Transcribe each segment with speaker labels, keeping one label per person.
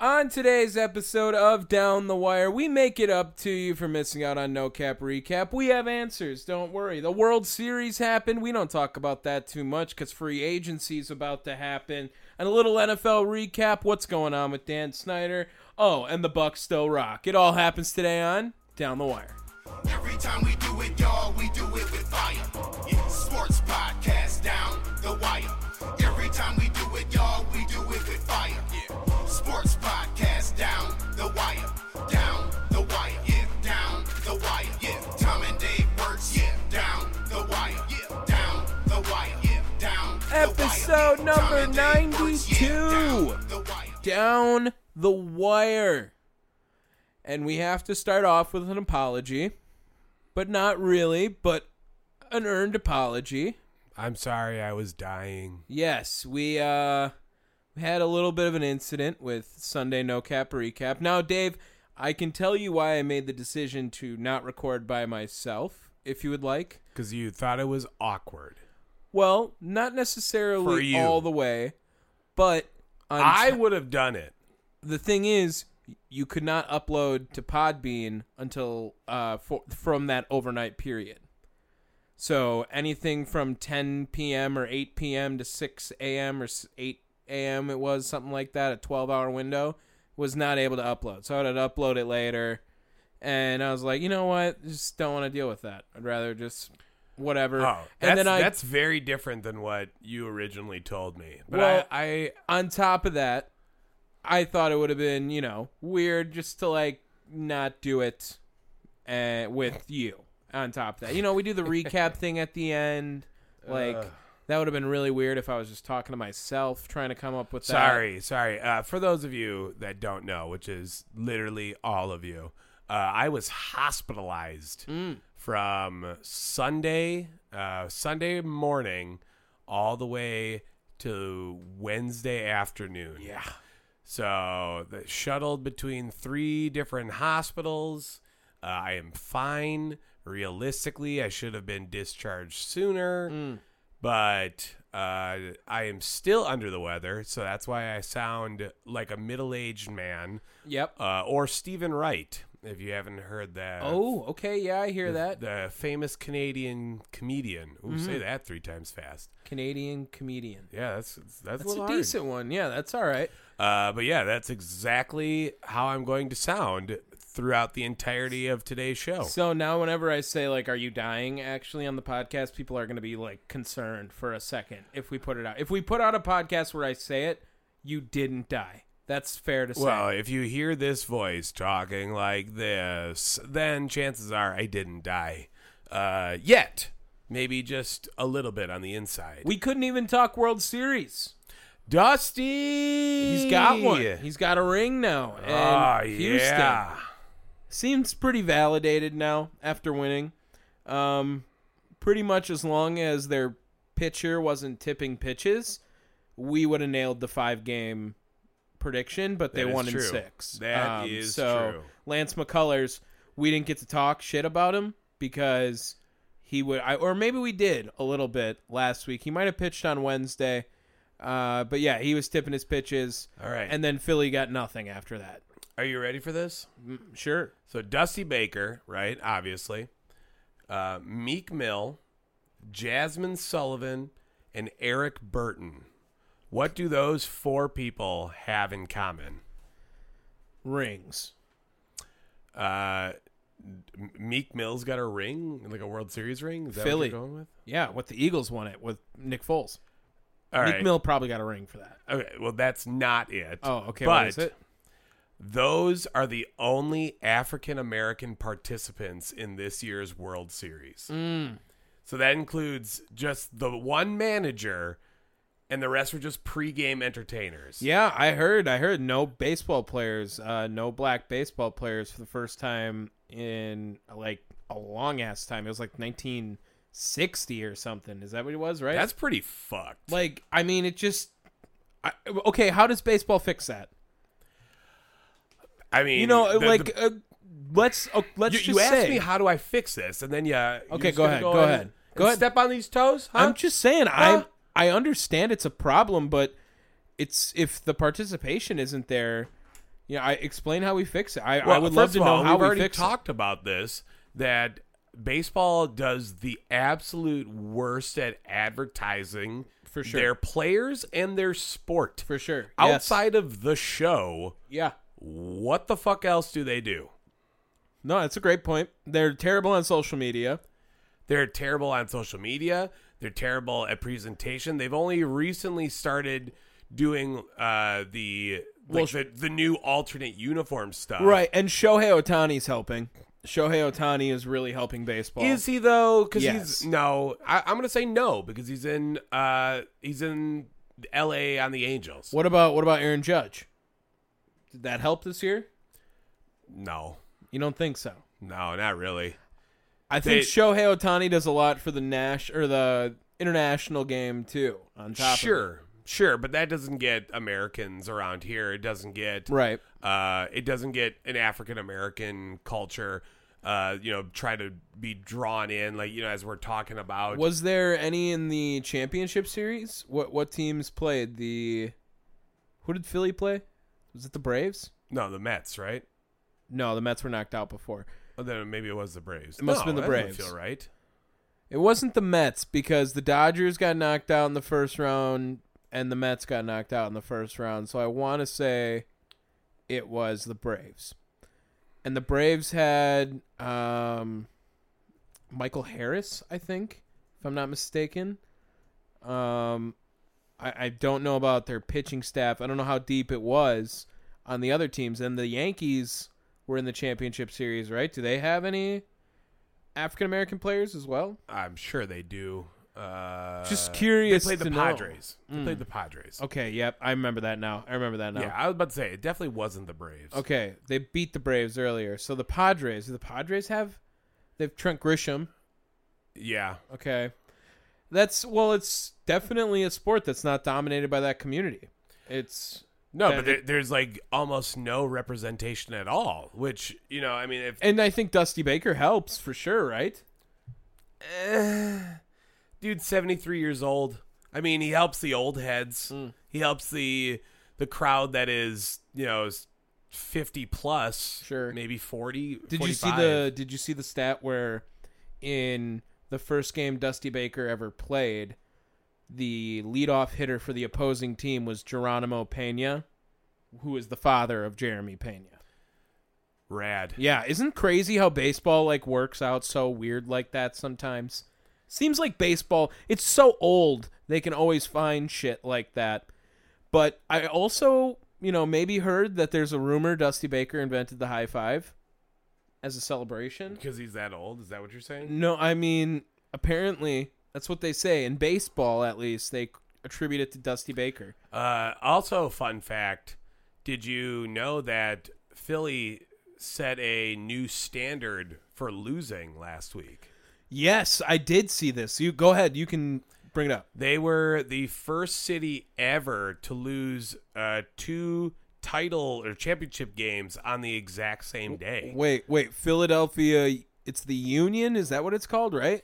Speaker 1: On today's episode of Down the Wire, we make it up to you for missing out on No Cap Recap. We have answers, don't worry. The World Series happened. We don't talk about that too much because free agency is about to happen. And a little NFL recap what's going on with Dan Snyder? Oh, and the Bucks still rock. It all happens today on Down the Wire.
Speaker 2: Every time we do it, y'all, we do it with fire. Yeah, sports podcast down the wire. Every time we do it, y'all, we do it with fire. Yeah, sports podcast down the wire. Down the wire. Yeah, down the wire. Yeah, Tom and Dave works. Yeah, down the wire. Yeah, down the wire. Yeah, down the wire.
Speaker 1: Episode
Speaker 2: Yeah, Tom
Speaker 1: number
Speaker 2: and Dave works.
Speaker 1: 92.
Speaker 2: Yeah, down the wire.
Speaker 1: down the wire. And we have to start off with an apology, but not really, but an earned apology.
Speaker 3: I'm sorry, I was dying.
Speaker 1: Yes, we uh we had a little bit of an incident with Sunday No Cap recap. Now, Dave, I can tell you why I made the decision to not record by myself, if you would like.
Speaker 3: Because you thought it was awkward.
Speaker 1: Well, not
Speaker 3: For
Speaker 1: necessarily
Speaker 3: you.
Speaker 1: all the way, but on
Speaker 3: I
Speaker 1: ti-
Speaker 3: would have done it.
Speaker 1: the thing is you could not upload to Podbean until uh, for, from that overnight period. So anything from 10 p.m. or 8 p.m. to 6 a.m. or s- 8 a.m. it was something like that, a 12-hour window was not able to upload. So I would upload it later, and I was like, you know what, just don't want to deal with that. I'd rather just whatever.
Speaker 3: Oh, that's,
Speaker 1: and then I
Speaker 3: that's very different than what you originally told me. But
Speaker 1: Well-
Speaker 3: I, I,
Speaker 1: on top of that, I thought it would have been, you know, weird just to like not do it uh, with you on top of that. You know, we do the recap thing at the end. Like, that would have been really weird if I was just talking to myself trying to come up with that.
Speaker 3: sorry, sorry. Uh, for those of you that don't know, which is literally all of you, uh, I was hospitalized
Speaker 1: Mm.
Speaker 3: from Sunday, uh, Sunday morning, all the way to Wednesday afternoon. Yeah. So the, shuttled between three different hospitals. Uh, I am fine. Realistically, I should have been discharged sooner,
Speaker 1: Mm.
Speaker 3: but uh, I am still under the weather, so that's why I sound like a middle-aged man
Speaker 1: Yep.
Speaker 3: uh, or Stephen Wright. If you haven't heard that,
Speaker 1: oh, okay. Oh, Yeah, I hear
Speaker 3: the,
Speaker 1: that. Mm-hmm.
Speaker 3: the famous Canadian comedian. Ooh, say that three times fast.
Speaker 1: Canadian comedian.
Speaker 3: Yeah, that's that's,
Speaker 1: That's
Speaker 3: little
Speaker 1: a
Speaker 3: hard.
Speaker 1: decent one. Yeah, that's all right.
Speaker 3: Uh, but yeah, that's exactly how I'm going to sound throughout the entirety of today's show.
Speaker 1: So now, whenever I say like, "Are you dying?" actually on the podcast, people are going to be like concerned for a second if we put it out. If we put out a podcast where I say it, you didn't die. That's fair to say.
Speaker 3: well, if you hear this voice talking like this, then chances are I didn't die uh, yet. Maybe just a little bit on the inside.
Speaker 1: we couldn't even talk World Series.
Speaker 3: Dusty,
Speaker 1: He's got one. He's got a ring now. And
Speaker 3: Ah,
Speaker 1: Houston
Speaker 3: yeah.
Speaker 1: seems pretty validated now after winning. Um, pretty much as long as their pitcher wasn't tipping pitches, we would have nailed the five game prediction, but they
Speaker 3: That is
Speaker 1: won in
Speaker 3: true.
Speaker 1: six.
Speaker 3: That
Speaker 1: That is
Speaker 3: is
Speaker 1: so
Speaker 3: true.
Speaker 1: Lance McCullers, we didn't get to talk shit about him because he would, I, or maybe we did a little bit last week. He might have pitched on Wednesday, uh, but yeah, he was tipping his pitches.
Speaker 3: All right.
Speaker 1: and then Philly got nothing after that.
Speaker 3: Are you ready for this?
Speaker 1: Sure,
Speaker 3: So Dusty Baker, right? Obviously, uh, Meek Mill, Jasmine Sullivan, and Eric Burton. What do those four people have in common?
Speaker 1: rings.
Speaker 3: Uh, M- Meek Mill's got a ring, like a World Series ring. Is that
Speaker 1: Philly.
Speaker 3: what you're going with?
Speaker 1: Yeah, what the Eagles won it with Nick Foles.
Speaker 3: All
Speaker 1: Nick
Speaker 3: right.
Speaker 1: Mill probably got a ring for that.
Speaker 3: Okay, well that's not it.
Speaker 1: Oh, okay.
Speaker 3: But
Speaker 1: what is it?
Speaker 3: those are the only African American participants in this year's World Series.
Speaker 1: Mm.
Speaker 3: So that includes just the one manager, and the rest were just pregame entertainers.
Speaker 1: Yeah, I heard. I heard no baseball players, uh, no black baseball players for the first time in like a long ass time. It was like 1960 or something. Is that what it was? Right.
Speaker 3: that's pretty fucked.
Speaker 1: like I mean, it just. I, okay, how does baseball fix that?
Speaker 3: I mean,
Speaker 1: You know,
Speaker 3: the-
Speaker 1: like
Speaker 3: the-
Speaker 1: uh, let's uh, let's
Speaker 3: you,
Speaker 1: just
Speaker 3: you asked
Speaker 1: say.
Speaker 3: me how do I fix this, and then yeah.
Speaker 1: Okay, go ahead, go ahead. Go ahead.
Speaker 3: Step on these toes, huh?
Speaker 1: I'm just saying
Speaker 3: Huh?
Speaker 1: I I understand it's a problem, but it's if the participation isn't there, you know, I explain how we fix it. I, I would love
Speaker 3: first
Speaker 1: to
Speaker 3: of
Speaker 1: know
Speaker 3: all,
Speaker 1: how
Speaker 3: we've
Speaker 1: we
Speaker 3: already
Speaker 1: fix it.
Speaker 3: talked about this that baseball does the absolute worst at advertising
Speaker 1: For sure.
Speaker 3: their players and their sport.
Speaker 1: for sure. Yes.
Speaker 3: Outside of the show,
Speaker 1: yeah.
Speaker 3: what the fuck else do they do?
Speaker 1: No, that's a great point. They're terrible on social media.
Speaker 3: They're terrible on social media. They're terrible at presentation. They've only recently started doing uh, the
Speaker 1: Well,
Speaker 3: like the, the new alternate uniform stuff.
Speaker 1: Uh, right, and Shohei Otani's helping. Shohei Otani is really helping baseball.
Speaker 3: Is he though? Because
Speaker 1: Yes.
Speaker 3: he's no. I, I'm gonna say no because he's in. Uh, he's in L.A. on the Angels.
Speaker 1: what about what about Aaron Judge? Did that help this year?
Speaker 3: No,
Speaker 1: You don't think so?
Speaker 3: no, not really.
Speaker 1: I think
Speaker 3: They-
Speaker 1: Shohei Otani does a lot for the Nash or the international game too. On top, of it.
Speaker 3: Sure, sure, but that doesn't get Americans around here. It doesn't get
Speaker 1: right?
Speaker 3: Uh, it doesn't get an African American culture. Uh, you know, try to be drawn in like you know as we're talking about.
Speaker 1: Was there any in the championship series? What what teams played the? Who did Philly play? Was it the Braves?
Speaker 3: no, the Mets, right?
Speaker 1: No, the Mets were knocked out before.
Speaker 3: Well, then maybe it was the Braves.
Speaker 1: It must have
Speaker 3: No,
Speaker 1: been the
Speaker 3: that doesn't
Speaker 1: Braves.
Speaker 3: Feel right.
Speaker 1: It wasn't the Mets because the Dodgers got knocked out in the first round and the Mets got knocked out in the first round. So I want to say it was the Braves. And the Braves had um, Michael Harris, I think, if I'm not mistaken. Um, I, I don't know about their pitching staff. I don't know how deep it was on the other teams. And the Yankees were in the championship series, right? Do they have any African American players as well?
Speaker 3: I'm sure they do. Uh,
Speaker 1: Just curious
Speaker 3: They played
Speaker 1: to
Speaker 3: the
Speaker 1: know. Mm.
Speaker 3: Padres. They played the Padres.
Speaker 1: Okay, yep, I remember that now. I remember that now.
Speaker 3: Yeah, I was about to say it definitely wasn't the Braves.
Speaker 1: Okay, they beat the Braves earlier. So the Padres, do the Padres have they've Trent Grisham.
Speaker 3: Yeah.
Speaker 1: Okay. That's well, it's definitely a sport that's not dominated by that community. It's
Speaker 3: No,
Speaker 1: That-
Speaker 3: but there, there's like almost no representation at all. Which you know, I mean, if
Speaker 1: and I think Dusty Baker helps for sure, right?
Speaker 3: dude's 73 years old, I mean, he helps the old heads.
Speaker 1: Mm.
Speaker 3: He helps the the crowd that is you know is 50 plus,
Speaker 1: Sure.
Speaker 3: maybe 40.
Speaker 1: Did you see
Speaker 3: 45.
Speaker 1: the did you see the stat where in the first game Dusty Baker ever played, the leadoff hitter for the opposing team was Geronimo Pena, who is the father of Jeremy Pena.
Speaker 3: rad?
Speaker 1: Yeah, isn't crazy how baseball like works out so weird like that sometimes? Seems like baseball it's so old they can always find shit like that. But I also, you know, maybe heard that there's a rumor Dusty Baker invented the high five as a celebration.
Speaker 3: Because he's that old. Is that what you're saying?
Speaker 1: No, I mean, apparently that's what they say in baseball at least they attribute it to Dusty Baker.
Speaker 3: Uh, also, fun fact: Did you know that Philly set a new standard for losing last week?
Speaker 1: Yes, I did see this. You go ahead, you can bring it up.
Speaker 3: They were the first city ever to lose uh, two title or championship games on the exact same day.
Speaker 1: Wait, wait. Philadelphia. It's the Union. Is that what it's called? Right.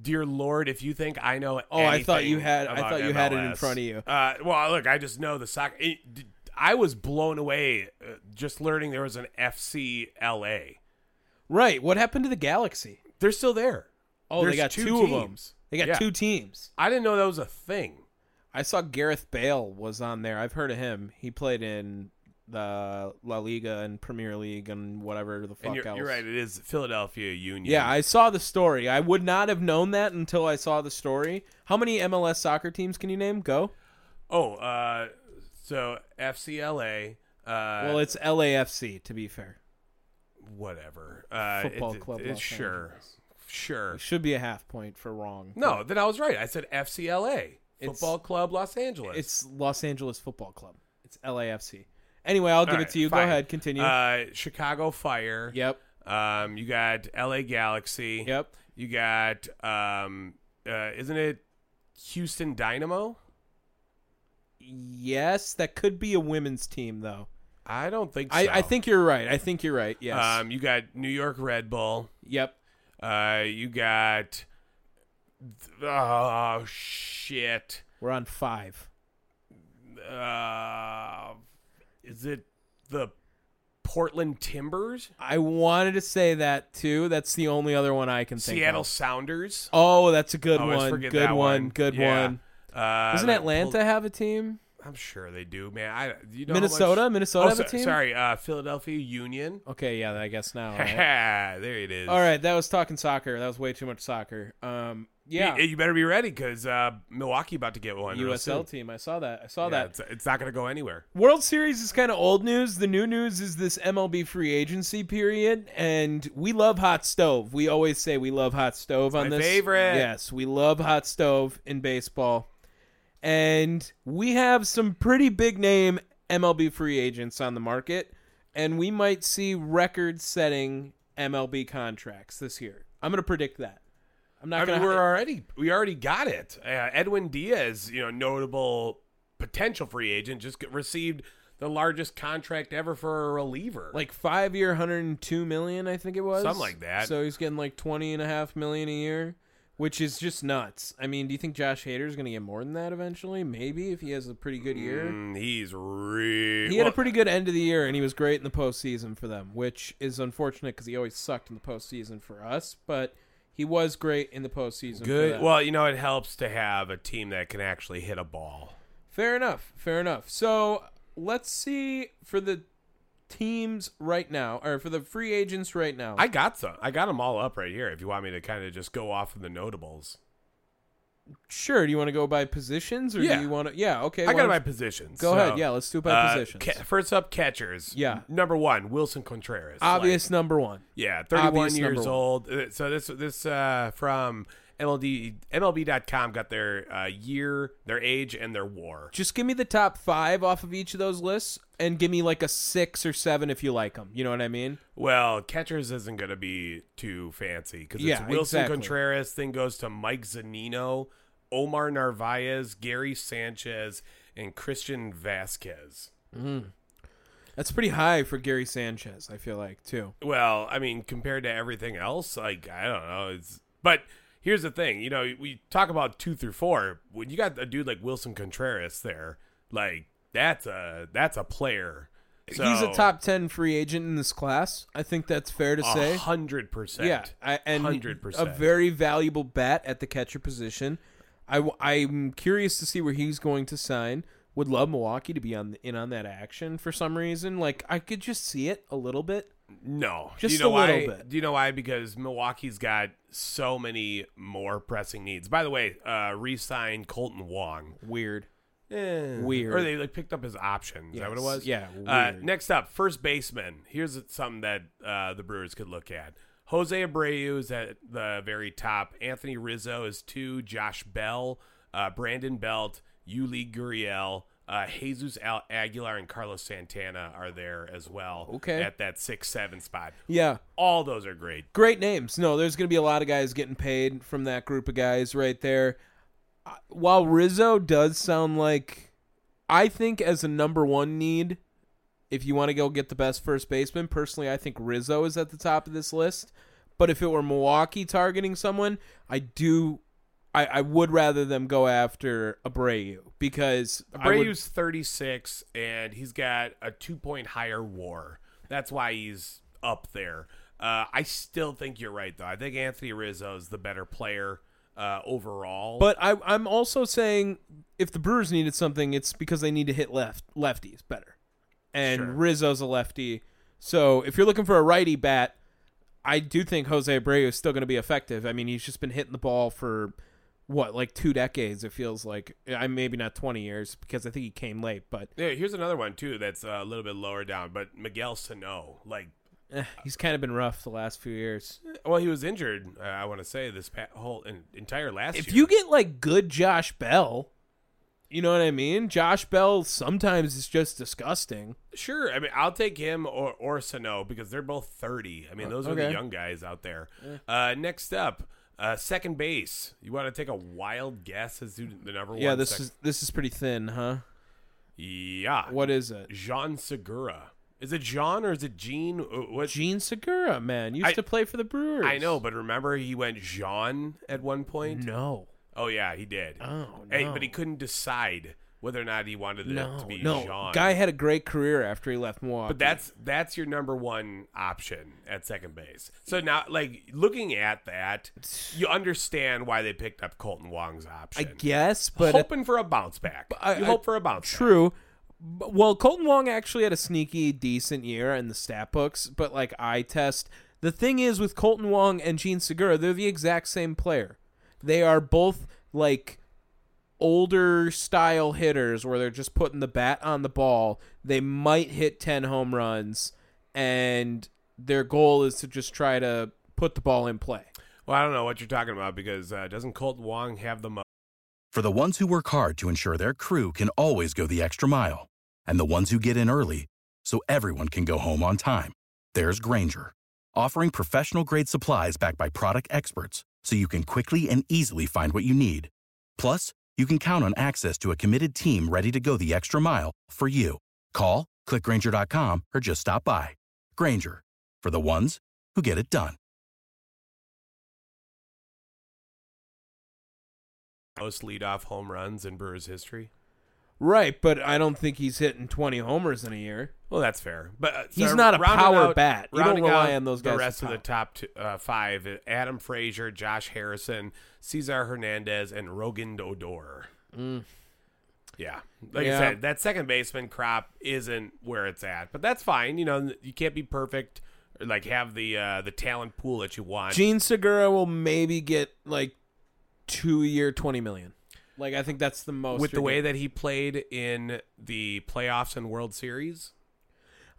Speaker 3: Dear Lord, if you think I know,
Speaker 1: Oh, I thought you
Speaker 3: anything
Speaker 1: had- I
Speaker 3: about
Speaker 1: thought you had it in
Speaker 3: MLS.
Speaker 1: front of you.
Speaker 3: Uh, well, look, I just know the soccer. it- d- I was blown away uh, just learning there was an FC LA.
Speaker 1: Right. What happened to the Galaxy?
Speaker 3: They're still there.
Speaker 1: Oh,
Speaker 3: There's
Speaker 1: they got two,
Speaker 3: two
Speaker 1: of them.
Speaker 3: teams.
Speaker 1: They got
Speaker 3: Yeah.
Speaker 1: two teams.
Speaker 3: I didn't know that was a thing.
Speaker 1: I saw Gareth Bale was on there. I've heard of him. He played in the La Liga and Premier League and whatever the fuck
Speaker 3: And you're,
Speaker 1: else.
Speaker 3: you're right. It is Philadelphia Union.
Speaker 1: Yeah, I saw the story. I would not have known that until I saw the story. How many MLS soccer teams can you name? Go.
Speaker 3: oh, uh, so FCLA. Uh,
Speaker 1: well, it's LAFC to be fair.
Speaker 3: whatever. Uh,
Speaker 1: Football
Speaker 3: it-
Speaker 1: Club
Speaker 3: it-
Speaker 1: Los
Speaker 3: sure,
Speaker 1: Angeles.
Speaker 3: sure.
Speaker 1: It should be a half point for wrong.
Speaker 3: No, then I was right. I said FCLA,
Speaker 1: It's-
Speaker 3: Football Club Los Angeles.
Speaker 1: It's Los Angeles Football Club. It's LAFC. Anyway, I'll give
Speaker 3: All
Speaker 1: it to you.
Speaker 3: right, fine.
Speaker 1: Go ahead, continue.
Speaker 3: Uh, Chicago Fire.
Speaker 1: yep.
Speaker 3: Um, you got LA Galaxy.
Speaker 1: Yep.
Speaker 3: You got um, uh, isn't it Houston Dynamo?
Speaker 1: Yes, that could be a women's team though.
Speaker 3: I don't think. so.
Speaker 1: I, I think you're right. I think you're right. Yes.
Speaker 3: Um, you got New York Red Bull.
Speaker 1: yep.
Speaker 3: Uh, you got. Oh shit.
Speaker 1: We're on five.
Speaker 3: Uh, is it the Portland Timbers?
Speaker 1: I wanted to say that too. That's the only other one I can think
Speaker 3: Seattle
Speaker 1: of.
Speaker 3: Sounders.
Speaker 1: Oh, that's a good
Speaker 3: I
Speaker 1: one.
Speaker 3: always forget
Speaker 1: Good
Speaker 3: that
Speaker 1: one.
Speaker 3: one.
Speaker 1: Good
Speaker 3: Yeah.
Speaker 1: one.
Speaker 3: Uh,
Speaker 1: Doesn't
Speaker 3: like,
Speaker 1: Atlanta have a team?
Speaker 3: I'm sure they do, man. I you know how
Speaker 1: Minnesota?
Speaker 3: much-
Speaker 1: Minnesota
Speaker 3: Oh,
Speaker 1: have a
Speaker 3: so-
Speaker 1: team?
Speaker 3: Sorry, uh, Philadelphia Union.
Speaker 1: Okay, yeah, I guess now. right?
Speaker 3: there it is.
Speaker 1: All right, that was talking soccer. That was way too much soccer. Um, yeah,
Speaker 3: you, you better be ready because uh, Milwaukee about to get one. real soon.
Speaker 1: USL team. I saw that. I saw
Speaker 3: Yeah,
Speaker 1: that.
Speaker 3: it's, it's not going to go anywhere.
Speaker 1: World Series is kind of old news. The new news is this MLB free agency period, and we love hot stove. We always say we love hot stove on
Speaker 3: my
Speaker 1: this.
Speaker 3: favorite.
Speaker 1: Yes, we love hot stove in baseball, and we have some pretty big name MLB free agents on the market, and we might see record-setting MLB contracts this year. I'm going to predict that. I'm not
Speaker 3: I
Speaker 1: going
Speaker 3: mean, we're already we already got it. Uh, Edwin Diaz, you know, notable potential free agent, just got- received the largest contract ever for a reliever.
Speaker 1: like five year 102 million i think it was
Speaker 3: Something like that.
Speaker 1: so he's getting like 20 and a half million a year which is just nuts i mean do you think josh hader is going to get more than that eventually maybe if he has a pretty good year
Speaker 3: Mm, he's real.
Speaker 1: he had a pretty good end of the year and he was great in the postseason for them which is unfortunate because he always sucked in the postseason for us but he was great in the postseason for
Speaker 3: good.
Speaker 1: them.
Speaker 3: Well, you know, it helps to have a team that can actually hit a ball.
Speaker 1: Fair enough. Fair enough. So let's see for the teams right now, or for the free agents right now.
Speaker 3: I got some. I got them all up right here. If you want me to kind of just go off of the notables,
Speaker 1: sure. Do you want to go by positions, or
Speaker 3: Yeah.
Speaker 1: do you want to? Yeah. Okay.
Speaker 3: I
Speaker 1: why
Speaker 3: got
Speaker 1: don't-
Speaker 3: my positions.
Speaker 1: Go
Speaker 3: so,
Speaker 1: ahead. Yeah, let's do it by
Speaker 3: uh,
Speaker 1: positions.
Speaker 3: ca- first up, catchers.
Speaker 1: Yeah.
Speaker 3: number one, Wilson Contreras.
Speaker 1: Obvious
Speaker 3: Like,
Speaker 1: number one.
Speaker 3: yeah, thirty-one
Speaker 1: obvious
Speaker 3: years
Speaker 1: number one.
Speaker 3: old. Uh, So this this uh, from MLB MLB.com got their uh, year, their age, and their WAR.
Speaker 1: Just give me the top five off of each of those lists, and give me like a six or seven if you like them. You know what I mean?
Speaker 3: Well, catchers isn't going to be too fancy because it's
Speaker 1: Yeah,
Speaker 3: Wilson
Speaker 1: exactly.
Speaker 3: Contreras, then goes to Mike Zanino, Omar Narvaez, Gary Sanchez, and Christian Vasquez.
Speaker 1: That's pretty high for Gary Sanchez. I feel like too.
Speaker 3: Well, I mean, compared to everything else, like I don't know. It's but here's the thing. You know, we talk about two through four. When you got a dude like Wilson Contreras there, like that's a that's a player. So,
Speaker 1: He's a top ten free agent in this class. I think that's fair to say.
Speaker 3: hundred percent.
Speaker 1: Yeah, I, and
Speaker 3: hundred
Speaker 1: a
Speaker 3: percent.
Speaker 1: very valuable bat at the catcher position. I, am curious to see where he's going to sign. Would love Milwaukee to be on in on that action for some reason. Like I could just see it a little bit.
Speaker 3: No,
Speaker 1: Just
Speaker 3: you
Speaker 1: a
Speaker 3: know
Speaker 1: little
Speaker 3: why?
Speaker 1: bit.
Speaker 3: Do you know why? Because Milwaukee's got so many more pressing needs. By the way, uh, re-signed Colton Wong.
Speaker 1: Weird.
Speaker 3: Eh.
Speaker 1: Weird.
Speaker 3: Or they like picked up his option. Is that what it
Speaker 1: Yes.
Speaker 3: was?
Speaker 1: Yeah,
Speaker 3: Uh,
Speaker 1: weird.
Speaker 3: next up, first baseman. Here's something that uh, the Brewers could look at. Jose Abreu is at the very top. Anthony Rizzo is two. Josh Bell, uh, Brandon Belt, Yuli Gurriel, uh, Jesus Al- Aguilar, and Carlos Santana are there as well.
Speaker 1: Okay.
Speaker 3: At that six seven spot.
Speaker 1: Yeah.
Speaker 3: All those are great.
Speaker 1: Great names. No, there's going to be a lot of guys getting paid from that group of guys right there. Uh, While Rizzo does sound like I think as a number one need, if you want to go get the best first baseman, personally, I think Rizzo is at the top of this list. But if it were Milwaukee targeting someone, I do, I, I would rather them go after Abreu because I would-
Speaker 3: Abreu's 36, and he's got a two point higher WAR. That's why he's up there. Uh, I still think you're right, though. I think Anthony Rizzo is the better player uh, overall.
Speaker 1: But I, I'm also saying if the Brewers needed something, it's because they need to hit left lefties better, and
Speaker 3: Sure.
Speaker 1: Rizzo's a lefty. So if you're looking for a righty bat, I do think Jose Abreu is still going to be effective. I mean, he's just been hitting the ball for what like two decades. It feels like I maybe not 20 years because I think he came late, but
Speaker 3: yeah, here's another one too that's a little bit lower down. But Miguel Sano, like,
Speaker 1: eh, he's kind of been rough the last few years.
Speaker 3: well, he was injured. Uh, I want to say this pa- whole en- entire last.
Speaker 1: if
Speaker 3: year.
Speaker 1: you get like good Josh Bell, you know what I mean. Josh Bell sometimes is just disgusting.
Speaker 3: Sure, I mean I'll take him or or Sano because they're both thirty. I mean those are
Speaker 1: Uh, okay.
Speaker 3: the young guys out there. Uh, next up, uh, second base. You want to take a wild guess as to the number one?
Speaker 1: Yeah, this
Speaker 3: sec-
Speaker 1: is this is pretty thin, huh?
Speaker 3: yeah.
Speaker 1: What is it?
Speaker 3: Jean Segura? Is it Jean or is it Jean? Uh, What?
Speaker 1: Gene Segura, man, used
Speaker 3: I-
Speaker 1: to play for the Brewers.
Speaker 3: I know, but remember he went Jean at one point.
Speaker 1: no,
Speaker 3: Oh yeah, he did.
Speaker 1: Oh,
Speaker 3: Hey,
Speaker 1: no.
Speaker 3: but he couldn't decide whether or not he wanted it
Speaker 1: no,
Speaker 3: to be
Speaker 1: no.
Speaker 3: Jean.
Speaker 1: Guy had a great career after he left Milwaukee.
Speaker 3: But that's that's your number one option at second base. So now, like looking at that, you understand why they picked up Colton Wong's
Speaker 1: I
Speaker 3: option.
Speaker 1: guess, but
Speaker 3: hoping for a bounce back.
Speaker 1: I-
Speaker 3: you
Speaker 1: I-
Speaker 3: hope for a bounce. back.
Speaker 1: true. But, well, Colton Wong actually had a sneaky decent year in the stat books, but like I test, the thing is with Colton Wong and Gene Segura, they're the exact same player. They are both like older style hitters where they're just putting the bat on the ball. They might hit 10 home runs, and their goal is to just try to put the ball in play.
Speaker 3: Well, I don't know what you're talking about because uh, doesn't Colton Wong have the mo-
Speaker 4: For the ones who work hard to ensure their crew can always go the extra mile, and the ones who get in early so everyone can go home on time, there's Granger, offering professional grade supplies backed by product experts so you can quickly and easily find what you need. Plus, you can count on access to a committed team ready to go the extra mile for you. Call, clickgranger.com, or just stop by. Granger, for the ones who get it done.
Speaker 3: most leadoff home runs in Brewers history?
Speaker 1: Right, but I don't think he's hitting 20 homers in a year.
Speaker 3: Well, that's fair, but uh,
Speaker 1: He's
Speaker 3: so
Speaker 1: not a
Speaker 3: rounding
Speaker 1: power
Speaker 3: out-
Speaker 1: bat. You don't
Speaker 3: rounding
Speaker 1: rely
Speaker 3: out
Speaker 1: on those
Speaker 3: The
Speaker 1: guys
Speaker 3: rest
Speaker 1: at
Speaker 3: of the top two, uh, five: uh, Adam Frazier, Josh Harrison, Cesar Hernandez, and Rogan Odor. Yeah, like
Speaker 1: Mm. Yeah.
Speaker 3: I said, that second baseman crop isn't where it's at, but that's fine. You know, you can't be perfect. Or like have the uh, the talent pool that you want.
Speaker 1: Gene Segura will maybe get like two a year, twenty million. Like I think that's the most
Speaker 3: with the
Speaker 1: you're
Speaker 3: way
Speaker 1: getting.
Speaker 3: that he played in the playoffs and World Series,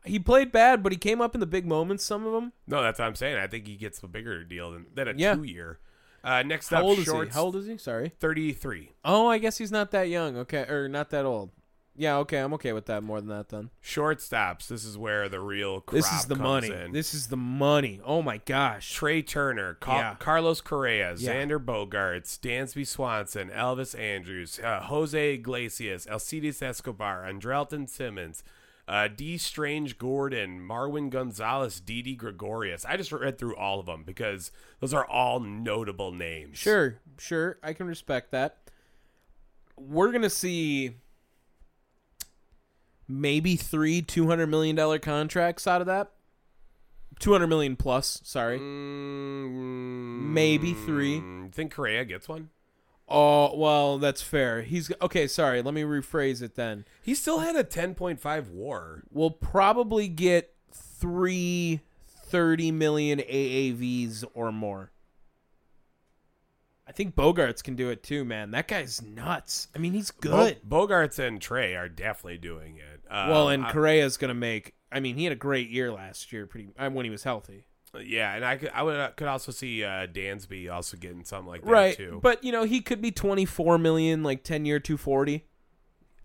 Speaker 1: he played bad, but he came up in the big moments. Some of them.
Speaker 3: no, that's what I'm saying. I think he gets a bigger deal than, than a
Speaker 1: Yeah.
Speaker 3: two year. Uh, next
Speaker 1: How
Speaker 3: up,
Speaker 1: old is he?
Speaker 3: shorts,
Speaker 1: How old is he? Sorry.
Speaker 3: Thirty-three.
Speaker 1: Oh, I guess he's not that young. Okay, or not that old. Yeah, okay, I'm okay with that more than that then.
Speaker 3: Shortstops. This is where the real crop
Speaker 1: This is the
Speaker 3: comes
Speaker 1: money.
Speaker 3: in.
Speaker 1: This is the money. Oh my gosh.
Speaker 3: Trey Turner, Ca-
Speaker 1: Yeah.
Speaker 3: Carlos Correa,
Speaker 1: Yeah.
Speaker 3: Xander Bogarts, Dansby Swanson, Elvis Andrews, uh, Jose Iglesias, Alcides Escobar, Andrelton Simmons, uh, D. Strange Gordon, Marwin Gonzalez, Didi Gregorius. I just read through all of them because those are all notable names.
Speaker 1: Sure, sure, I can respect that. We're gonna see maybe three two hundred million dollar contracts out of that. Two hundred million plus. Sorry. Maybe three.
Speaker 3: Mm, Think Correa gets one?
Speaker 1: Oh well, that's fair. He's okay. Sorry, let me rephrase it then.
Speaker 3: He still had a 10.5 war.
Speaker 1: We'll probably get three 30 million AAVs or more. I think Bogarts can do it too, man. That guy's nuts. I mean, he's good.
Speaker 3: Bo- Bogarts and Trey are definitely doing it. Um,
Speaker 1: well, and
Speaker 3: I-
Speaker 1: Correa's gonna make. I mean, he had a great year last year, pretty uh, when he was healthy.
Speaker 3: Yeah, and I could I would uh, could also see uh, Dansby also getting something like that
Speaker 1: right,
Speaker 3: too.
Speaker 1: but you know, he could be 24 million, like 10 year 240.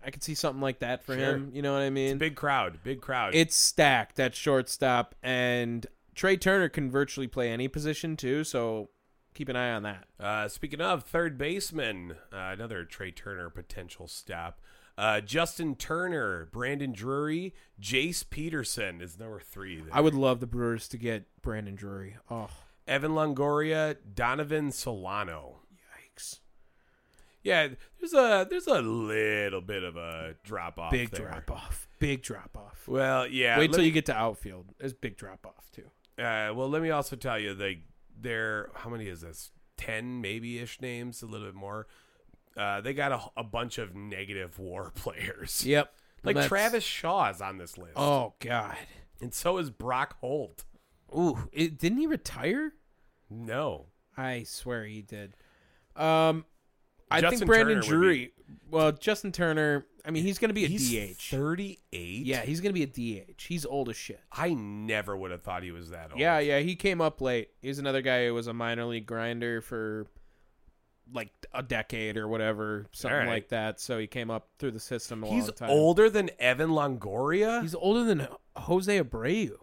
Speaker 1: I could see something like that for
Speaker 3: Sure.
Speaker 1: him. You know what I
Speaker 3: it's a
Speaker 1: mean?
Speaker 3: big crowd, big crowd.
Speaker 1: it's stacked at shortstop, and Trey Turner can virtually play any position too. So keep an eye on that.
Speaker 3: uh, speaking of third baseman, uh, another Trey Turner potential stop. Uh, Justin Turner, Brandon Drury, Jace Peterson is number three. There.
Speaker 1: I would love the Brewers to get Brandon Drury. Oh,
Speaker 3: Evan Longoria, Donovan Solano. Yikes. Yeah, there's a there's a little bit of a drop off.
Speaker 1: big
Speaker 3: there.
Speaker 1: drop off. Big drop off.
Speaker 3: Well, yeah.
Speaker 1: Wait
Speaker 3: let
Speaker 1: till
Speaker 3: me-
Speaker 1: you get to outfield. There's big drop off too.
Speaker 3: Uh, well, let me also tell you, they they're how many is this? Ten maybe ish names, a little bit more. Uh, they got a, a bunch of negative WAR players.
Speaker 1: Yep.
Speaker 3: like
Speaker 1: Let's-
Speaker 3: Travis Shaw is on this list.
Speaker 1: Oh God.
Speaker 3: and so is Brock Holt.
Speaker 1: Ooh, it, didn't he retire?
Speaker 3: No,
Speaker 1: I swear he did. Um, I
Speaker 3: Justin
Speaker 1: think Brandon
Speaker 3: Turner would
Speaker 1: Drury. well, Justin Turner. I mean, he's going to be a DH.
Speaker 3: Thirty eight.
Speaker 1: yeah, he's going to be a DH. He's old as shit.
Speaker 3: I never would have thought he was that old.
Speaker 1: Yeah, yeah. He came up late. He's another guy who was a minor league grinder for like a decade or whatever, something
Speaker 3: All right.
Speaker 1: like that. So he came up through the system a
Speaker 3: he's
Speaker 1: long time.
Speaker 3: older than Evan Longoria.
Speaker 1: He's older than Jose Abreu.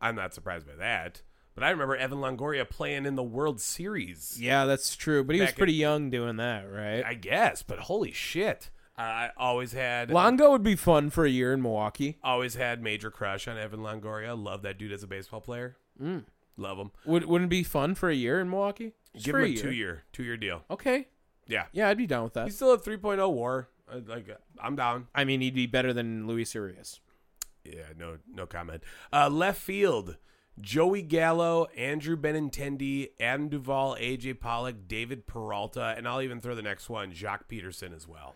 Speaker 3: I'm not surprised by that, but I remember Evan Longoria playing in the World Series.
Speaker 1: Yeah, that's true. But he was
Speaker 3: Back in-
Speaker 1: pretty young doing that, right?
Speaker 3: I guess, but holy shit! I always had
Speaker 1: Longo would be fun for a year in Milwaukee.
Speaker 3: always had major crush on Evan Longoria. Love that dude as a baseball player.
Speaker 1: Mm.
Speaker 3: Love him.
Speaker 1: Would wouldn't it be fun for a year in Milwaukee? Just
Speaker 3: Give
Speaker 1: for
Speaker 3: him a two year two year deal.
Speaker 1: Okay.
Speaker 3: Yeah,
Speaker 1: Yeah, I'd be down with that.
Speaker 3: he's still at 3.0 WAR. I- Like I'm down.
Speaker 1: I mean, he'd be better than Luis Urias.
Speaker 3: Yeah, no no comment. Uh, left field. Joey Gallo, Andrew Benintendi, Adam Duvall, AJ Pollock, David Peralta, and I'll even throw the next one, Jacques Peterson as well.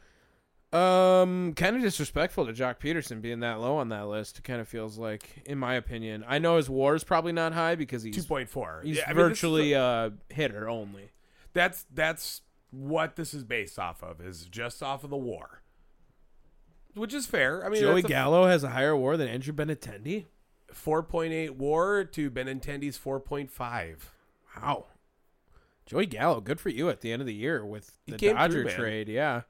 Speaker 1: Um, kind of disrespectful to Jock Peterson being that low on that list. It kind of feels like, in my opinion, I know his WAR is probably not high because he's
Speaker 3: Two point four.
Speaker 1: he's virtually uh hitter only.
Speaker 3: that's that's what this is based off of is just off of the war, which is fair. I mean,
Speaker 1: Joey
Speaker 3: that's a-
Speaker 1: Gallo has a higher WAR than Andrew Benintendi.
Speaker 3: 4.8 war to Benintendi's 4.5.
Speaker 1: Wow. Joey Gallo, good for you at the end of the year with
Speaker 3: He
Speaker 1: the
Speaker 3: came
Speaker 1: Dodger
Speaker 3: through, man.
Speaker 1: trade. Yeah.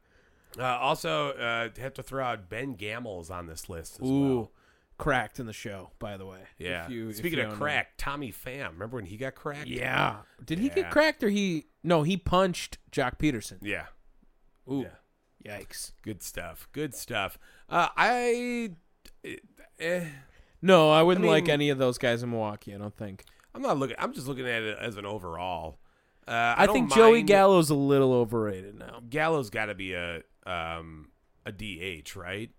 Speaker 3: Uh, also, uh, have to throw out Ben Gamels on this list as
Speaker 1: Ooh,
Speaker 3: well.
Speaker 1: cracked in the show, by the way.
Speaker 3: Yeah.
Speaker 1: If you- if
Speaker 3: Speaking
Speaker 1: you
Speaker 3: of
Speaker 1: don't know.
Speaker 3: crack, Tommy Pham. Remember when he got cracked?
Speaker 1: Yeah. Did he
Speaker 3: Yeah.
Speaker 1: get cracked or he? No, he punched Jock Peterson.
Speaker 3: Yeah.
Speaker 1: Ooh. Yikes.
Speaker 3: Good stuff. Good stuff. Uh, I. Eh,
Speaker 1: No, I wouldn't
Speaker 3: I
Speaker 1: like
Speaker 3: mean-
Speaker 1: any of those guys in Milwaukee. I don't think.
Speaker 3: I'm not looking. I'm just looking at it as an overall. Uh,
Speaker 1: I,
Speaker 3: I, don't
Speaker 1: think Joey
Speaker 3: mind-
Speaker 1: Gallo's a little overrated now.
Speaker 3: Gallo's got to be a um a DH, right?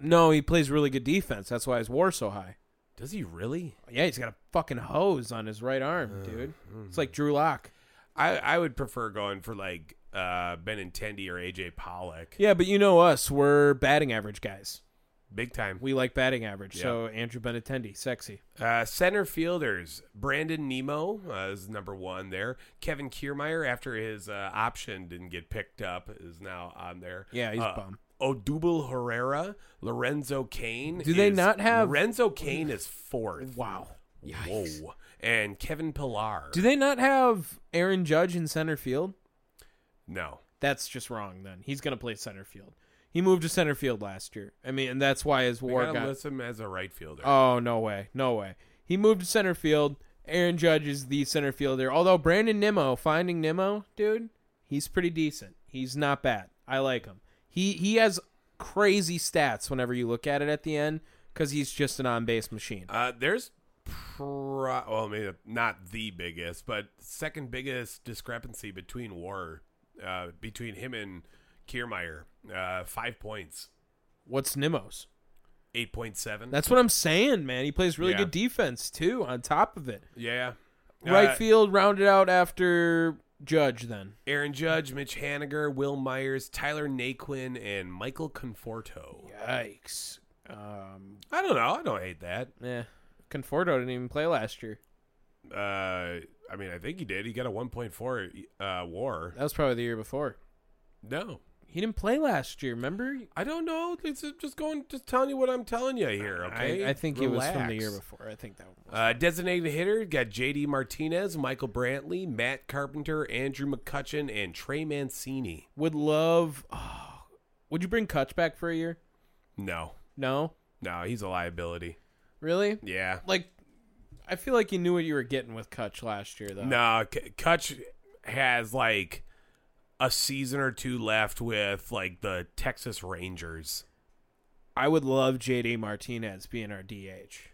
Speaker 1: No, he plays really good defense. That's why his WAR so high.
Speaker 3: Does he really?
Speaker 1: Yeah, he's got a fucking hose on his right
Speaker 3: Uh,
Speaker 1: arm, dude.
Speaker 3: hmm.
Speaker 1: It's like Drew Lock.
Speaker 3: I I would prefer going for like uh Benintendi or AJ Pollock.
Speaker 1: Yeah, but you know us. We're batting average guys.
Speaker 3: Big time.
Speaker 1: We like batting average.
Speaker 3: Yeah.
Speaker 1: So Andrew Benatendi, sexy.
Speaker 3: Uh, center fielders Brandon Nemo uh, is number one there. Kevin Kiermeyer, after his uh, option didn't get picked up, is now on there.
Speaker 1: Yeah, he's
Speaker 3: uh,
Speaker 1: bum.
Speaker 3: Odubel Herrera, Lorenzo Kane.
Speaker 1: Do they
Speaker 3: is-
Speaker 1: not have-
Speaker 3: Lorenzo Kane is fourth.
Speaker 1: Wow. Yikes.
Speaker 3: Whoa. And Kevin Pillar.
Speaker 1: Do they not have Aaron Judge in center field?
Speaker 3: no.
Speaker 1: That's just wrong. Then he's gonna play center field. He moved to center field last year. I mean, and that's why his
Speaker 3: They
Speaker 1: WAR
Speaker 3: gotta
Speaker 1: got.
Speaker 3: list him as a right fielder.
Speaker 1: Oh no way, no way. He moved to center field. Aaron Judge is the center fielder. Although Brandon Nimmo, finding Nimmo, dude, he's pretty decent. He's not bad. I like him. He he has crazy stats whenever you look at it at the end because he's just an on base machine.
Speaker 3: Uh, there's pro- well, maybe not the biggest, but second biggest discrepancy between war uh, between him and Kiermeyer. Uh, five points,
Speaker 1: What's Nimmo's?
Speaker 3: eight point seven.
Speaker 1: That's what I'm saying, man. He plays really
Speaker 3: Yeah.
Speaker 1: good defense too. On top of it,
Speaker 3: yeah.
Speaker 1: right
Speaker 3: Uh,
Speaker 1: field rounded out after Judge. Then
Speaker 3: Aaron Judge, Mitch Haniger, Will Myers, Tyler Naquin, and Michael Conforto.
Speaker 1: Yikes. Um,
Speaker 3: I don't know. I don't hate that.
Speaker 1: yeah. Conforto didn't even play last year.
Speaker 3: Uh, I mean, I think he did. He got a one point four uh, WAR.
Speaker 1: That was probably the year before.
Speaker 3: No,
Speaker 1: He didn't play last year, remember?
Speaker 3: I don't know. It's just going, just telling you what I'm telling you here. Okay,
Speaker 1: I, I think he was from the year
Speaker 3: Relax.
Speaker 1: before. I think that one.
Speaker 3: Uh, designated hitter got J.D. Martinez, Michael Brantley, Matt Carpenter, Andrew McCutcheon, and Trey Mancini.
Speaker 1: Would love. Oh, would you bring Kutch back for a year?
Speaker 3: No,
Speaker 1: No?
Speaker 3: no, he's a liability.
Speaker 1: Really?
Speaker 3: Yeah,
Speaker 1: Like, I feel like you knew what you were getting with Kutch last year, though.
Speaker 3: no, K- Kutch has like a season or two left with like the Texas Rangers.
Speaker 1: I would love JD Martinez being our DH.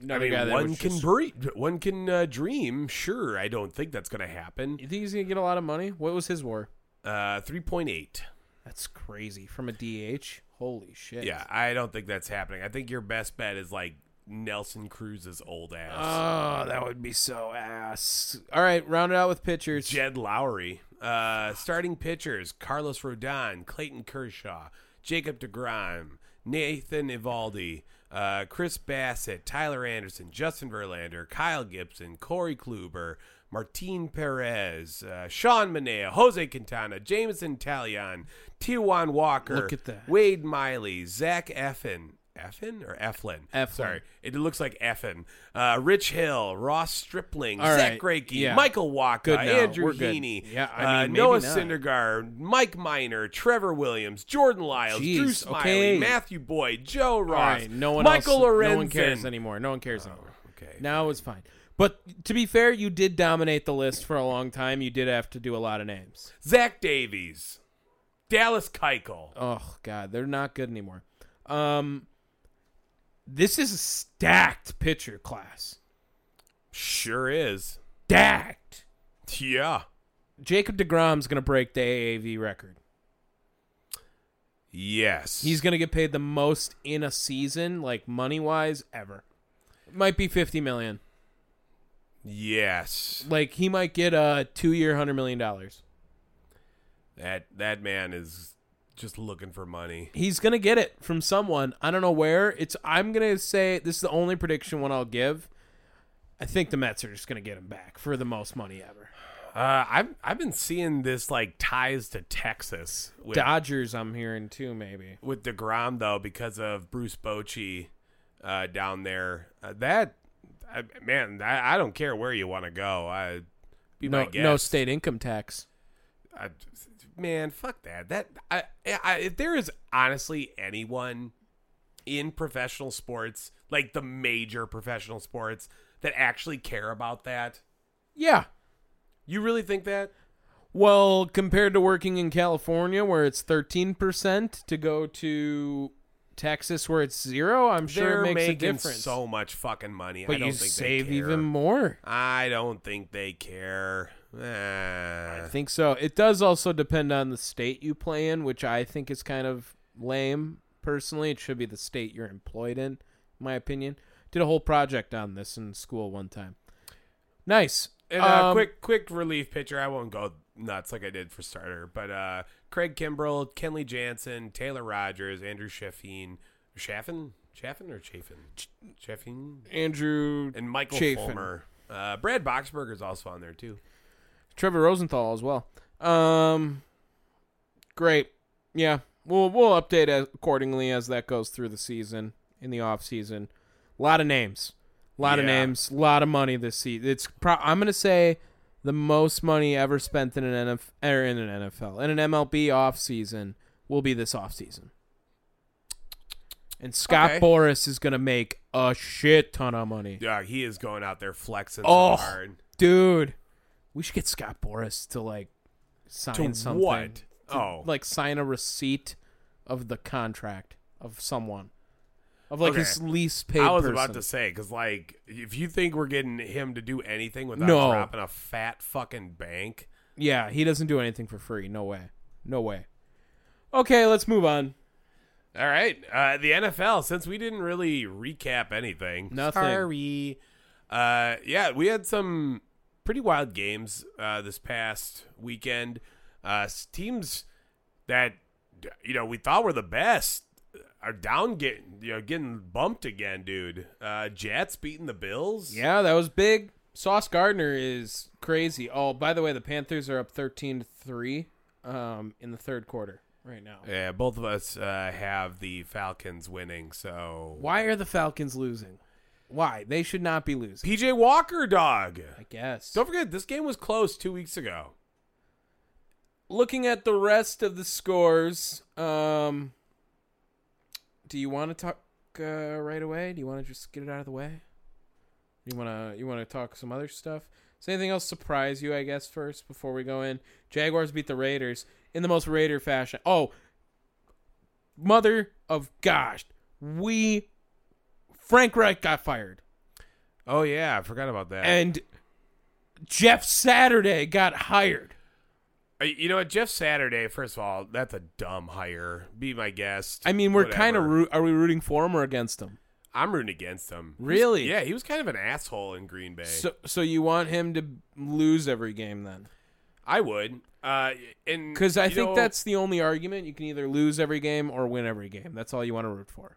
Speaker 1: Another
Speaker 3: I
Speaker 1: guy
Speaker 3: mean,
Speaker 1: that
Speaker 3: one
Speaker 1: was
Speaker 3: can
Speaker 1: just-
Speaker 3: breed, one can uh, dream. Sure, I don't think that's going to happen.
Speaker 1: You think he's gonna get a lot of money? What was his WAR?
Speaker 3: Uh, three point eight.
Speaker 1: That's crazy from a DH. Holy shit!
Speaker 3: Yeah, I don't think that's happening. I think your best bet is like Nelson Cruz's old ass,
Speaker 1: Oh, that would be so ass. All right, round it out with pitchers.
Speaker 3: Jed Lowry. Uh, starting pitchers: Carlos Rodon, Clayton Kershaw, Jacob Degrom, Nathan Ivaldi, uh, Chris Bassett, Tyler Anderson, Justin Verlander, Kyle Gibson, Corey Kluber. Martin Perez, uh, Sean Manea, Jose Quintana, Jameson Talion, Tijuan Walker,
Speaker 1: Look at that.
Speaker 3: Wade Miley, Zach Effin, Effin or Eflin?
Speaker 1: Eflin.
Speaker 3: Sorry, it looks like Effin. Uh, Rich Hill, Ross Stripling,
Speaker 1: All
Speaker 3: Zach
Speaker 1: right,
Speaker 3: Greinke,
Speaker 1: yeah.
Speaker 3: Michael Walker,
Speaker 1: Good now,
Speaker 3: Uh, Andrew
Speaker 1: we're good.
Speaker 3: Heaney,
Speaker 1: Yeah, I
Speaker 3: uh,
Speaker 1: mean, maybe
Speaker 3: Noah
Speaker 1: not.
Speaker 3: Syndergaard, Mike Miner, Trevor Williams, Jordan Lyles, Drew
Speaker 1: Jeez,
Speaker 3: Smiley,
Speaker 1: okay.
Speaker 3: Matthew Boyd, Joe Ross,
Speaker 1: All right, no one
Speaker 3: Michael
Speaker 1: else,
Speaker 3: Lorenzen. Oh,
Speaker 1: No one cares anymore. No one cares anymore.
Speaker 3: okay,
Speaker 1: Now it's fine. But to be fair, you did dominate the list for a long time. You did have to do a lot of names.
Speaker 3: Zach Davies, Dallas Keuchel.
Speaker 1: Oh God, they're not good anymore. Um, this is a stacked pitcher class.
Speaker 3: Sure is.
Speaker 1: Stacked.
Speaker 3: Yeah.
Speaker 1: Jacob Degrom's gonna break the AAV record.
Speaker 3: Yes.
Speaker 1: He's gonna get paid the most in a season, like money wise, ever. Might be fifty million.
Speaker 3: yes.
Speaker 1: Like he might get a two-year, hundred million dollars.
Speaker 3: That that man is just looking for money.
Speaker 1: He's gonna get it from someone. I don't know where. It's. I'm gonna say this is the only prediction one I'll give. I think the Mets are just gonna get him back for the most money ever.
Speaker 3: Uh, I've I've been seeing this like ties to Texas with
Speaker 1: Dodgers, I'm hearing too. Maybe
Speaker 3: with Degrom though because of Bruce Bochy uh, down there. Uh, that I, man, I, I don't care where you want to go. I be
Speaker 1: no,
Speaker 3: my guest.
Speaker 1: no state income tax.
Speaker 3: I, man, fuck that. That I, I, if there is honestly anyone in professional sports, like the major professional sports, that actually care about that,
Speaker 1: Yeah.
Speaker 3: you really think that?
Speaker 1: Well, compared to working in California where it's thirteen percent to go to Texas where it's zero, I'm sure
Speaker 3: They're
Speaker 1: it makes a
Speaker 3: making
Speaker 1: difference.
Speaker 3: so much fucking money. I
Speaker 1: but
Speaker 3: don't
Speaker 1: you
Speaker 3: think
Speaker 1: save
Speaker 3: they care.
Speaker 1: even more.
Speaker 3: I don't think they care.
Speaker 1: I
Speaker 3: Eh.
Speaker 1: think so. It does also depend on the state you play in, which I think is kind of lame. Personally, it should be the state you're employed in, in my opinion. Did a whole project on this in school one time. Nice.
Speaker 3: And uh,
Speaker 1: Um,
Speaker 3: quick, quick relief pitcher. I won't go nuts like I did for starter, but uh, Craig Kimbrell, Kenley Jansen, Taylor Rogers, Andrew Sheffin, Shaffin, Shaffin or Chafin, Chaffin,
Speaker 1: Andrew
Speaker 3: and Michael
Speaker 1: Chafin.
Speaker 3: Fulmer. Uh, Brad Boxberger's also on there too.
Speaker 1: Trevor Rosenthal as well. Um, great. Yeah, we'll we'll update as, accordingly as that goes through the season in the off season. A lot of names, a lot of
Speaker 3: Yeah.
Speaker 1: names, a lot of money this season. It's pro- I'm gonna say the most money ever spent in an NFL or in an NFL in an MLB off season will be this off season. And Scott
Speaker 3: Okay.
Speaker 1: Boris is gonna make a shit ton of money.
Speaker 3: Yeah, he is going out there flexing
Speaker 1: Oh,
Speaker 3: so hard.
Speaker 1: Dude, we should get Scott Boris to like sign
Speaker 3: To
Speaker 1: something.
Speaker 3: what? Oh,
Speaker 1: Like sign a receipt of the contract of someone. Of like
Speaker 3: Okay.
Speaker 1: his least paid
Speaker 3: I was
Speaker 1: person.
Speaker 3: about to say because like if you think we're getting him to do anything without
Speaker 1: No.
Speaker 3: dropping a fat fucking bank,
Speaker 1: Yeah, he doesn't do anything for free. No way. No way. Okay, let's move on.
Speaker 3: All right. Uh, the NFL, since we didn't really recap anything.
Speaker 1: Nothing.
Speaker 3: Sorry. Uh, yeah, we had some pretty wild games uh, this past weekend. Uh, s- teams that, you know, we thought were the best are down getting, you know, getting bumped again, dude. Uh, Jets beating the Bills.
Speaker 1: Yeah, that was big. Sauce Gardner is crazy. Oh, by the way, the Panthers are up thirteen to three um in the third quarter right now.
Speaker 3: Yeah, both of us uh, have the Falcons winning, so.
Speaker 1: Why are the Falcons losing? Why? They should not be losing.
Speaker 3: PJ Walker, dog.
Speaker 1: I guess.
Speaker 3: Don't forget, this game was close two weeks ago.
Speaker 1: looking at the rest of the scores, um, do you want to talk uh, right away? Do you want to just get it out of the way? You wanna you wanna talk some other stuff? Does anything else surprise you? I guess first before we go in, Jaguars beat the Raiders in the most Raider fashion. Oh, mother of gosh, we Frank Reich got fired
Speaker 3: Oh yeah, I forgot about that.
Speaker 1: and Jeff Saturday got hired.
Speaker 3: Uh, you know what, Jeff Saturday. First of all, that's a dumb hire. Be my guest.
Speaker 1: I mean, we're kind of
Speaker 3: whatever.
Speaker 1: roo- are we rooting for him or against him?
Speaker 3: I'm rooting against him.
Speaker 1: Really?
Speaker 3: Yeah, he was kind of an asshole in Green Bay.
Speaker 1: So so you want him to lose every game then?
Speaker 3: I would. Uh, and
Speaker 1: Because I
Speaker 3: you
Speaker 1: think
Speaker 3: know,
Speaker 1: that's the only argument. You can either lose every game or win every game. That's all you want to root for.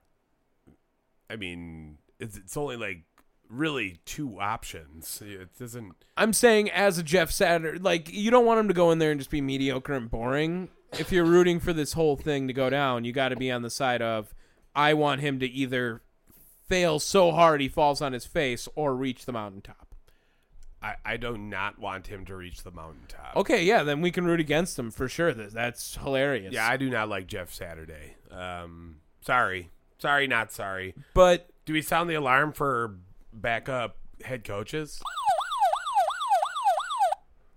Speaker 3: I mean, it's, it's only like really two options. It doesn't.
Speaker 1: I'm saying as a Jeff Saturday, like you don't want him to go in there and just be mediocre and boring. If you're rooting for this whole thing to go down, you got to be on the side of I want him to either fail so hard he falls on his face or reach the mountaintop.
Speaker 3: I, I do not want him to reach the mountaintop.
Speaker 1: Okay, yeah, then we can root against him for sure. That- That's hilarious.
Speaker 3: Yeah, I do not like Jeff Saturday. Um, sorry, sorry, not sorry.
Speaker 1: but
Speaker 3: Do we sound the alarm for backup head coaches?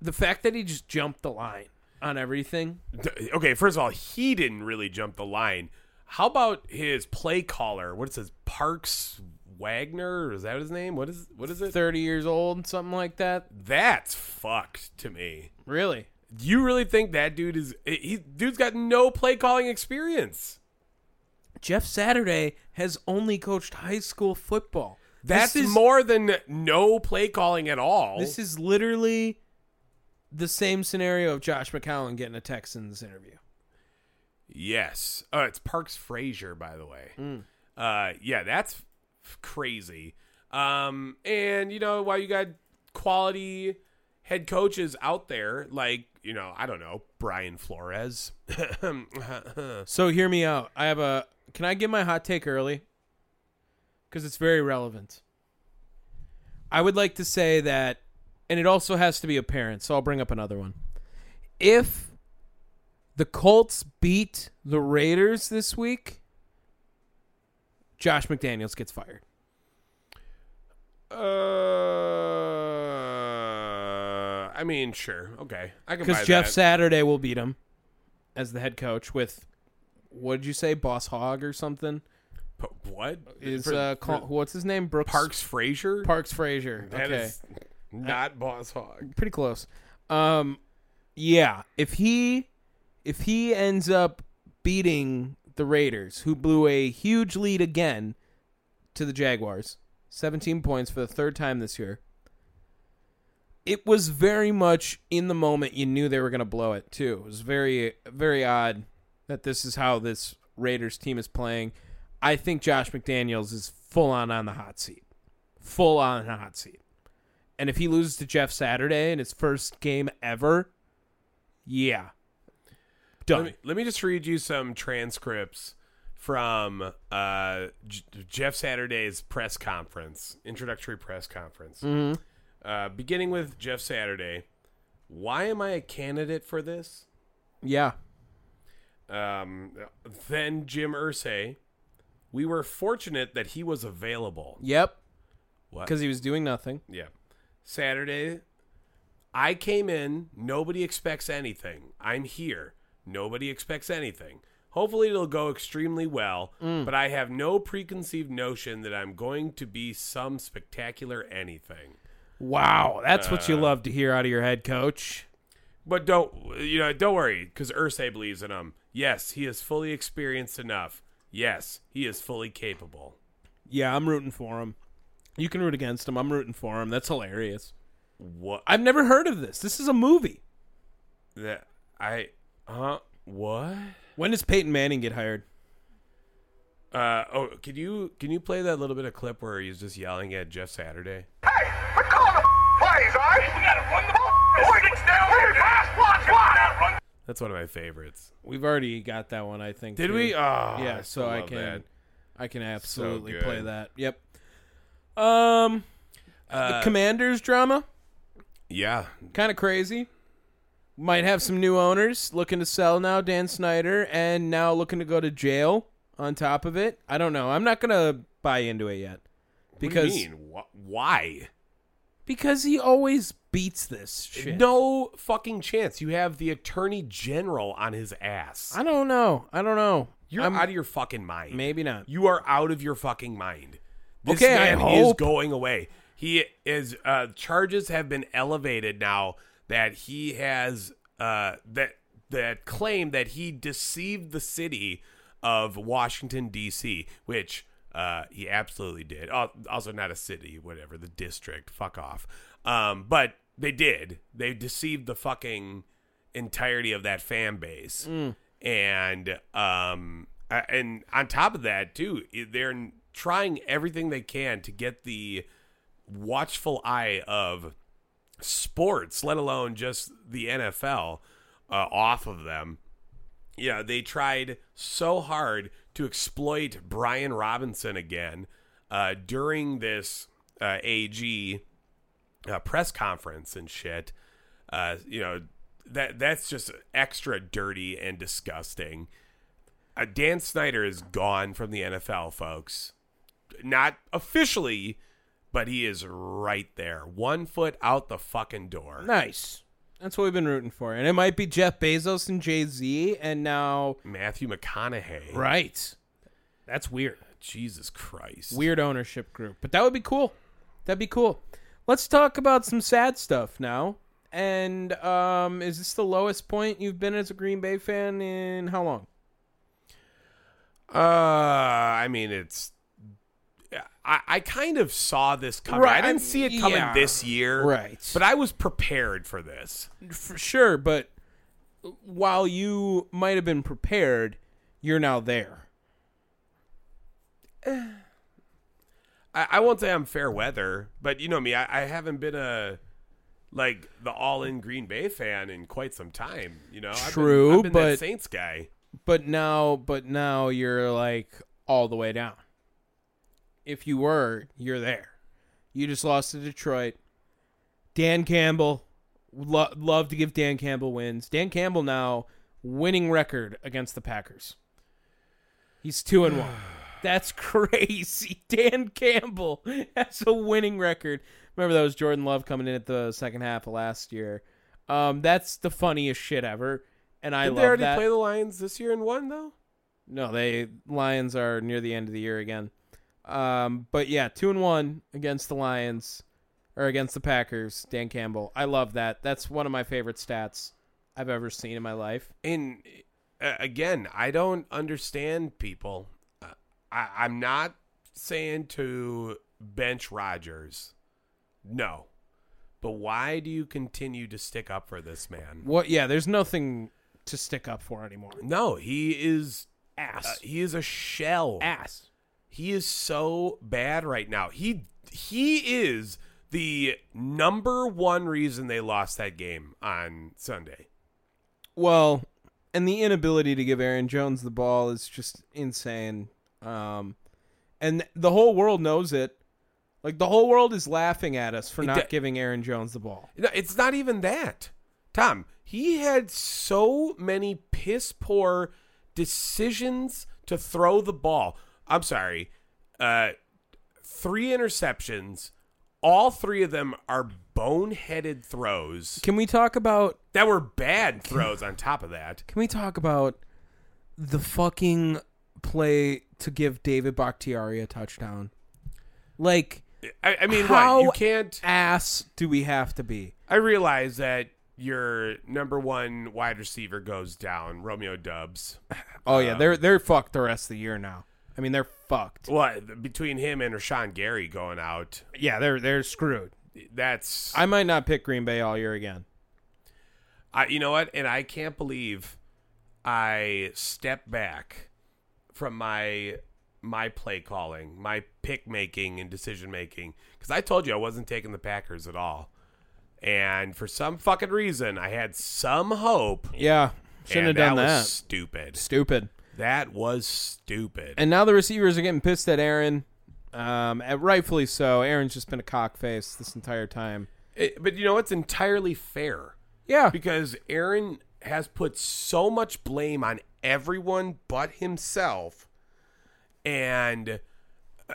Speaker 1: the fact that he just jumped the line on everything.
Speaker 3: D- Okay, first of all, he didn't really jump the line. How about his play caller? What is his Parks Wagner? Is that his name? What is what is it?
Speaker 1: 30 years old, something like that.
Speaker 3: That's fucked to me.
Speaker 1: Really?
Speaker 3: Do you really think that dude is? He dude's got no play calling experience.
Speaker 1: Jeff Saturday has only coached high school football.
Speaker 3: That's
Speaker 1: this is,
Speaker 3: more than no play calling at all.
Speaker 1: This is literally the same scenario of Josh McCown getting a Texans interview.
Speaker 3: Yes. Uh, it's Parks Frazier, by the way. Uh, yeah, that's f- crazy. Um, and you know, while you got quality head coaches out there, like you know, I don't know, Brian Flores. Uh,
Speaker 1: So hear me out. I have a. Can I give my hot take early? Because it's very relevant. I would like to say that, and it also has to be apparent. So I'll bring up another one. If the Colts beat the Raiders this week, Josh McDaniels gets fired.
Speaker 3: uh, I mean, sure, okay, I can buy
Speaker 1: Because Jeff
Speaker 3: that.
Speaker 1: Saturday will beat him as the head coach with, what did you say, Boss Hogg or something?
Speaker 3: P- what
Speaker 1: Is
Speaker 3: For-
Speaker 1: uh,
Speaker 3: for
Speaker 1: Col- what's his name? Brooks
Speaker 3: Parks Frazier?
Speaker 1: Parks Frazier.
Speaker 3: That
Speaker 1: okay,
Speaker 3: is not Boss Hog.
Speaker 1: pretty close. Um, yeah. If he if he ends up beating the Raiders, who blew a huge lead again to the Jaguars, seventeen points for the third time this year. It was very much in the moment. You knew they were going to blow it too. It was very very odd that this is how this Raiders team is playing. I think Josh McDaniels is full on on the hot seat. Full on hot seat. And if he loses to Jeff Saturday in his first game ever, yeah. Done.
Speaker 3: Let me, let me just read you some transcripts from uh, J- Jeff Saturday's press conference, introductory press conference. Uh, beginning with Jeff Saturday. Why am I a candidate for this?
Speaker 1: yeah.
Speaker 3: Um, then Jim Ursay. We were fortunate that he was available.
Speaker 1: Yep.
Speaker 3: What?
Speaker 1: Because he was doing nothing.
Speaker 3: Yeah. Saturday, I came in. Nobody expects anything. I'm here. Nobody expects anything. Hopefully, it'll go extremely well, but I have no preconceived notion that I'm going to be some spectacular anything.
Speaker 1: Wow. That's what you
Speaker 3: Uh,
Speaker 1: love to hear out of your head coach.
Speaker 3: But don't, you know, don't worry, because Ursay believes in him. Yes, he is fully experienced enough. Yes, he is fully capable.
Speaker 1: Yeah, I'm rooting for him. You can root against him. I'm rooting for him. That's hilarious.
Speaker 3: What?
Speaker 1: I've never heard of this. This is a movie.
Speaker 3: That I, huh? What?
Speaker 1: When does Peyton Manning get hired?
Speaker 3: Uh, oh, can you can you play that little bit of clip where he's just yelling at Jeff Saturday?
Speaker 5: Hey, we're calling the plays, all right? We gotta run the ball. Six down. Hey, pass, watch, watch.
Speaker 3: That's one of my favorites.
Speaker 1: We've already got that one, I think.
Speaker 3: Did
Speaker 1: too.
Speaker 3: we? Oh,
Speaker 1: yeah, so I
Speaker 3: love
Speaker 1: can
Speaker 3: that.
Speaker 1: I can absolutely
Speaker 3: good.
Speaker 1: play that. Yep. Um
Speaker 3: Uh,
Speaker 1: the Commanders drama?
Speaker 3: Yeah,
Speaker 1: kind of crazy. Might have some new owners looking to sell now, Dan Snyder, and now looking to go to jail on top of it. I don't know. I'm not going to buy into it yet. because
Speaker 3: what do you mean? Wh- why?
Speaker 1: because he always beats this shit.
Speaker 3: No fucking chance. You have the attorney general on his ass.
Speaker 1: I don't know. I don't know.
Speaker 3: You're
Speaker 1: I'm-
Speaker 3: out of your fucking mind.
Speaker 1: maybe not.
Speaker 3: You are out of your fucking mind. This
Speaker 1: Okay, I
Speaker 3: man is
Speaker 1: hope.
Speaker 3: going away. He is uh charges have been elevated now that he has uh that that claim that he deceived the city of Washington D.C., which uh he absolutely did. Al- Also not a city, whatever, the district, fuck off. Um but they did. They deceived the fucking entirety of that fan base.
Speaker 1: Mm.
Speaker 3: And um uh, and on top of that, too, i- they're trying everything they can to get the watchful eye of sports, let alone just the NFL, uh, off of them. Yeah, they tried so hard to exploit Brian Robinson again uh, during this uh, AG uh, press conference and shit. Uh, you know that that's just extra dirty and disgusting. Uh, Dan Snyder is gone from the NFL, folks. Not officially, but he is right there, one foot out the fucking door.
Speaker 1: Nice. That's what we've been rooting for, and it might be Jeff Bezos and Jay Z, and now
Speaker 3: Matthew McConaughey.
Speaker 1: right. That's weird.
Speaker 3: Jesus Christ.
Speaker 1: Weird ownership group, but that would be cool. That'd be cool. Let's talk about some sad stuff now. And um, is this the lowest point you've been as a Green Bay fan in how long?
Speaker 3: Uh, I mean, it's. I, I kind of saw this coming.
Speaker 1: Right,
Speaker 3: I didn't
Speaker 1: I-
Speaker 3: see it coming
Speaker 1: yeah.
Speaker 3: this year.
Speaker 1: Right.
Speaker 3: But I was prepared for this.
Speaker 1: for sure, but while you might have been prepared, you're now there.
Speaker 3: I, I won't say I'm fair weather, but you know me, I, I haven't been a like the all in Green Bay fan in quite some time. You know, I've been-
Speaker 1: True,
Speaker 3: I've been, that
Speaker 1: but-
Speaker 3: Saints guy.
Speaker 1: But now, but now you're like all the way down. If you were, you're there. You just lost to Detroit. Dan Campbell, lo- love to give Dan Campbell wins. Dan Campbell now winning record against the Packers. He's two and one. That's crazy. Dan Campbell has a winning record. Remember that was Jordan Love coming in at the second half of last year. Um, that's the funniest shit ever, and I
Speaker 3: Did
Speaker 1: love
Speaker 3: they already
Speaker 1: that.
Speaker 3: play the Lions this year and won though?
Speaker 1: No, they Lions are near the end of the year again. Um, but yeah, two and one against the Lions or against the Packers. Dan Campbell, I love that. That's one of my favorite stats I've ever seen in my life.
Speaker 3: And uh, again, I don't understand people. Uh, I, I'm not saying to bench Rodgers, no, but why do you continue to stick up for this man?
Speaker 1: What? Yeah, there's nothing to stick up for anymore.
Speaker 3: No, he is uh,
Speaker 1: Ass,
Speaker 3: he is a shell.
Speaker 1: ass.
Speaker 3: He is so bad right now. He he is the number one reason they lost that game on Sunday.
Speaker 1: Well, and the inability to give Aaron Jones the ball is just insane. Um, and the whole world knows it. Like the whole world is laughing at us for
Speaker 3: It
Speaker 1: not
Speaker 3: de-
Speaker 1: giving Aaron Jones the ball.
Speaker 3: No, it's not even that. Tom, he had so many piss poor decisions to throw the ball. I'm sorry. Uh three interceptions. All three of them are boneheaded throws
Speaker 1: Can we talk about
Speaker 3: that were bad throws on top of that.
Speaker 1: Can we talk about the fucking play to give David Bakhtiari a touchdown? Like,
Speaker 3: I, I mean,
Speaker 1: how
Speaker 3: what? You can't.
Speaker 1: ass do we have to be?
Speaker 3: I realize that your number one wide receiver goes down, Romeo Dubs.
Speaker 1: Oh yeah, they're they're fucked the rest of the year now. I mean, they're fucked.
Speaker 3: What between him and Rashawn Gary going out?
Speaker 1: Yeah, they're they're screwed.
Speaker 3: That's
Speaker 1: I might not pick Green Bay all year again.
Speaker 3: I, you know what? And I can't believe I stepped back from my my play calling, my pick making and decision making cuz I told you I wasn't taking the Packers at all. And for some fucking reason, I had some hope.
Speaker 1: Yeah, shouldn't have
Speaker 3: and
Speaker 1: done
Speaker 3: that.
Speaker 1: that.
Speaker 3: Was stupid.
Speaker 1: Stupid.
Speaker 3: That was stupid.
Speaker 1: And now the receivers are getting pissed at Aaron, um, and rightfully so. Aaron's just been a cockface this entire time.
Speaker 3: It- but you know, it's entirely fair
Speaker 1: Yeah,
Speaker 3: because Aaron has put so much blame on everyone but himself, and uh,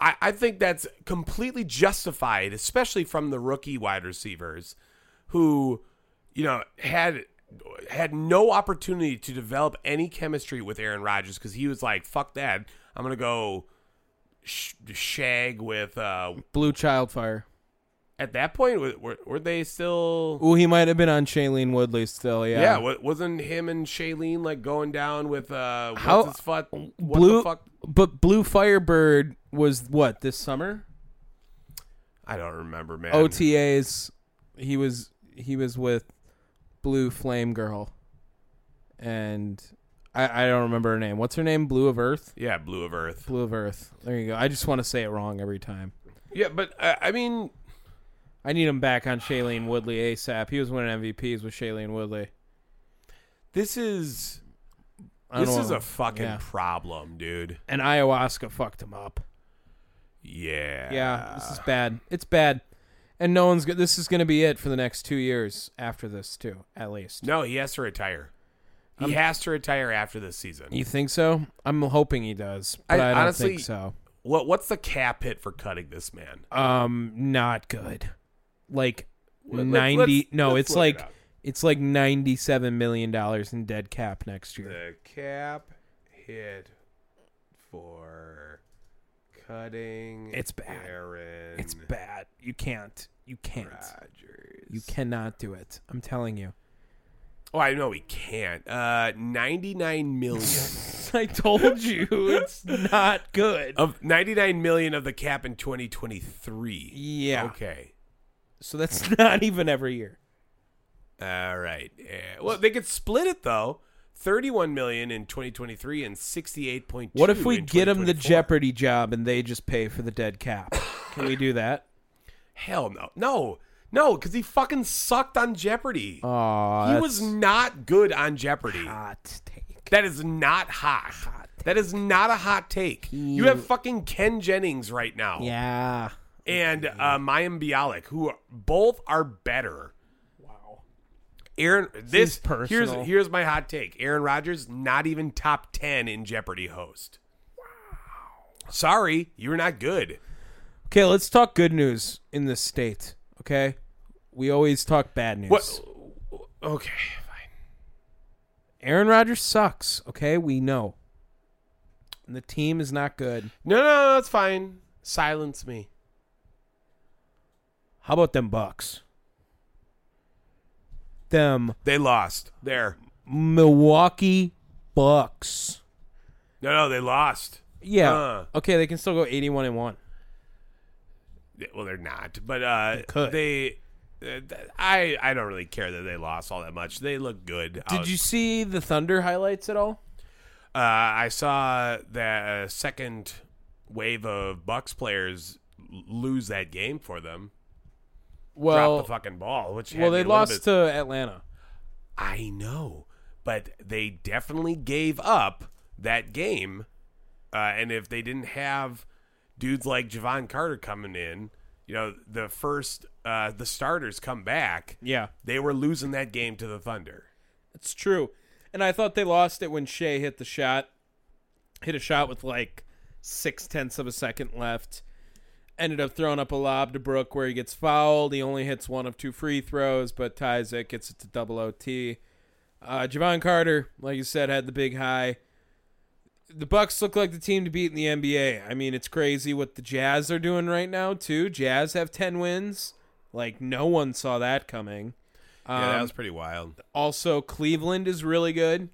Speaker 3: I, I think that's completely justified, especially from the rookie wide receivers who, you know, had had no opportunity to develop any chemistry with Aaron Rodgers because he was like, "Fuck that, I'm gonna go sh- shag with." Uh,
Speaker 1: Blue Childfire.
Speaker 3: at that point, were, were, were they still?
Speaker 1: Ooh, he might have been on Shailene Woodley still. Yeah.
Speaker 3: Yeah, wa- wasn't him and Shailene like going down with uh, what's
Speaker 1: How-
Speaker 3: his fuck? What
Speaker 1: Blue,
Speaker 3: the fuck?
Speaker 1: but Blue Firebird was what this summer?
Speaker 3: I don't remember, man.
Speaker 1: OTAs. He was he was with Blue Flame Girl, and I, I don't remember her name. What's her name? Blue of Earth.
Speaker 3: Yeah, Blue of Earth.
Speaker 1: Blue of Earth. There you go. I just want to say it wrong every time.
Speaker 3: Yeah, but uh, I mean,
Speaker 1: I need him back on Shailene Woodley ASAP. He was winning MVPs with Shailene Woodley.
Speaker 3: this is
Speaker 1: I don't
Speaker 3: this is
Speaker 1: know.
Speaker 3: a fucking
Speaker 1: Yeah.
Speaker 3: problem, dude.
Speaker 1: and ayahuasca fucked him up.
Speaker 3: Yeah.
Speaker 1: Yeah, this is bad. It's bad, and no one's. go- This is going to be it for the next two years. After this, too, at least.
Speaker 3: No, he has to retire. He has to retire after this season.
Speaker 1: You think so? I'm hoping he does, but
Speaker 3: I-
Speaker 1: I, don't
Speaker 3: honestly-
Speaker 1: think so.
Speaker 3: what what's the cap hit for cutting this man?
Speaker 1: Um, not good. Like
Speaker 3: Let- let-
Speaker 1: ninety.
Speaker 3: let's-
Speaker 1: no,
Speaker 3: let's
Speaker 1: it's
Speaker 3: look it
Speaker 1: like
Speaker 3: up.
Speaker 1: it's like ninety-seven million dollars in dead cap next year.
Speaker 3: The cap hit for cutting
Speaker 1: It's bad.
Speaker 3: Aaron
Speaker 1: It's bad. You can't. You can't.
Speaker 3: Rodgers.
Speaker 1: You cannot do it. I'm telling you.
Speaker 3: Oh, I know he can't. Uh 99 million.
Speaker 1: I told you it's not good.
Speaker 3: of 99 million of the cap in 2023.
Speaker 1: Yeah.
Speaker 3: Okay.
Speaker 1: So that's not even every year.
Speaker 3: All right. Yeah. Well, they could split it though. 31 million in 2023 and 68.2
Speaker 1: What if we
Speaker 3: in
Speaker 1: get them the
Speaker 3: 2024?
Speaker 1: Jeopardy job and they just pay for the dead cap? Can we do that?
Speaker 3: Hell no. No. No, cuz he fucking sucked on Jeopardy.
Speaker 1: Aw,
Speaker 3: he was not good on Jeopardy.
Speaker 1: hot take.
Speaker 3: That is not hot. that is not a hot take. You have fucking Ken Jennings right now.
Speaker 1: Yeah.
Speaker 3: and uh, Mayim Bialik, who are, both are better. Wow. Aaron, this here's
Speaker 1: personal.
Speaker 3: here's my hot take. Aaron Rodgers not even top ten in Jeopardy host. Wow. Sorry, you're not good.
Speaker 1: Okay, let's talk good news in this state. Okay, we always talk bad news.
Speaker 3: What? Okay, fine.
Speaker 1: Aaron Rodgers sucks. Okay, we know. And the team is not good.
Speaker 3: No, no, no, that's fine. Silence me.
Speaker 1: How about them Bucks? Them
Speaker 3: They lost. There.
Speaker 1: Milwaukee Bucks.
Speaker 3: No, no, they lost.
Speaker 1: Yeah.
Speaker 3: Uh.
Speaker 1: Okay, they can still go eighty-one and one.
Speaker 3: Well, they're not, but uh, they.
Speaker 1: could.
Speaker 3: uh, th- I I don't really care that they lost all that much. They look good.
Speaker 1: Did
Speaker 3: out-
Speaker 1: you see the Thunder highlights at all?
Speaker 3: Uh, I saw the second wave of Bucks players l- lose that game for them.
Speaker 1: Well,
Speaker 3: Drop the fucking ball, which had
Speaker 1: well,
Speaker 3: me
Speaker 1: they
Speaker 3: a little
Speaker 1: lost
Speaker 3: bit-
Speaker 1: to Atlanta.
Speaker 3: I know, but they definitely gave up that game. Uh, and if they didn't have dudes like Javon Carter coming in, you know, the first uh, the starters come back,
Speaker 1: Yeah,
Speaker 3: they were losing that game to the Thunder.
Speaker 1: it's true. And I thought they lost it when Shea hit the shot, hit a shot with like six tenths of a second left. Ended up throwing up a lob to Brooke where he gets fouled. He only hits one of two free throws, but ties it, gets it to double OT. Uh, Javon Carter, like you said, had the big high. the Bucks look like the team to beat in the NBA. I mean, it's crazy what the Jazz are doing right now too. Jazz have ten wins. Like no one saw that coming. Um,
Speaker 3: pretty wild.
Speaker 1: also, Cleveland is really good.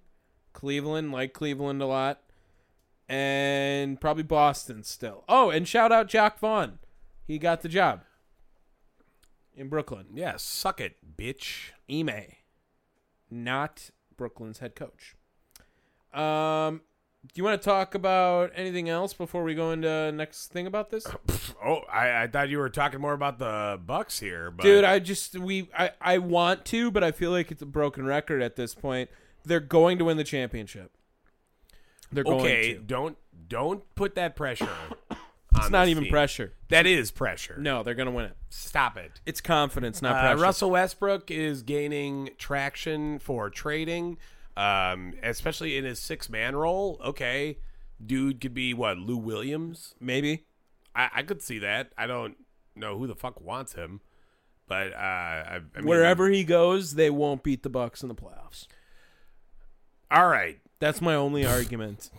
Speaker 1: Cleveland, like Cleveland a lot, and probably Boston still. Oh, and shout out Jock Vaughn. He got the job in Brooklyn.
Speaker 3: Yeah, suck it, bitch.
Speaker 1: Ime, not Brooklyn's head coach. Um, do you want to talk about anything else before we go into next thing about this,
Speaker 3: Oh, I, I thought you were talking more about the Bucks here, but
Speaker 1: dude? I just we I I want to, but I feel like it's a broken record at this point. They're going to win the championship. They're going
Speaker 3: okay,
Speaker 1: to.
Speaker 3: don't don't put that pressure.
Speaker 1: It's not even pressure.
Speaker 3: That is pressure.
Speaker 1: No, they're going to win it.
Speaker 3: Stop it.
Speaker 1: It's confidence, not
Speaker 3: Uh,
Speaker 1: pressure.
Speaker 3: Russell Westbrook is gaining traction for trading, um, especially in his six man role. Okay, dude could be what Lou Williams.
Speaker 1: maybe.
Speaker 3: I, I could see that. I don't know who the fuck wants him, but uh, I, I mean,
Speaker 1: Wherever he goes, they won't beat the Bucks in the playoffs.
Speaker 3: All right.
Speaker 1: That's my only argument.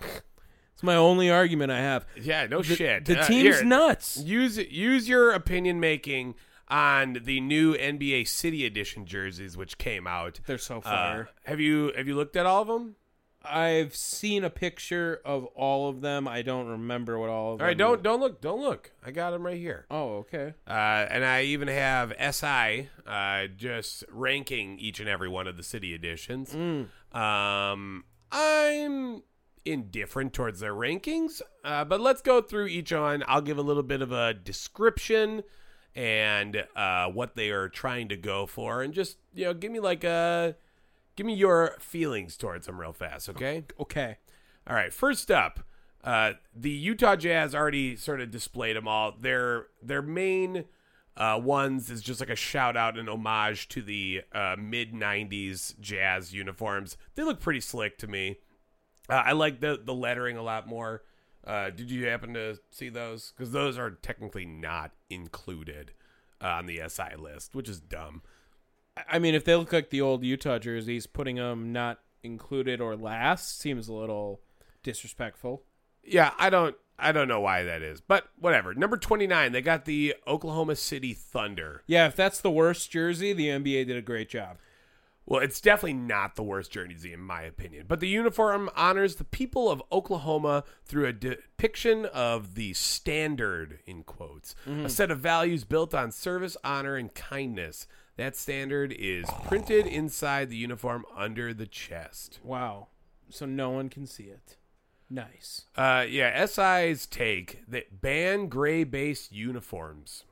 Speaker 1: It's my only argument I have.
Speaker 3: Yeah. No shit.
Speaker 1: The
Speaker 3: Uh,
Speaker 1: team's
Speaker 3: here,
Speaker 1: nuts.
Speaker 3: Use use your opinion making on the new NBA City Edition jerseys, which came out.
Speaker 1: They're so
Speaker 3: Uh,
Speaker 1: fire.
Speaker 3: have you have you looked at all of them?
Speaker 1: I've seen a picture of all of them. I don't remember what all of
Speaker 3: All
Speaker 1: them.
Speaker 3: right. Don't don't look. Don't look. I got them right here.
Speaker 1: Oh, okay.
Speaker 3: Uh, and I even have SI uh, just ranking each and every one of the city editions. Um, I'm indifferent towards their rankings, uh, but let's go through each one. I'll give a little bit of a description and uh, what they are trying to go for, and just you know, give me like a give me your feelings towards them real fast, okay?
Speaker 1: Okay.
Speaker 3: All right. First up, uh, the Utah Jazz already sort of displayed them all. Their their main uh, ones is just like a shout out and homage to the uh, mid '90s Jazz uniforms. They look pretty slick to me. Uh, I like the the lettering a lot more. Uh, did you happen to see those? Because those are technically not included uh, on the SI list, which is dumb.
Speaker 1: I- I mean, if they look like the old Utah jerseys, putting them not included or last seems a little disrespectful.
Speaker 3: Yeah, I don't I don't know why that is, but whatever. Number 29, they got the Oklahoma City Thunder.
Speaker 1: Yeah, if that's the worst jersey, the NBA did a great job.
Speaker 3: Well, it's definitely not the worst jersey in my opinion, but the uniform honors the people of Oklahoma through a depiction of the standard in quotes, a set of values built on service, honor, and kindness. That standard is printed inside the uniform under the chest.
Speaker 1: Wow. So no one can see it. Nice.
Speaker 3: Uh, yeah, SI's take that ban gray based uniforms.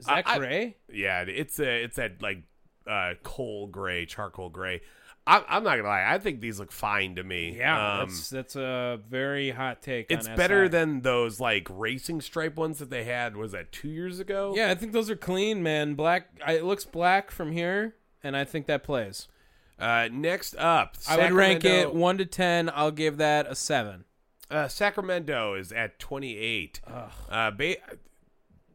Speaker 1: Is that
Speaker 3: I- I-
Speaker 1: gray?
Speaker 3: Yeah, it- it's a it's that like uh, coal gray, charcoal gray. I, I'm not gonna lie, I think these look fine to me.
Speaker 1: yeah,
Speaker 3: Um,
Speaker 1: that's that's a very hot take.
Speaker 3: it's
Speaker 1: on
Speaker 3: better
Speaker 1: SI.
Speaker 3: than those like racing stripe ones that they had. Was that two years ago?
Speaker 1: Yeah, I think those are clean, man. Black. I, it looks black from here, and I think that plays.
Speaker 3: Uh, next up,
Speaker 1: I would rank it
Speaker 3: Sacramento-
Speaker 1: one to ten. I'll give that a seven.
Speaker 3: Uh, Sacramento is at 28. Uh, ba-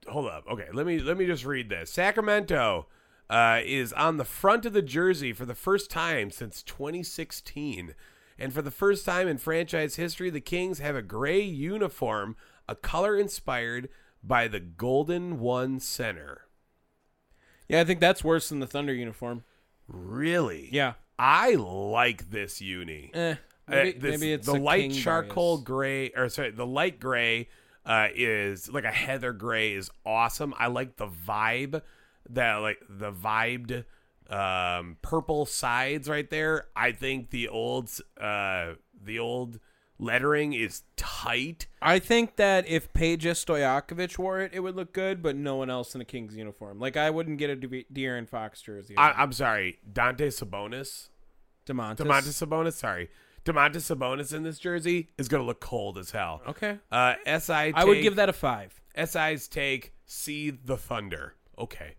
Speaker 3: hold up. Okay, let me let me just read this. Sacramento uh, is on the front of the jersey for the first time since 2016, and for the first time in franchise history, the Kings have a gray uniform, a color inspired by the Golden One Center.
Speaker 1: Yeah, I think that's worse than the Thunder uniform.
Speaker 3: Really?
Speaker 1: Yeah.
Speaker 3: I like this uni.
Speaker 1: Eh,
Speaker 3: Uh,
Speaker 1: maybe,
Speaker 3: this-
Speaker 1: maybe it's
Speaker 3: the
Speaker 1: a
Speaker 3: light
Speaker 1: king
Speaker 3: charcoal
Speaker 1: bias.
Speaker 3: gray, or sorry, the light gray uh, is like a heather gray is awesome. I like the vibe that like the vibed um, purple sides right there. I think the old uh, the old lettering is tight.
Speaker 1: I think that if Paige Stoyakovich wore it, it would look good, but no one else in a Kings uniform. Like I wouldn't get a De- De'Aaron Fox jersey.
Speaker 3: I, I'm sorry, Dante Sabonis,
Speaker 1: Demontis.
Speaker 3: Demontis Sabonis. Sorry, Demontis Sabonis in this jersey is gonna look cold as hell.
Speaker 1: Okay.
Speaker 3: Uh, SI.
Speaker 1: I would
Speaker 3: take-
Speaker 1: give that a five.
Speaker 3: SI's take, see the thunder. Okay.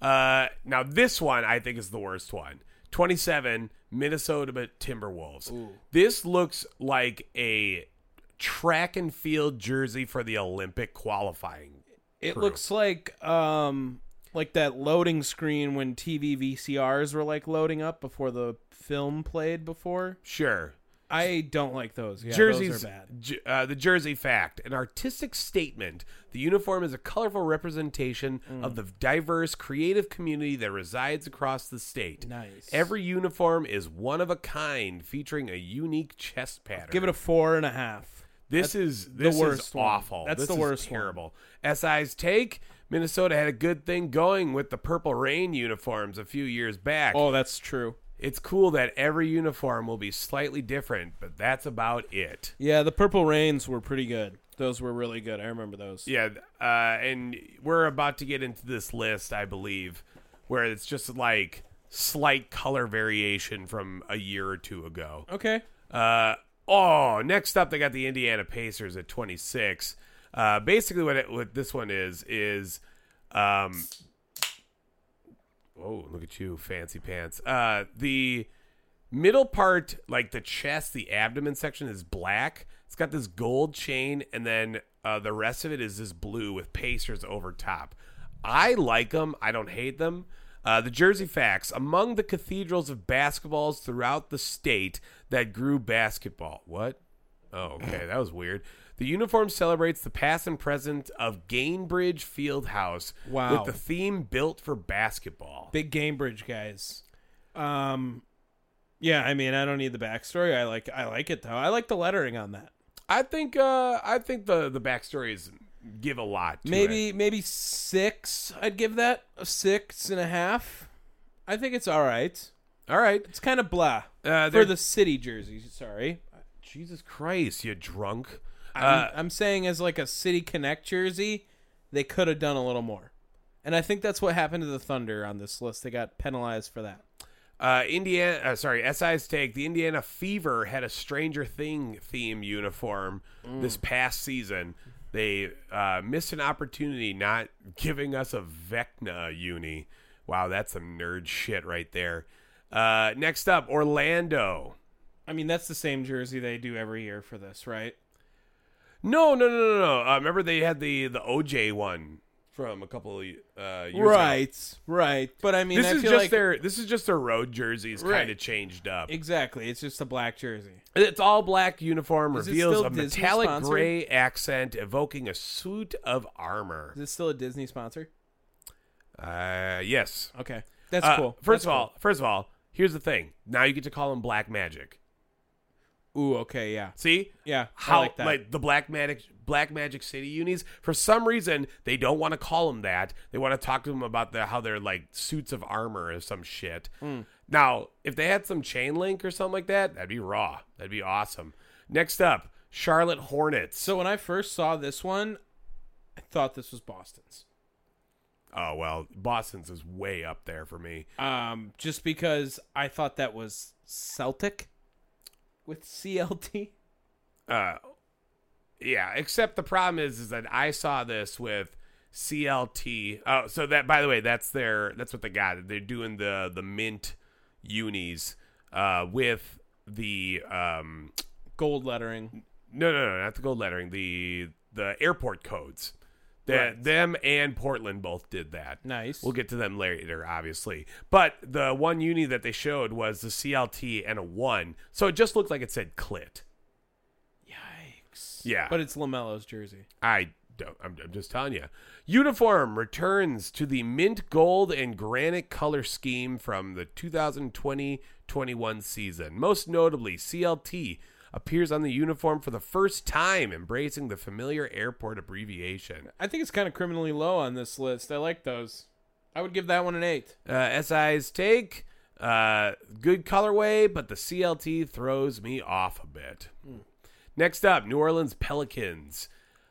Speaker 3: Uh, now this one I think is the worst one. 27 Minnesota Timberwolves. This looks like a track and field jersey for the Olympic qualifying.
Speaker 1: It
Speaker 3: True.
Speaker 1: looks like um like that loading screen when TV VCRs were like loading up before the film played before.
Speaker 3: Sure.
Speaker 1: I don't like those. Yeah,
Speaker 3: jerseys
Speaker 1: those are bad.
Speaker 3: j- uh, the jersey fact an artistic statement the uniform is a colorful representation of the diverse creative community that resides across the state
Speaker 1: Nice.
Speaker 3: every uniform is one of a kind featuring a unique chest pattern
Speaker 1: Give it a four and a half.
Speaker 3: this is this
Speaker 1: worst
Speaker 3: is
Speaker 1: one.
Speaker 3: awful.
Speaker 1: That's
Speaker 3: This
Speaker 1: the
Speaker 3: is
Speaker 1: worst one.
Speaker 3: Terrible. SI's take: Minnesota had a good thing going with the purple rain uniforms a few years back.
Speaker 1: Oh, that's true.
Speaker 3: It's cool that every uniform will be slightly different, but that's about it.
Speaker 1: Yeah, the purple rains were pretty good. Those were really good. I remember those.
Speaker 3: Yeah, th- uh, and we're about to get into this list, I believe, where it's just like slight color variation from a year or two ago.
Speaker 1: Okay.
Speaker 3: Uh, oh, next up, they got the Indiana Pacers at 26. Uh, basically, what it, what this one is is, um, oh, look at you, fancy pants. Uh, the middle part, like the chest, the abdomen section, is black. It's got this gold chain, and then uh, the rest of it is this blue with pacers over top. I like them. I don't hate them. Uh, the Jersey Facts among the cathedrals of basketballs throughout the state that grew basketball. What? Oh, okay, that was weird. The uniform celebrates the past and present of Gainbridge Fieldhouse
Speaker 1: Wow.
Speaker 3: with the theme built for basketball.
Speaker 1: Big Gamebridge guys. Um, yeah, I mean, I don't need the backstory. I like, I like it though. I like the lettering on that.
Speaker 3: I think uh, I think the the backstories give a lot. To
Speaker 1: Maybe,
Speaker 3: it.
Speaker 1: maybe six. I'd give that a six and a half. I think it's all right.
Speaker 3: all right.
Speaker 1: It's kind of blah
Speaker 3: Uh,
Speaker 1: for
Speaker 3: they're-
Speaker 1: the city jersey. Sorry,
Speaker 3: Jesus Christ, you drunk.
Speaker 1: I'm,
Speaker 3: Uh,
Speaker 1: I'm saying as like a City Connect jersey, they could have done a little more. And I think that's what happened to the Thunder on this list. They got penalized for that.
Speaker 3: uh, Indiana, uh, sorry, SI's take. The Indiana Fever had a Stranger Thing theme uniform
Speaker 1: Mm.
Speaker 3: this past season. They uh, missed an opportunity not giving us a Vecna uni. Wow, that's some nerd shit right there. Uh, next up, Orlando.
Speaker 1: I mean, that's the same jersey they do every year for this, right?
Speaker 3: No, no, no, no, no. Uh, remember they had the the OJ one from a couple of uh, years ago.
Speaker 1: right. But I mean,
Speaker 3: This
Speaker 1: I
Speaker 3: is
Speaker 1: feel
Speaker 3: just
Speaker 1: like
Speaker 3: their this is just their road jerseys kind
Speaker 1: Right.
Speaker 3: of changed up.
Speaker 1: exactly. It's just a black jersey.
Speaker 3: It's all black uniform
Speaker 1: Is it
Speaker 3: reveals
Speaker 1: still
Speaker 3: a
Speaker 1: Disney
Speaker 3: metallic
Speaker 1: sponsored?
Speaker 3: gray accent evoking a suit of armor.
Speaker 1: Is this still a Disney sponsor?
Speaker 3: Uh, yes.
Speaker 1: Okay, that's
Speaker 3: Uh,
Speaker 1: cool.
Speaker 3: First
Speaker 1: That's
Speaker 3: of all, first of all, here's the thing. Now you get to call him Black Magic.
Speaker 1: cool. ooh, okay, yeah,
Speaker 3: See?
Speaker 1: yeah.
Speaker 3: How
Speaker 1: I like that?
Speaker 3: the Black Magic Black Magic City unis? For some reason, they don't want to call him that. They want to talk to him about the, how they're like suits of armor or some shit.
Speaker 1: Hmm.
Speaker 3: Now, if they had some chain link or something like that, that'd be raw. That'd be awesome. Next up, Charlotte Hornets.
Speaker 1: so when I first saw this one, I thought this was Boston's.
Speaker 3: Oh well, Boston's is way up there for me.
Speaker 1: um, just because I thought that was Celtic with CLT.
Speaker 3: Uh, yeah. Except the problem is, is that I saw this with CLT. Oh, so that by the way, that's their that's what they got. They're doing the the mint unis uh, with the um
Speaker 1: Gold lettering.
Speaker 3: no no no not the gold lettering the the airport codes. That
Speaker 1: Right.
Speaker 3: them and Portland both did that.
Speaker 1: Nice.
Speaker 3: We'll get to them later, obviously. But the one uni that they showed was the CLT and a one, so it just looked like it said clit.
Speaker 1: Yikes.
Speaker 3: Yeah.
Speaker 1: But it's LaMelo's jersey.
Speaker 3: I don't. I'm, I'm just telling you. Uniform returns to the mint gold and granite color scheme from the 2020-21 season. Most notably, CLT appears on the uniform for the first time, embracing the familiar airport abbreviation.
Speaker 1: I think it's kind of criminally low on this list. I like those. I would give that one an eight.
Speaker 3: Uh, SI's take. Uh, good colorway, but the CLT throws me off a bit. Next up, New Orleans Pelicans.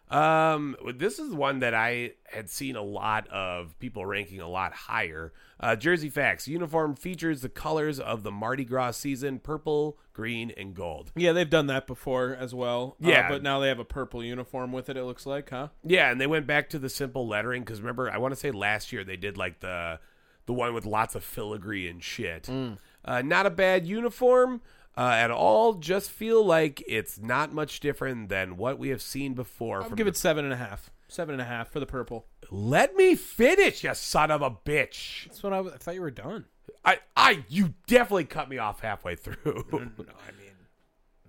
Speaker 3: Um, this is one that I had seen a lot of people ranking a lot higher. Uh, Jersey Facts uniform features the colors of the Mardi Gras season: purple, green, and gold.
Speaker 1: Yeah, they've done that before as well. Uh,
Speaker 3: Yeah.
Speaker 1: but now they have a purple uniform with it, it looks like, huh?
Speaker 3: Yeah, and they went back to the simple lettering because remember, I want to say last year they did like the the one with lots of filigree and shit.
Speaker 1: Mm.
Speaker 3: Uh, not a bad uniform uh, at all. Just feel like it's not much different than what we have seen before.
Speaker 1: I'll
Speaker 3: from
Speaker 1: give
Speaker 3: the-
Speaker 1: it seven and a half. Seven and a half for the purple.
Speaker 3: Let me finish, you son of a bitch.
Speaker 1: That's what I, was, I thought you were done.
Speaker 3: I, I, you definitely cut me off halfway through.
Speaker 1: I mean,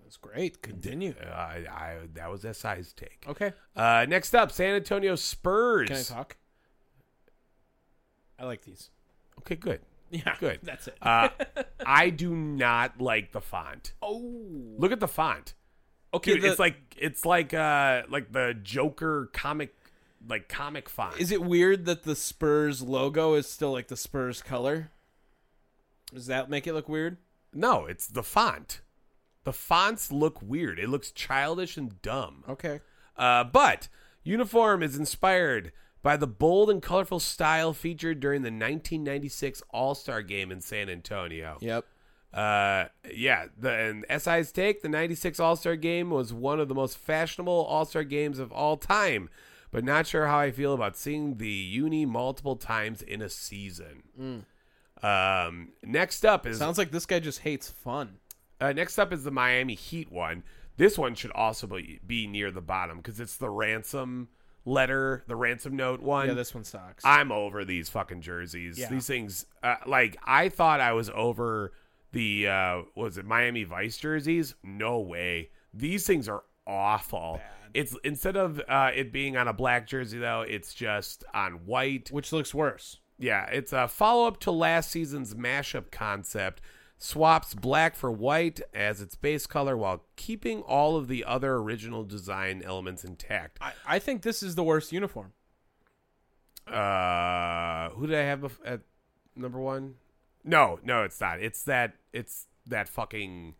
Speaker 1: that's great. Continue.
Speaker 3: Uh, I, I, that was SI's take.
Speaker 1: Okay.
Speaker 3: Uh, next up, San Antonio Spurs.
Speaker 1: Can I talk? I like these.
Speaker 3: Okay, good.
Speaker 1: Yeah,
Speaker 3: Good.
Speaker 1: That's it.
Speaker 3: Uh, I do not like the font.
Speaker 1: oh,
Speaker 3: Look at the font.
Speaker 1: okay.
Speaker 3: Dude,
Speaker 1: the-
Speaker 3: it's like it's like uh like the Joker comic like comic font.
Speaker 1: is it weird that the Spurs logo is still like the Spurs color? Does that make it look weird?
Speaker 3: No, it's the font. The fonts look weird. It looks childish and dumb.
Speaker 1: Okay.
Speaker 3: Uh, but uniform is inspired by the bold and colorful style featured during the 1996 All-Star game in San Antonio.
Speaker 1: Yep.
Speaker 3: Uh, yeah. The and SI's take the '96 All Star Game was one of the most fashionable All Star games of all time, but not sure how I feel about seeing the uni multiple times in a season. Um, next up is
Speaker 1: Sounds like this guy just hates fun.
Speaker 3: uh, next up is the Miami Heat one. This one should also be, be near the bottom because it's the ransom letter, the ransom note one.
Speaker 1: Yeah, this one sucks.
Speaker 3: I'm over these fucking jerseys. These things, uh, like I thought I was over the uh, what was it Miami Vice jerseys? No way. These things are awful. It's instead of uh, it being on a black jersey though, it's just on white.
Speaker 1: Which looks worse.
Speaker 3: Yeah, it's a follow up to last season's mashup concept. Swaps black for white as its base color while keeping all of the other original design elements intact.
Speaker 1: I, I think this is the worst uniform.
Speaker 3: Uh, who did I have bef- at number one? No, no, it's not. It's that. It's that fucking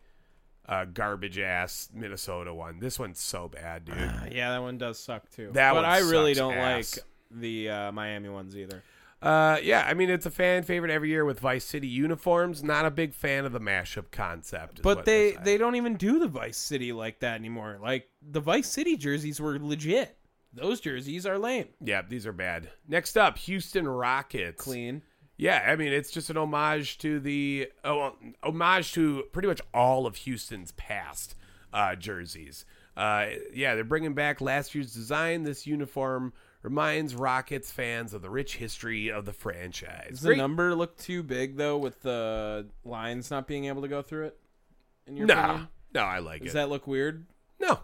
Speaker 3: uh, garbage ass Minnesota one. This one's so bad, dude.
Speaker 1: Yeah, that one does suck too.
Speaker 3: That
Speaker 1: but
Speaker 3: one
Speaker 1: I really
Speaker 3: sucks
Speaker 1: don't
Speaker 3: ass.
Speaker 1: like the uh, Miami ones either.
Speaker 3: Uh, yeah, I mean it's a fan favorite every year with Vice City uniforms. Not a big fan of the mashup concept, is
Speaker 1: But
Speaker 3: what
Speaker 1: they
Speaker 3: they're
Speaker 1: they
Speaker 3: saying.
Speaker 1: don't even do the Vice City like that anymore. Like the Vice City jerseys were legit. Those jerseys are lame.
Speaker 3: Yeah, these are bad. Next up, Houston Rockets.
Speaker 1: Clean.
Speaker 3: Yeah, I mean it's just an homage to the oh, well, homage to pretty much all of Houston's past uh, jerseys. Uh, yeah, they're bringing back last year's design. This uniform reminds Rockets fans of the rich history of the franchise.
Speaker 1: Does the number look too big though with the lines not being able to go through it? In your
Speaker 3: no,
Speaker 1: opinion?
Speaker 3: no, I like
Speaker 1: Does
Speaker 3: it.
Speaker 1: that look weird?
Speaker 3: no,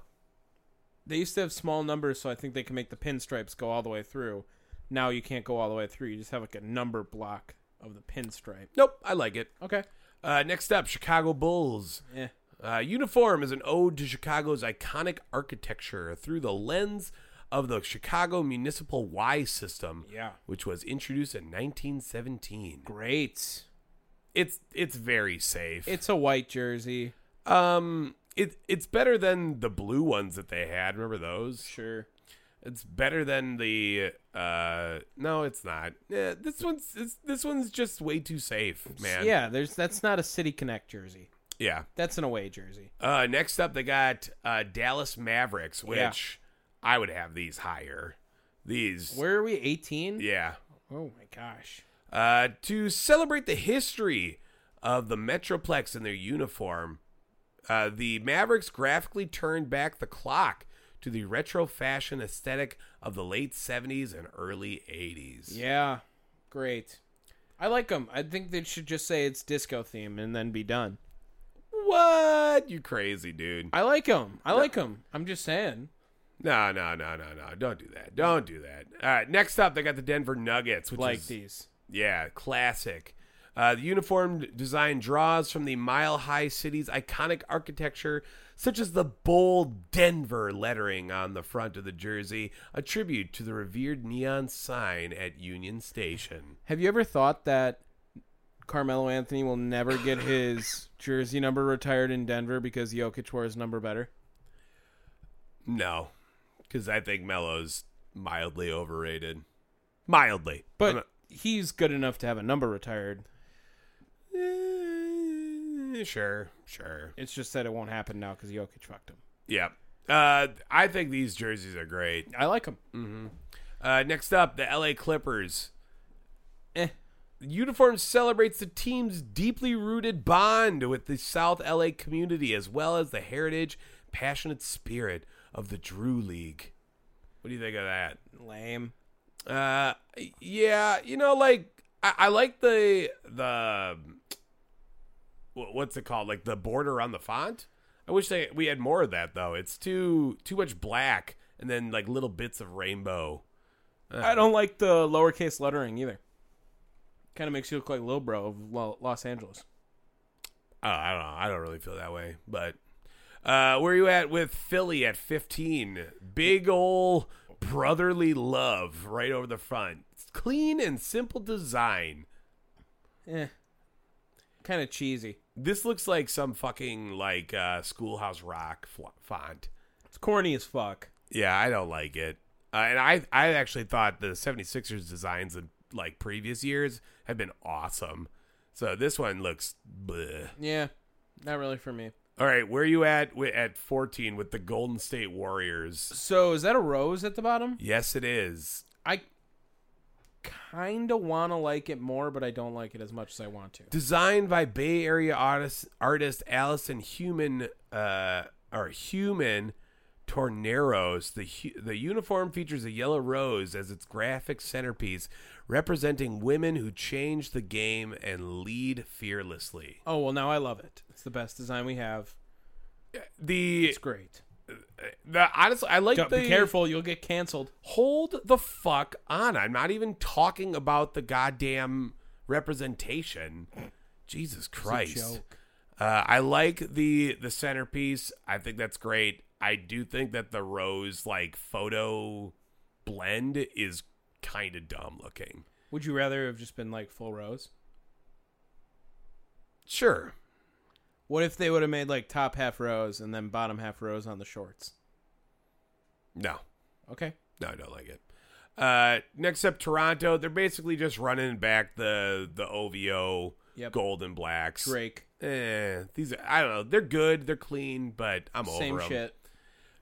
Speaker 1: They used to have small numbers, so I think they can make the pinstripes go all the way through. Now you can't go all the way through. You just have like a number block of the pinstripe.
Speaker 3: nope, I like it.
Speaker 1: Okay.
Speaker 3: Uh, next up, Chicago Bulls.
Speaker 1: Yeah.
Speaker 3: Uh, uniform is an ode to Chicago's iconic architecture through the lens of the Chicago Municipal Y system,
Speaker 1: Yeah.
Speaker 3: which was introduced in 1917.
Speaker 1: Great.
Speaker 3: It's it's very safe.
Speaker 1: It's a white jersey.
Speaker 3: um it it's better than the blue ones that they had. Remember those?
Speaker 1: Sure.
Speaker 3: It's better than the uh no, it's not. Yeah, this one's it's, this one's just way too safe, man.
Speaker 1: Yeah, there's that's not a City Connect jersey.
Speaker 3: yeah.
Speaker 1: That's an away jersey.
Speaker 3: Uh, next up, they got uh, Dallas Mavericks, which
Speaker 1: Yeah.
Speaker 3: I would have these higher. These,
Speaker 1: Where are we? 18?
Speaker 3: yeah.
Speaker 1: Oh my gosh.
Speaker 3: Uh, to celebrate the history of the Metroplex in their uniform, uh, the Mavericks graphically turned back the clock to the retro fashion aesthetic of the late '70s and early '80s.
Speaker 1: Yeah. Great. I like them. I think they should just say it's disco theme and then be done.
Speaker 3: What? You crazy dude?
Speaker 1: I like them. I like them. I'm just saying.
Speaker 3: No, no, no, no, no! Don't do that! Don't do that! All right. Next up, they got the Denver Nuggets, which
Speaker 1: Like
Speaker 3: is
Speaker 1: these.
Speaker 3: Yeah, classic. Uh, the uniform design draws from the Mile High City's iconic architecture, such as the bold Denver lettering on the front of the jersey, a tribute to the revered neon sign at Union Station.
Speaker 1: Have you ever thought that Carmelo Anthony will never get his jersey number retired in Denver because Jokic wore his number better?
Speaker 3: No, because I think Melo's mildly overrated. Mildly. I'm
Speaker 1: But he's good enough to have a number retired.
Speaker 3: not- eh, sure, sure.
Speaker 1: It's just that it won't happen now because Jokic fucked him.
Speaker 3: Yeah. Uh, I think these jerseys are great.
Speaker 1: I like him.
Speaker 3: Uh, next up, the LA Clippers.
Speaker 1: Eh.
Speaker 3: The uniform celebrates the team's deeply rooted bond with the South LA community, as well as the heritage, passionate spirit of the Drew League. What do you think of that?
Speaker 1: Lame.
Speaker 3: Uh, yeah, you know, like I, I like the the wh- what's it called? Like the border on the font. I wish they we had more of that though. It's too too much black, and then like little bits of rainbow.
Speaker 1: I don't like the lowercase lettering either. Kind of makes you look like Lil Bro of Lo- Los Angeles.
Speaker 3: Oh, I don't know. I don't really feel that way. But uh, where you at with Philly at 15? Big ol' brotherly love right over the front. It's clean and simple design.
Speaker 1: Eh. Kind of cheesy.
Speaker 3: This looks like some fucking like uh, Schoolhouse Rock fl- font.
Speaker 1: It's corny as fuck.
Speaker 3: Yeah, I don't like it. Uh, and I I actually thought the 76ers designs in like previous years have been awesome. So this one looks bleh.
Speaker 1: Yeah. Not really for me.
Speaker 3: All right, where you at wi- at 14 with the Golden State Warriors?
Speaker 1: So is that a rose at the bottom?
Speaker 3: Yes, it is.
Speaker 1: I kind of want to like it more, but I don't like it as much as I want to.
Speaker 3: Designed by Bay Area artist, artist Allison Human, uh, are human torneros. The hu- the uniform features a yellow rose as its graphic centerpiece, representing women who change the game and lead fearlessly.
Speaker 1: Oh well, now I love it. It's the best design we have.
Speaker 3: The,
Speaker 1: It's great.
Speaker 3: the honestly, I like
Speaker 1: Don't-
Speaker 3: the
Speaker 1: be careful, you'll get canceled.
Speaker 3: hold the fuck on. I'm not even talking about the goddamn representation. Jesus Christ.
Speaker 1: joke.
Speaker 3: Uh, I like the the centerpiece. I think that's great. I do think that the rose like photo blend is kind of dumb looking.
Speaker 1: Would you rather have just been like full rows?
Speaker 3: Sure.
Speaker 1: What if they would have made like top half rows and then bottom half rows on the shorts?
Speaker 3: No.
Speaker 1: Okay.
Speaker 3: No, I don't like it. Uh, next up, Toronto. They're basically just running back the the OVO
Speaker 1: Yep.
Speaker 3: gold and blacks.
Speaker 1: Drake.
Speaker 3: Eh, these are, I don't know. They're good. They're clean, but I'm over
Speaker 1: Same
Speaker 3: 'em.
Speaker 1: shit.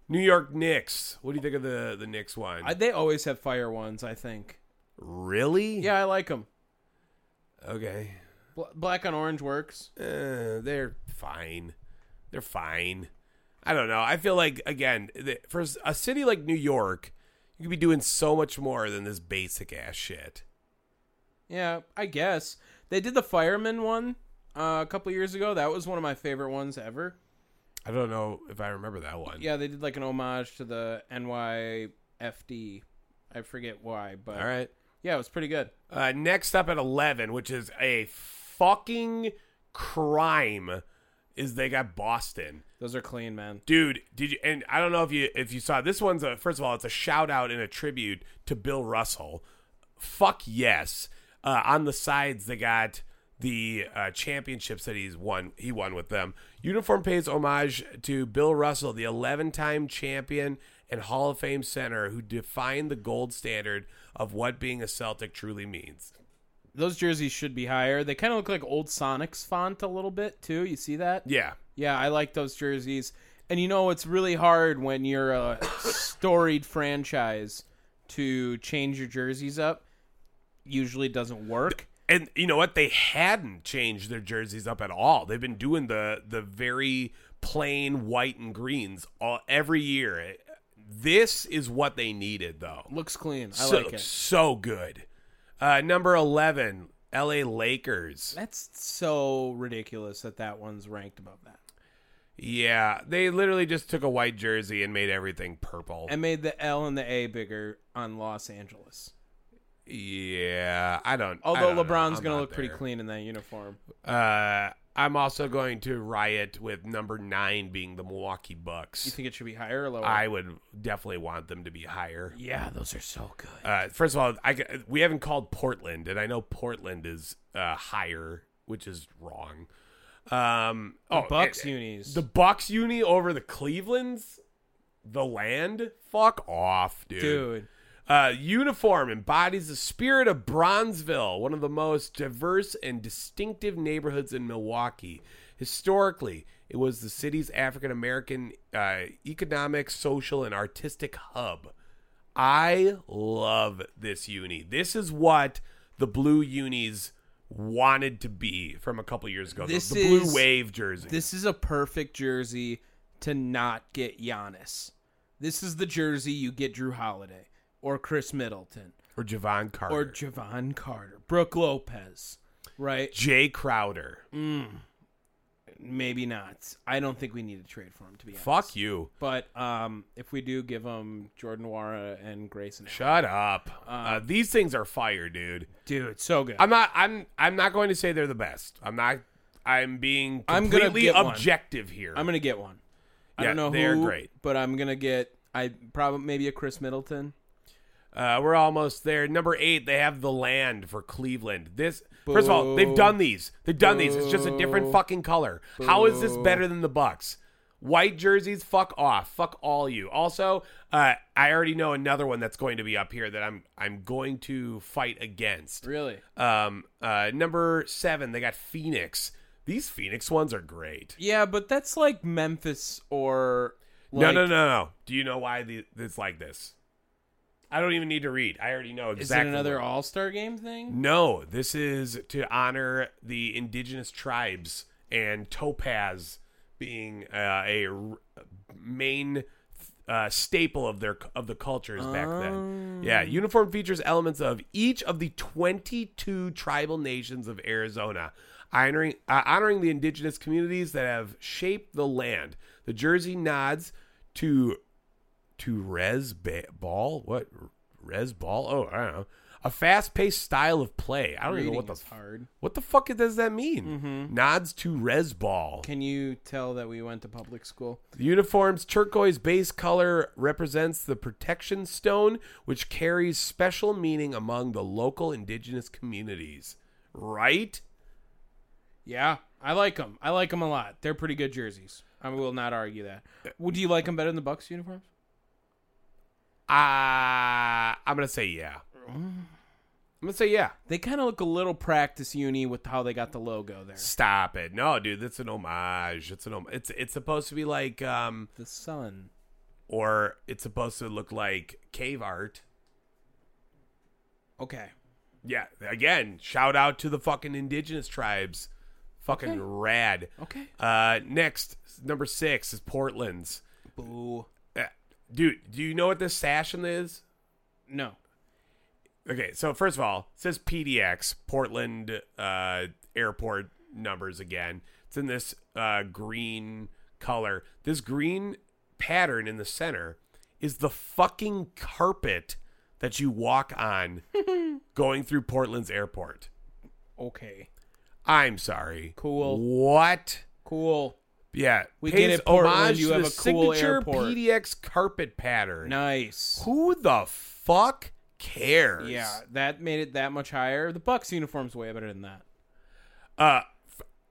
Speaker 3: New York Knicks. What do you think of the the Knicks one?
Speaker 1: I, they always have fire ones, I think.
Speaker 3: really?
Speaker 1: Yeah, I like them.
Speaker 3: Okay.
Speaker 1: black on orange works.
Speaker 3: Uh, they're fine. They're fine. I don't know. I feel like again, the, for s- a city like New York, you could be doing so much more than this basic ass shit.
Speaker 1: Yeah, I guess they did the fireman one uh, a couple years ago. That was one of my favorite ones ever.
Speaker 3: I don't know if I remember that one.
Speaker 1: Yeah, they did like an homage to the NYFD. I forget why, but
Speaker 3: All right.
Speaker 1: yeah, it was pretty good.
Speaker 3: Uh, next up at 11, which is a fucking crime, is they got Boston.
Speaker 1: Those are clean, man.
Speaker 3: Dude, did you and I don't know if you if you saw this one's a first of all, it's a shout out and a tribute to Bill Russell. Fuck yes. Uh, on the sides they got the uh, championships that he's won he won with them. Uniform pays homage to Bill Russell, the 11-time champion and Hall of Fame center who defined the gold standard of what being a Celtic truly means.
Speaker 1: Those jerseys should be higher. They kind of look like old Sonics font a little bit too. You see that?
Speaker 3: Yeah.
Speaker 1: Yeah, I like those jerseys. And you know, it's really hard when you're a storied franchise to change your jerseys up. Usually doesn't work.
Speaker 3: and you know what they hadn't changed their jerseys up at all they've been doing the the very plain white and greens all every year this is what they needed though
Speaker 1: Looks clean. I
Speaker 3: so,
Speaker 1: like it.
Speaker 3: so good uh number 11 la lakers
Speaker 1: That's so ridiculous that that one's ranked above that.
Speaker 3: yeah they literally just took a white jersey and made everything purple
Speaker 1: I made the L and the A bigger on Los Angeles.
Speaker 3: yeah i don't I
Speaker 1: Although
Speaker 3: don't know.
Speaker 1: LeBron's
Speaker 3: I'm
Speaker 1: going
Speaker 3: not
Speaker 1: to look pretty
Speaker 3: there.
Speaker 1: clean in that uniform.
Speaker 3: uh i'm also going to riot with number nine being the milwaukee bucks
Speaker 1: You think it should be higher or lower?
Speaker 3: I would definitely want them to be higher.
Speaker 1: yeah, those are so good.
Speaker 3: Uh, first of all, I g- we haven't called Portland, and I know Portland is uh, higher, which is wrong. Um, oh,
Speaker 1: Bucks
Speaker 3: and-
Speaker 1: unis.
Speaker 3: the Bucks uni over the Cleveland's, the land. Fuck off, dude.
Speaker 1: Dude,
Speaker 3: Uh, uniform embodies the spirit of Bronzeville, one of the most diverse and distinctive neighborhoods in Milwaukee. Historically, it was the city's African American uh, economic, social, and artistic hub. I love this uni. This is what the blue unis wanted to be from a couple years ago. The-
Speaker 1: This
Speaker 3: the, blue
Speaker 1: is-
Speaker 3: wave jersey.
Speaker 1: this is a perfect jersey to not get Giannis. This is the jersey you get Drew Holiday or Chris Middleton
Speaker 3: or Javon Carter.
Speaker 1: or Javon Carter, Brooke Lopez, right?
Speaker 3: Jay Crowder.
Speaker 1: Maybe not. I don't think we need to trade for him, to be honest.
Speaker 3: Fuck you.
Speaker 1: But um, if we do give him Jordan Wara and Grayson, Allen.
Speaker 3: Shut up. uh, these things are fire, dude.
Speaker 1: dude, so good.
Speaker 3: I'm not. I'm. I'm not going to say they're the best. I'm not. I'm being
Speaker 1: I'm gonna
Speaker 3: completely
Speaker 1: get one.
Speaker 3: objective here.
Speaker 1: I'm gonna get one. I
Speaker 3: Yeah,
Speaker 1: don't know
Speaker 3: they are
Speaker 1: who,
Speaker 3: great.
Speaker 1: but I'm gonna get I probably maybe a Chris Middleton.
Speaker 3: Uh, we're almost there. Number eight, they have the land for Cleveland. This first of all, they've done these. They've done these. It's just a different fucking color. How is this better than the Bucks? White jerseys, fuck off, fuck all you. Also, uh, I already know another one that's going to be up here that I'm I'm going to fight against.
Speaker 1: Really?
Speaker 3: Um, uh, number seven, they got Phoenix. These Phoenix ones are great.
Speaker 1: Yeah, but that's like Memphis or
Speaker 3: no,
Speaker 1: like-
Speaker 3: no, no, no. Do you know why the, it's like this? I don't even need to read. I already know
Speaker 1: Is
Speaker 3: exactly.
Speaker 1: it another
Speaker 3: what- Mm,
Speaker 1: All Star game thing?
Speaker 3: No, this is to honor the indigenous tribes and topaz being uh, a r- main uh, staple of their of the cultures back then. Yeah, uniform features elements of each of the 22 tribal nations of Arizona, honoring uh, honoring the indigenous communities that have shaped the land. The jersey nods to to Res ba- Ball. What Res Ball? Oh, I don't know. A fast-paced style of play. I don't even know what
Speaker 1: Reading
Speaker 3: the
Speaker 1: is hard. Mm-hmm.
Speaker 3: what the fuck does that mean? Nods to Res Ball.
Speaker 1: Can you tell that we went to public school?
Speaker 3: The uniform's turquoise base color represents the protection stone, which carries special meaning among the local indigenous communities. Right?
Speaker 1: Yeah, I like them. I like them a lot. They're pretty good jerseys. I will not argue that. Would you like them better than the Bucks uniforms?
Speaker 3: Uh, I'm going to say yeah. I'm going to say yeah.
Speaker 1: They kind of look a little practice uni with how they got the logo there.
Speaker 3: Stop it. No, dude, that's an homage. It's an hom- it's it's supposed to be like um
Speaker 1: The sun.
Speaker 3: or it's supposed to look like cave art.
Speaker 1: Okay.
Speaker 3: Yeah, again, shout out to the fucking indigenous tribes. Fucking
Speaker 1: Okay.
Speaker 3: rad.
Speaker 1: Okay.
Speaker 3: Uh, next, number six is Portland's.
Speaker 1: Boo.
Speaker 3: Uh, dude, do you know what this station is?
Speaker 1: No.
Speaker 3: Okay, so first of all, it says PDX, Portland uh, Airport numbers again. It's in this uh, green color. This green pattern in the center is the fucking carpet that you walk on going through Portland's airport.
Speaker 1: Okay.
Speaker 3: I'm sorry.
Speaker 1: Cool.
Speaker 3: What?
Speaker 1: Cool.
Speaker 3: Yeah,
Speaker 1: We
Speaker 3: pays
Speaker 1: get it, Portland,
Speaker 3: homage
Speaker 1: you
Speaker 3: to
Speaker 1: have
Speaker 3: the
Speaker 1: a cool
Speaker 3: signature
Speaker 1: airport.
Speaker 3: PDX carpet pattern.
Speaker 1: Nice.
Speaker 3: Who the fuck cares?
Speaker 1: Yeah, that made it that much higher. The Bucks uniform's way better than that.
Speaker 3: Uh,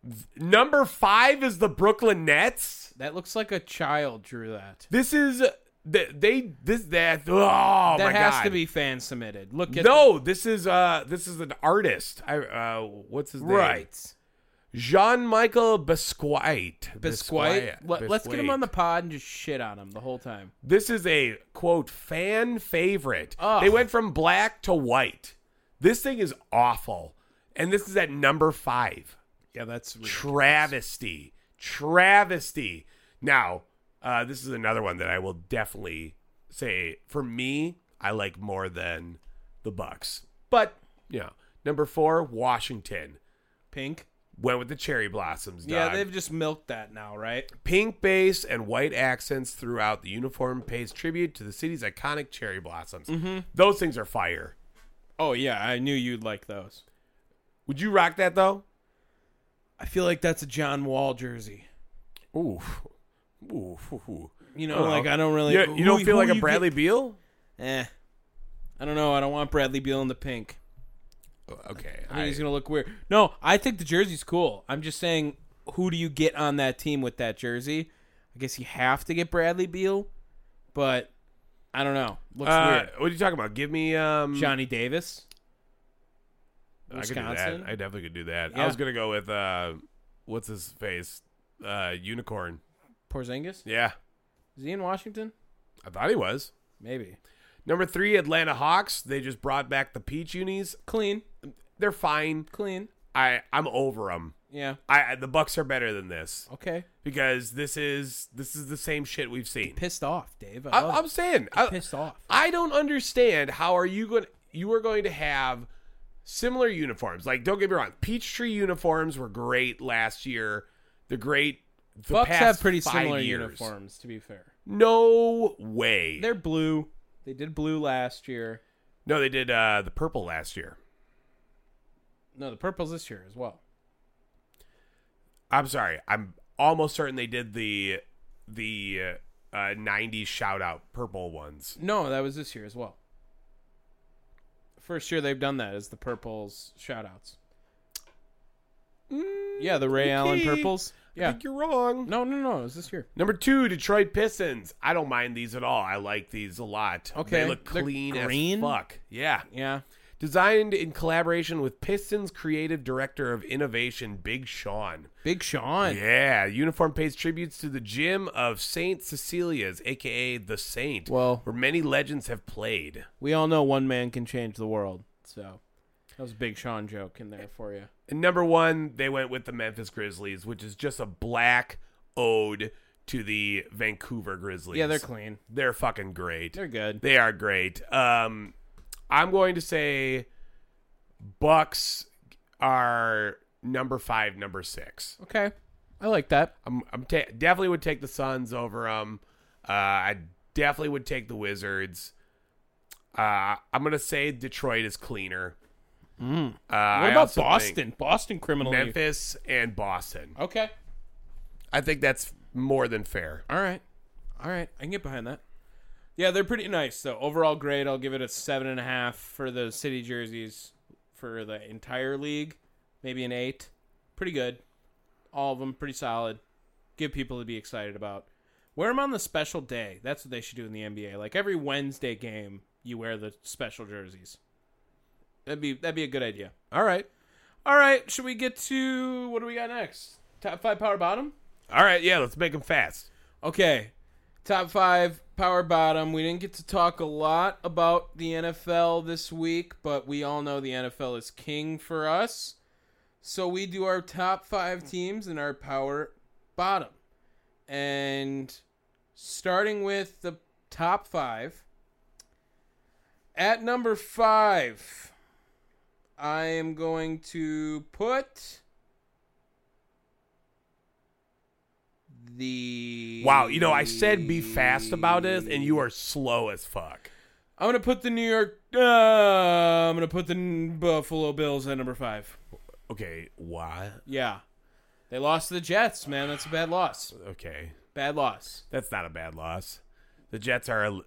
Speaker 3: f- number five is the Brooklyn Nets.
Speaker 1: That looks like a child drew that.
Speaker 3: This is they, they this that oh that
Speaker 1: that has to be fan submitted. Look at
Speaker 3: no, this is uh this is an artist. I uh what's his name?
Speaker 1: right.
Speaker 3: Jean Michael Bisquite.
Speaker 1: Bisquite. Let, us get him on the pod and just shit on him the whole time.
Speaker 3: This is a quote fan favorite.
Speaker 1: Ugh.
Speaker 3: They went from black to white. This thing is awful. And this is at number five.
Speaker 1: Yeah, that's
Speaker 3: Travesty. Travesty. Now, uh, this is another one that I will definitely say for me, I like more than the Bucks. But yeah. Number four, Washington.
Speaker 1: pink.
Speaker 3: Went with the cherry blossoms.
Speaker 1: Yeah,
Speaker 3: dog.
Speaker 1: they've just milked that now, right?
Speaker 3: Pink base and white accents throughout the uniform pays tribute to the city's iconic cherry blossoms.
Speaker 1: Mm-hmm.
Speaker 3: Those things are fire.
Speaker 1: Oh yeah, I knew you'd like those.
Speaker 3: Would you rock that though?
Speaker 1: I feel like that's a John Wall jersey.
Speaker 3: Oof. Oof. oof, oof.
Speaker 1: You know, like I don't really.
Speaker 3: Yeah, you don't
Speaker 1: who-
Speaker 3: feel
Speaker 1: who
Speaker 3: like a
Speaker 1: Oh. you
Speaker 3: Bradley Beal?
Speaker 1: Get, eh, I don't know. I don't want Bradley Beal in the pink.
Speaker 3: Okay.
Speaker 1: I think he's gonna look weird. No, I think the jersey's cool. I'm just saying, who do you get on that team with that jersey? I guess you have to get Bradley Beal, but I don't know. Looks
Speaker 3: Uh,
Speaker 1: weird.
Speaker 3: what are you talking about? Give me um
Speaker 1: Johnny Davis.
Speaker 3: I could do that.
Speaker 1: Wisconsin?
Speaker 3: I definitely could do that. I
Speaker 1: Yeah.
Speaker 3: was gonna go with uh what's his face? Uh unicorn.
Speaker 1: Porzingis?
Speaker 3: Yeah.
Speaker 1: Is he in Washington?
Speaker 3: I thought he was.
Speaker 1: Maybe.
Speaker 3: Number three, Atlanta Hawks. They just brought back the peach unis.
Speaker 1: Clean.
Speaker 3: They're fine.
Speaker 1: Clean.
Speaker 3: I I'm over them.
Speaker 1: Yeah.
Speaker 3: I I- the Bucks are better than this
Speaker 1: Okay.
Speaker 3: because this is this is the same shit we've seen.
Speaker 1: Pissed off, Dave. I
Speaker 3: I,
Speaker 1: love
Speaker 3: I'm
Speaker 1: it.
Speaker 3: saying I,
Speaker 1: pissed off.
Speaker 3: I don't understand how are you going you are going to have similar uniforms. Like don't get me wrong, Peachtree uniforms were great last year. The great the
Speaker 1: Bucks
Speaker 3: past
Speaker 1: have pretty
Speaker 3: five
Speaker 1: similar
Speaker 3: years.
Speaker 1: uniforms, to be fair.
Speaker 3: No way.
Speaker 1: They're blue. They did blue last year.
Speaker 3: no, they did uh, the purple last year.
Speaker 1: No, the purple's this year as well.
Speaker 3: I'm sorry. I'm almost certain they did the the uh, uh, 90s shout out purple ones.
Speaker 1: No, that was this year as well. First year they've done that is the purples shout outs. yeah, the Ray Allen
Speaker 3: Mm, okay.
Speaker 1: purples.
Speaker 3: I
Speaker 1: Yeah.
Speaker 3: think you're wrong.
Speaker 1: No, no, no. It was this year.
Speaker 3: Number two, Detroit Pistons. I don't mind these at all. I like these a lot.
Speaker 1: Okay.
Speaker 3: they look
Speaker 1: They're
Speaker 3: clean
Speaker 1: green?
Speaker 3: as fuck. Yeah,
Speaker 1: Yeah.
Speaker 3: designed in collaboration with Pistons creative director of innovation Big Sean.
Speaker 1: Big Sean.
Speaker 3: Yeah, uniform pays tributes to the gym of Saint Cecilia's, aka the Saint,
Speaker 1: Well-
Speaker 3: where many legends have played.
Speaker 1: We all know one man can change the world. So that was a Big Sean joke in there for you.
Speaker 3: And number one, they went with the Memphis Grizzlies, which is just a black ode to the Vancouver Grizzlies.
Speaker 1: Yeah, they're clean.
Speaker 3: They're fucking great.
Speaker 1: They're good.
Speaker 3: They are great. Um, I'm going to say Bucks are number five, number six.
Speaker 1: Okay. I like that.
Speaker 3: I'm, I'm ta- definitely would take the Suns over them. Uh, I definitely would take the Wizards. Uh, I'm gonna say Detroit is cleaner. Uh,
Speaker 1: Mm. What
Speaker 3: I
Speaker 1: about
Speaker 3: also think
Speaker 1: Boston? Boston criminal. league.
Speaker 3: Memphis, and Boston?
Speaker 1: Okay. Uh-huh.
Speaker 3: I think that's more than fair.
Speaker 1: All right. All right. I can get behind that. Yeah, they're pretty nice. So overall grade, I'll give it a seven and a half for the city jerseys for the entire league. Maybe an eight. Pretty good. All of them pretty solid. Give people to be excited about. Wear them on the special day. That's what they should do in the NBA. Like every Wednesday game, you wear the special jerseys. That'd be that'd be a good idea.
Speaker 3: All right,
Speaker 1: All right, should we get to what do we got next? Top five power bottom.
Speaker 3: all right, yeah. Let's make them fast.
Speaker 1: Okay. Top five, power bottom. We didn't get to talk a lot about the NFL this week, but we all know the NFL is king for us. So we do our top five teams and our power bottom. And starting with the top five, at number five, I am going to put the.
Speaker 3: Wow, you know I said be fast about it, and you are slow as fuck.
Speaker 1: I'm gonna put the New York. Uh, I'm gonna put the N- Buffalo Bills at number five.
Speaker 3: Okay, why?
Speaker 1: Yeah, they lost to the Jets, man. That's a bad loss.
Speaker 3: Okay,
Speaker 1: Bad loss.
Speaker 3: that's not a bad loss. The Jets are a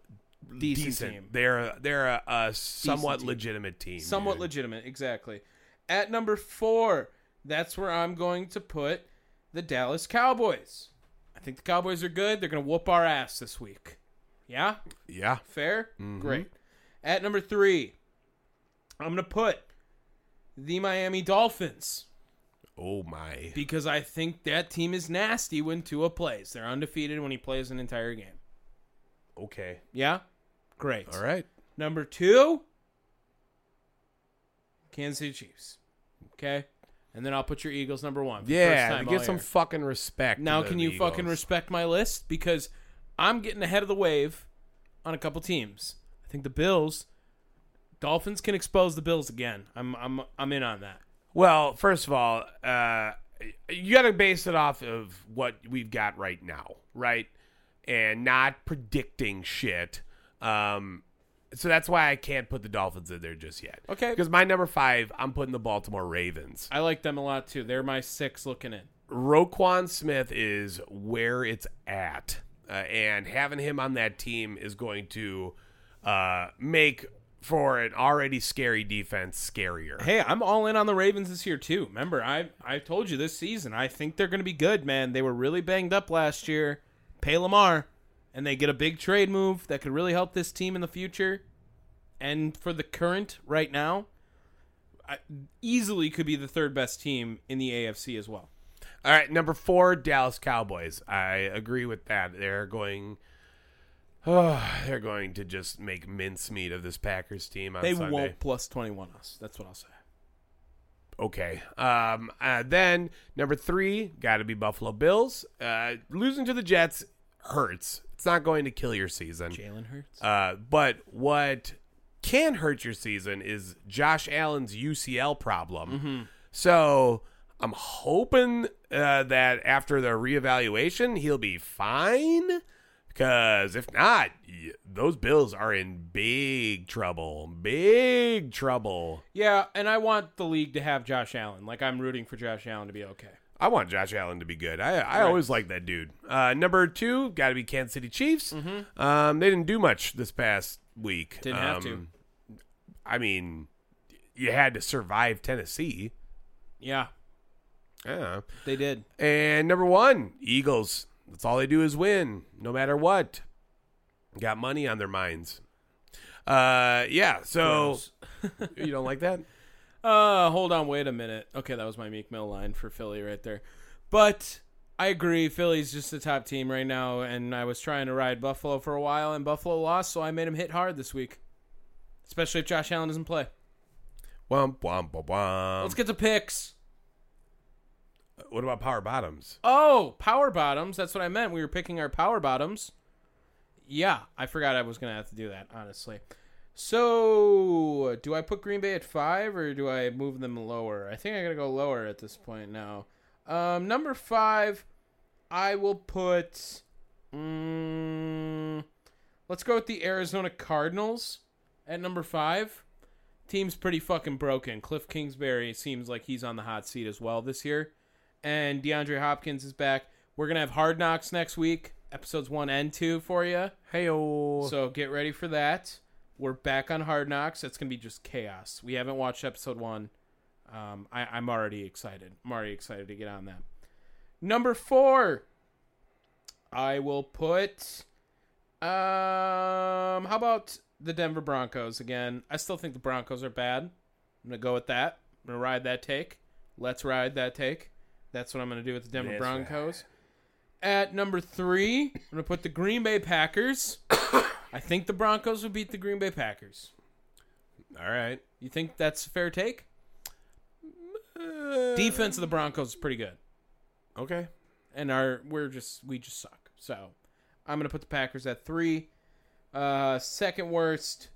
Speaker 1: Decent,
Speaker 3: decent.
Speaker 1: team.
Speaker 3: They're they're a, a somewhat
Speaker 1: team.
Speaker 3: legitimate team.
Speaker 1: Somewhat
Speaker 3: dude.
Speaker 1: legitimate, exactly. At number four, that's where I'm going to put the Dallas Cowboys. I think the Cowboys are good. They're gonna whoop our ass this week. Yeah,
Speaker 3: Yeah.
Speaker 1: fair. Great. At number three, I'm gonna put the Miami Dolphins.
Speaker 3: Oh my.
Speaker 1: because I think that team is nasty when Tua plays. They're undefeated when he plays an entire game.
Speaker 3: Okay.
Speaker 1: Yeah? Great.
Speaker 3: All right.
Speaker 1: Number two, Kansas City Chiefs. Okay? And then I'll put your Eagles number one. for the first
Speaker 3: Yeah.
Speaker 1: time
Speaker 3: Give
Speaker 1: all
Speaker 3: some
Speaker 1: year.
Speaker 3: fucking respect. to
Speaker 1: Now,
Speaker 3: the
Speaker 1: can you fucking
Speaker 3: Eagles.
Speaker 1: respect my list? Because I'm getting ahead of the wave on a couple teams. I think the Bills, Dolphins can expose the Bills again. I'm, I'm, I'm in on that.
Speaker 3: Well, first of all, uh, you got to base it off of what we've got right now, right? And not predicting shit. Um, so that's why I can't put the Dolphins in there just yet.
Speaker 1: Okay.
Speaker 3: Because my number five, I'm putting the Baltimore Ravens.
Speaker 1: I like them a lot too. They're my six looking in.
Speaker 3: Roquan Smith is where it's at, uh, and having him on that team is going to uh, make for an already scary defense scarier.
Speaker 1: Hey, I'm all in on the Ravens this year too. Remember, I I told you this season I think they're going to be good, man. They were really banged up last year. Pay Lamar, and they get a big trade move that could really help this team in the future, and for the current right now, I, easily could be the third best team in the AFC as well.
Speaker 3: All right, number four, Dallas Cowboys. I agree with that. They're going. Oh, they're going to just make mincemeat of this Packers team on
Speaker 1: They
Speaker 3: Sunday.
Speaker 1: won't plus twenty one us. That's what I'll say.
Speaker 3: Okay. Um. Uh, then number three, got to be Buffalo Bills. Uh, losing to the Jets hurts. It's not going to kill your season.
Speaker 1: Jalen Hurts.
Speaker 3: Uh, but what can hurt your season is Josh Allen's UCL problem.
Speaker 1: Mm-hmm.
Speaker 3: So I'm hoping uh, that after the reevaluation, he'll be fine. Because if not, y- those Bills are in big trouble. Big trouble.
Speaker 1: yeah, and I want the league to have Josh Allen. Like I'm rooting for Josh Allen to be okay.
Speaker 3: I want Josh Allen to be good. I, I always like that dude. Uh, number two, got to be Kansas City Chiefs. Um, they didn't do much this past week.
Speaker 1: Mm-hmm. Didn't have to.
Speaker 3: Um, I mean, you had to survive Tennessee.
Speaker 1: Yeah,
Speaker 3: Yeah.
Speaker 1: they did.
Speaker 3: And number one, Eagles. That's all they do is win, no matter what. Got money on their minds. Uh, yeah. So you don't like that?
Speaker 1: Uh, hold on, wait a minute. Okay, that was my Meek Mill line for Philly right there. But I agree, Philly's just the top team right now, and I was trying to ride Buffalo for a while, and Buffalo lost, so I made him hit hard this week. Especially if Josh Allen doesn't play.
Speaker 3: Womp womp womp womp.
Speaker 1: Let's get to picks.
Speaker 3: What about power bottoms?
Speaker 1: Oh, power bottoms. That's what I meant. We were picking our power bottoms. Yeah, I forgot I was going to have to do that, honestly. So, do I put Green Bay at five or do I move them lower? I think I got to go lower at this point now. Um, number five, I will put. Mm, let's go with the Arizona Cardinals at number five. Team's pretty fucking broken. Cliff Kingsbury seems like he's on the hot seat as well this year and DeAndre Hopkins is back. We're gonna have Hard Knocks next week, episodes one and two for you.
Speaker 3: Hey, oh.
Speaker 1: So get ready for that. We're back on Hard Knocks. That's gonna be just chaos. We haven't watched episode one. Um, I, I'm already excited. I'm already excited to get on that. Number four, I will put. Um, how about the Denver Broncos again? I still think the Broncos are bad. I'm gonna go with that. I'm gonna ride that take. Let's ride that take. That's what I'm gonna do with the Denver
Speaker 3: That's right.
Speaker 1: Broncos. At number three, I'm gonna put the Green Bay Packers. I think the Broncos will beat the Green Bay Packers.
Speaker 3: All right.
Speaker 1: You think that's a fair take? Uh, Defense of the Broncos is pretty good,
Speaker 3: Okay.
Speaker 1: and our we're just we just suck. So I'm gonna put the Packers at three. Uh, second worst.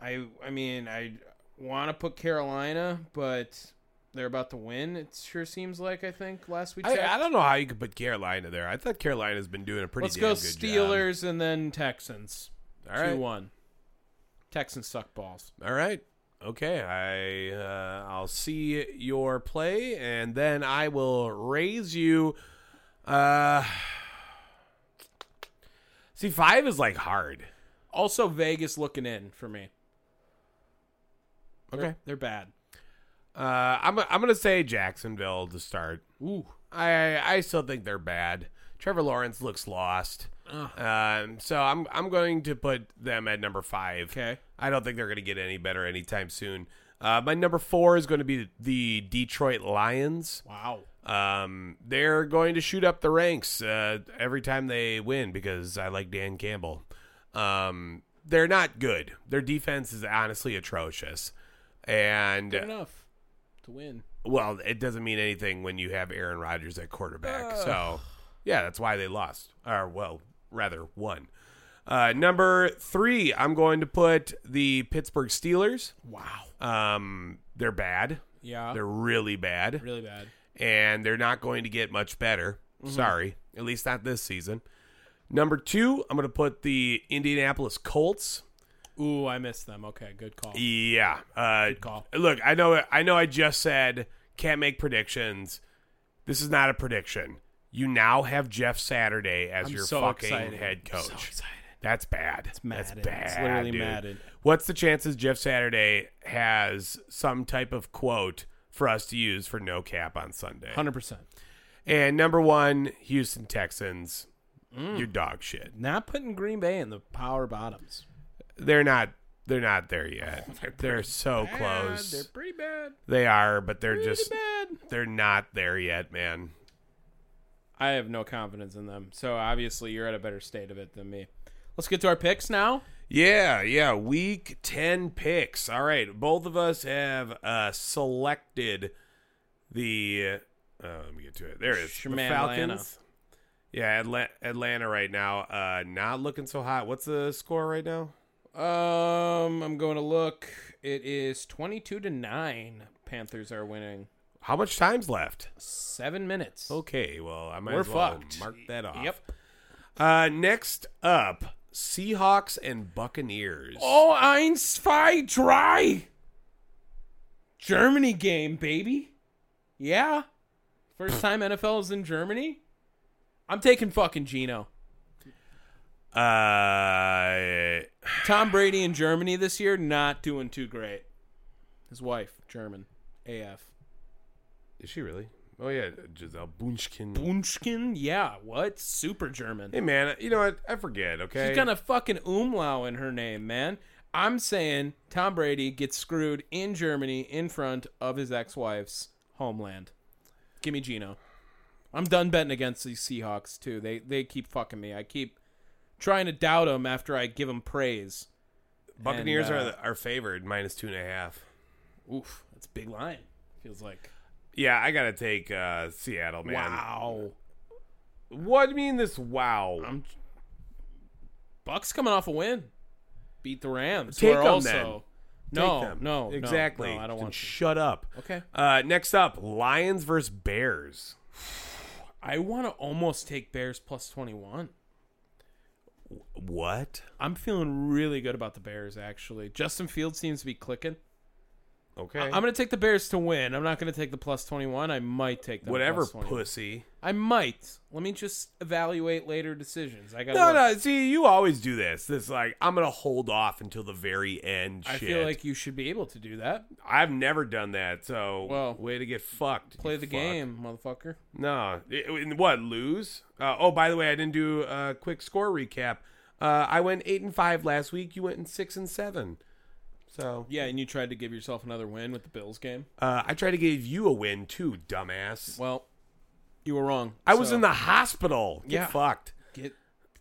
Speaker 1: I I mean I want to put Carolina, but they're about to win. It sure seems like I think last week.
Speaker 3: I, I don't know how you could put Carolina there. I thought Carolina's been doing a pretty
Speaker 1: Let's
Speaker 3: damn
Speaker 1: go
Speaker 3: good job.
Speaker 1: Steelers and then Texans.
Speaker 3: All right.
Speaker 1: Two one. Texans suck balls.
Speaker 3: All right. Okay, I uh, I'll see your play, and then I will raise you. Uh, see, five is like hard.
Speaker 1: Also Vegas looking in for me. They're-
Speaker 3: Okay.
Speaker 1: they're bad.
Speaker 3: Uh, I'm I'm gonna say Jacksonville to start.
Speaker 1: Ooh.
Speaker 3: I I still think they're bad. Trevor Lawrence looks lost. Um, so I'm I'm going to put them at number five.
Speaker 1: Okay.
Speaker 3: I don't think they're going to get any better anytime soon. Uh, my number four is going to be the Detroit Lions.
Speaker 1: Wow.
Speaker 3: Um, they're going to shoot up the ranks uh, every time they win because I like Dan Campbell. Um, they're not good. Their defense is honestly atrocious, and
Speaker 1: Good enough to win.
Speaker 3: well, it doesn't mean anything when you have Aaron Rodgers at quarterback. So, yeah, that's why they lost. Or, well, rather, won. Uh, number three, I'm going to put the Pittsburgh Steelers.
Speaker 1: Wow.
Speaker 3: Um, they're bad.
Speaker 1: Yeah.
Speaker 3: They're really bad.
Speaker 1: really bad.
Speaker 3: And they're not going to get much better. Sorry. At least not this season. Number two, I'm going to put the Indianapolis Colts.
Speaker 1: Ooh, I missed them. Okay, good call.
Speaker 3: Yeah. Uh,
Speaker 1: call.
Speaker 3: Look, I know. I know. I just said can't make predictions. This is not a prediction. You now have Jeff Saturday as
Speaker 1: I'm
Speaker 3: your
Speaker 1: so
Speaker 3: fucking
Speaker 1: excited.
Speaker 3: head
Speaker 1: I'm
Speaker 3: coach.
Speaker 1: so excited.
Speaker 3: That's bad. It's
Speaker 1: Madden.
Speaker 3: That's bad.
Speaker 1: It's literally
Speaker 3: dude.
Speaker 1: Madden.
Speaker 3: What's the chances Jeff Saturday has some type of quote for us to use for no cap on Sunday?
Speaker 1: Hundred percent.
Speaker 3: And number one, Houston Texans.
Speaker 1: Mm.
Speaker 3: You're dog shit.
Speaker 1: Not putting Green Bay in the power bottoms.
Speaker 3: They're not. They're not there yet. they're, so close.
Speaker 1: They're pretty bad.
Speaker 3: They are, but they're just
Speaker 1: bad.
Speaker 3: they're not there yet, man.
Speaker 1: I have no confidence in them. So obviously you're at a better state of it than me. Let's get to our picks now.
Speaker 3: Yeah, yeah. Week ten picks. All right, both of us have uh selected the. Uh, let me get to it. There it is. The
Speaker 1: Shmatlanta.
Speaker 3: Falcons. Yeah, Atlanta, Atlanta right now. Uh, not looking so hot. What's the score right now?
Speaker 1: Um, I'm going to look. It is 22 to 9. Panthers are winning.
Speaker 3: How much time's left?
Speaker 1: 7 minutes.
Speaker 3: Okay, well I might
Speaker 1: We're
Speaker 3: as well
Speaker 1: fucked.
Speaker 3: mark that off.
Speaker 1: Yep.
Speaker 3: Uh, next up, Seahawks and Buccaneers.
Speaker 1: Oh, ein, zwei, drei. Germany game, baby. Yeah. First time NFL is in Germany. I'm taking fucking Gino.
Speaker 3: Uh,
Speaker 1: Tom Brady in Germany this year, not doing too great. His wife, German. AF.
Speaker 3: Is she really? Oh yeah, Giselle Bunchkin.
Speaker 1: Bunschkin? Yeah, what? Super German.
Speaker 3: hey man, you know what? I forget. Okay.
Speaker 1: She's got a fucking umlau in her name, man. I'm saying Tom Brady gets screwed in Germany in front of his ex-wife's homeland. Give me Gino. I'm done betting against these Seahawks too. They they keep fucking me. I keep trying to doubt them after I give them praise.
Speaker 3: Buccaneers
Speaker 1: and, uh,
Speaker 3: are are favored minus two and a half.
Speaker 1: Oof, that's a big line. Feels like
Speaker 3: Yeah, I gotta take uh, Seattle, man.
Speaker 1: Wow.
Speaker 3: What do you mean this? Wow.
Speaker 1: I'm Bucks coming off a win. Beat the Rams.
Speaker 3: Take
Speaker 1: who are
Speaker 3: 'em,
Speaker 1: also
Speaker 3: then. Take
Speaker 1: No,
Speaker 3: them.
Speaker 1: no, no,
Speaker 3: exactly.
Speaker 1: no, I don't
Speaker 3: Then
Speaker 1: want to.
Speaker 3: Shut up.
Speaker 1: Okay.
Speaker 3: Uh, next up, Lions versus Bears.
Speaker 1: I want to almost take Bears plus 21.
Speaker 3: What?
Speaker 1: I'm feeling really good about the Bears actually. Justin Fields seems to be clicking.
Speaker 3: Okay.
Speaker 1: I- I'm going to take the Bears to win. I'm not going to take the plus 21. I might take the
Speaker 3: Whatever,
Speaker 1: plus 21.
Speaker 3: pussy.
Speaker 1: I might. Let me just evaluate later decisions. I got
Speaker 3: No, no. See, you always do this. This like I'm gonna hold off until the very end.
Speaker 1: I
Speaker 3: shit.
Speaker 1: feel like you should be able to do that.
Speaker 3: I've never done that. So
Speaker 1: Well,
Speaker 3: way to get fucked.
Speaker 1: Play
Speaker 3: you
Speaker 1: the
Speaker 3: fuck.
Speaker 1: game, motherfucker.
Speaker 3: No. It- it- What lose? Uh, oh, by the way, I didn't do a quick score recap. Uh, I went eight and five last week. You went in six and seven. So
Speaker 1: Yeah, and you tried to give yourself another win with the Bills game.
Speaker 3: uh, I tried to give you a win too, dumbass.
Speaker 1: Well, you were wrong.
Speaker 3: I was
Speaker 1: So
Speaker 3: in the hospital. Get
Speaker 1: Yeah.
Speaker 3: fucked.
Speaker 1: get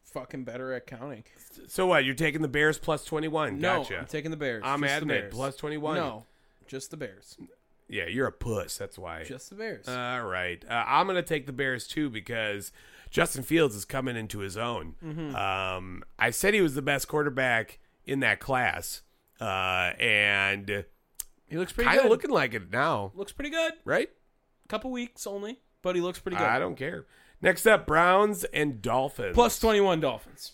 Speaker 1: fucking better at counting.
Speaker 3: So what? You're taking the Bears plus twenty one.
Speaker 1: No,
Speaker 3: gotcha.
Speaker 1: I'm taking the Bears.
Speaker 3: I'm
Speaker 1: Just the
Speaker 3: adamant.
Speaker 1: Bears.
Speaker 3: Plus 21.
Speaker 1: No, just the Bears.
Speaker 3: yeah, you're a puss. That's why.
Speaker 1: Just the Bears.
Speaker 3: All right. Uh, I'm going to take the Bears too because Justin Fields is coming into his own.
Speaker 1: Mm-hmm.
Speaker 3: Um, I said he was the best quarterback in that class, uh, and
Speaker 1: he looks pretty
Speaker 3: kind of
Speaker 1: good.
Speaker 3: looking like it now,
Speaker 1: looks pretty good.
Speaker 3: right?
Speaker 1: Couple weeks only, but he looks pretty good.
Speaker 3: I don't care. Next up, Browns and Dolphins.
Speaker 1: Plus 21 Dolphins.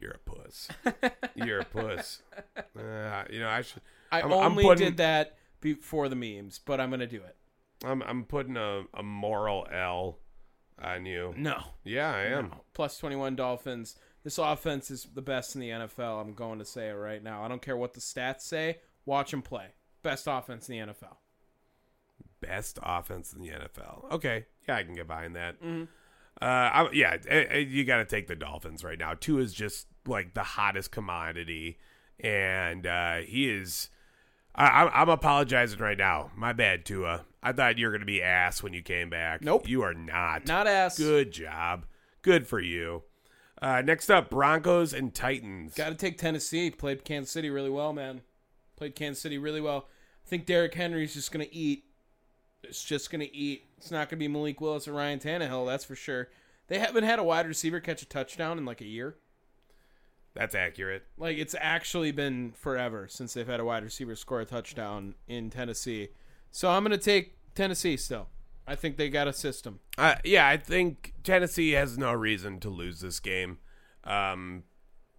Speaker 3: You're a puss. You're a puss. Uh, you know, I should.
Speaker 1: I
Speaker 3: I'm- I'm
Speaker 1: only
Speaker 3: putting-
Speaker 1: did that before the memes, but I'm going to do it.
Speaker 3: I'm, I'm putting a, a moral L on you.
Speaker 1: No.
Speaker 3: Yeah, I am.
Speaker 1: Plus 21 Dolphins. This offense is the best in the NFL. I'm going to say it right now. I don't care what the stats say. Watch them play. Best offense in the NFL.
Speaker 3: best offense in the NFL. Okay, yeah, I can get behind that.
Speaker 1: Mm-hmm.
Speaker 3: Uh, I, yeah, eh, eh, you got to take the Dolphins right now. Two is just like the hottest commodity, and uh, he is. I, I'm- I'm apologizing right now. My bad, Tua. I thought you were gonna be ass when you came back.
Speaker 1: Nope.
Speaker 3: you are not.
Speaker 1: Not ass.
Speaker 3: Good job. Good for you. Uh, next up, Broncos and Titans.
Speaker 1: Got to take Tennessee. Played Kansas City really well, man. Played Kansas City really well. I think Derrick Henry's just going to eat. It's just going to eat. It's not going to be Malik Willis or Ryan Tannehill, that's for sure. They haven't had a wide receiver catch a touchdown in like a year.
Speaker 3: That's accurate.
Speaker 1: Like it's actually been forever since they've had a wide receiver score a touchdown in Tennessee. So I'm going to take Tennessee still. I think they got a system.
Speaker 3: Uh, yeah, I think Tennessee has no reason to lose this game. Um,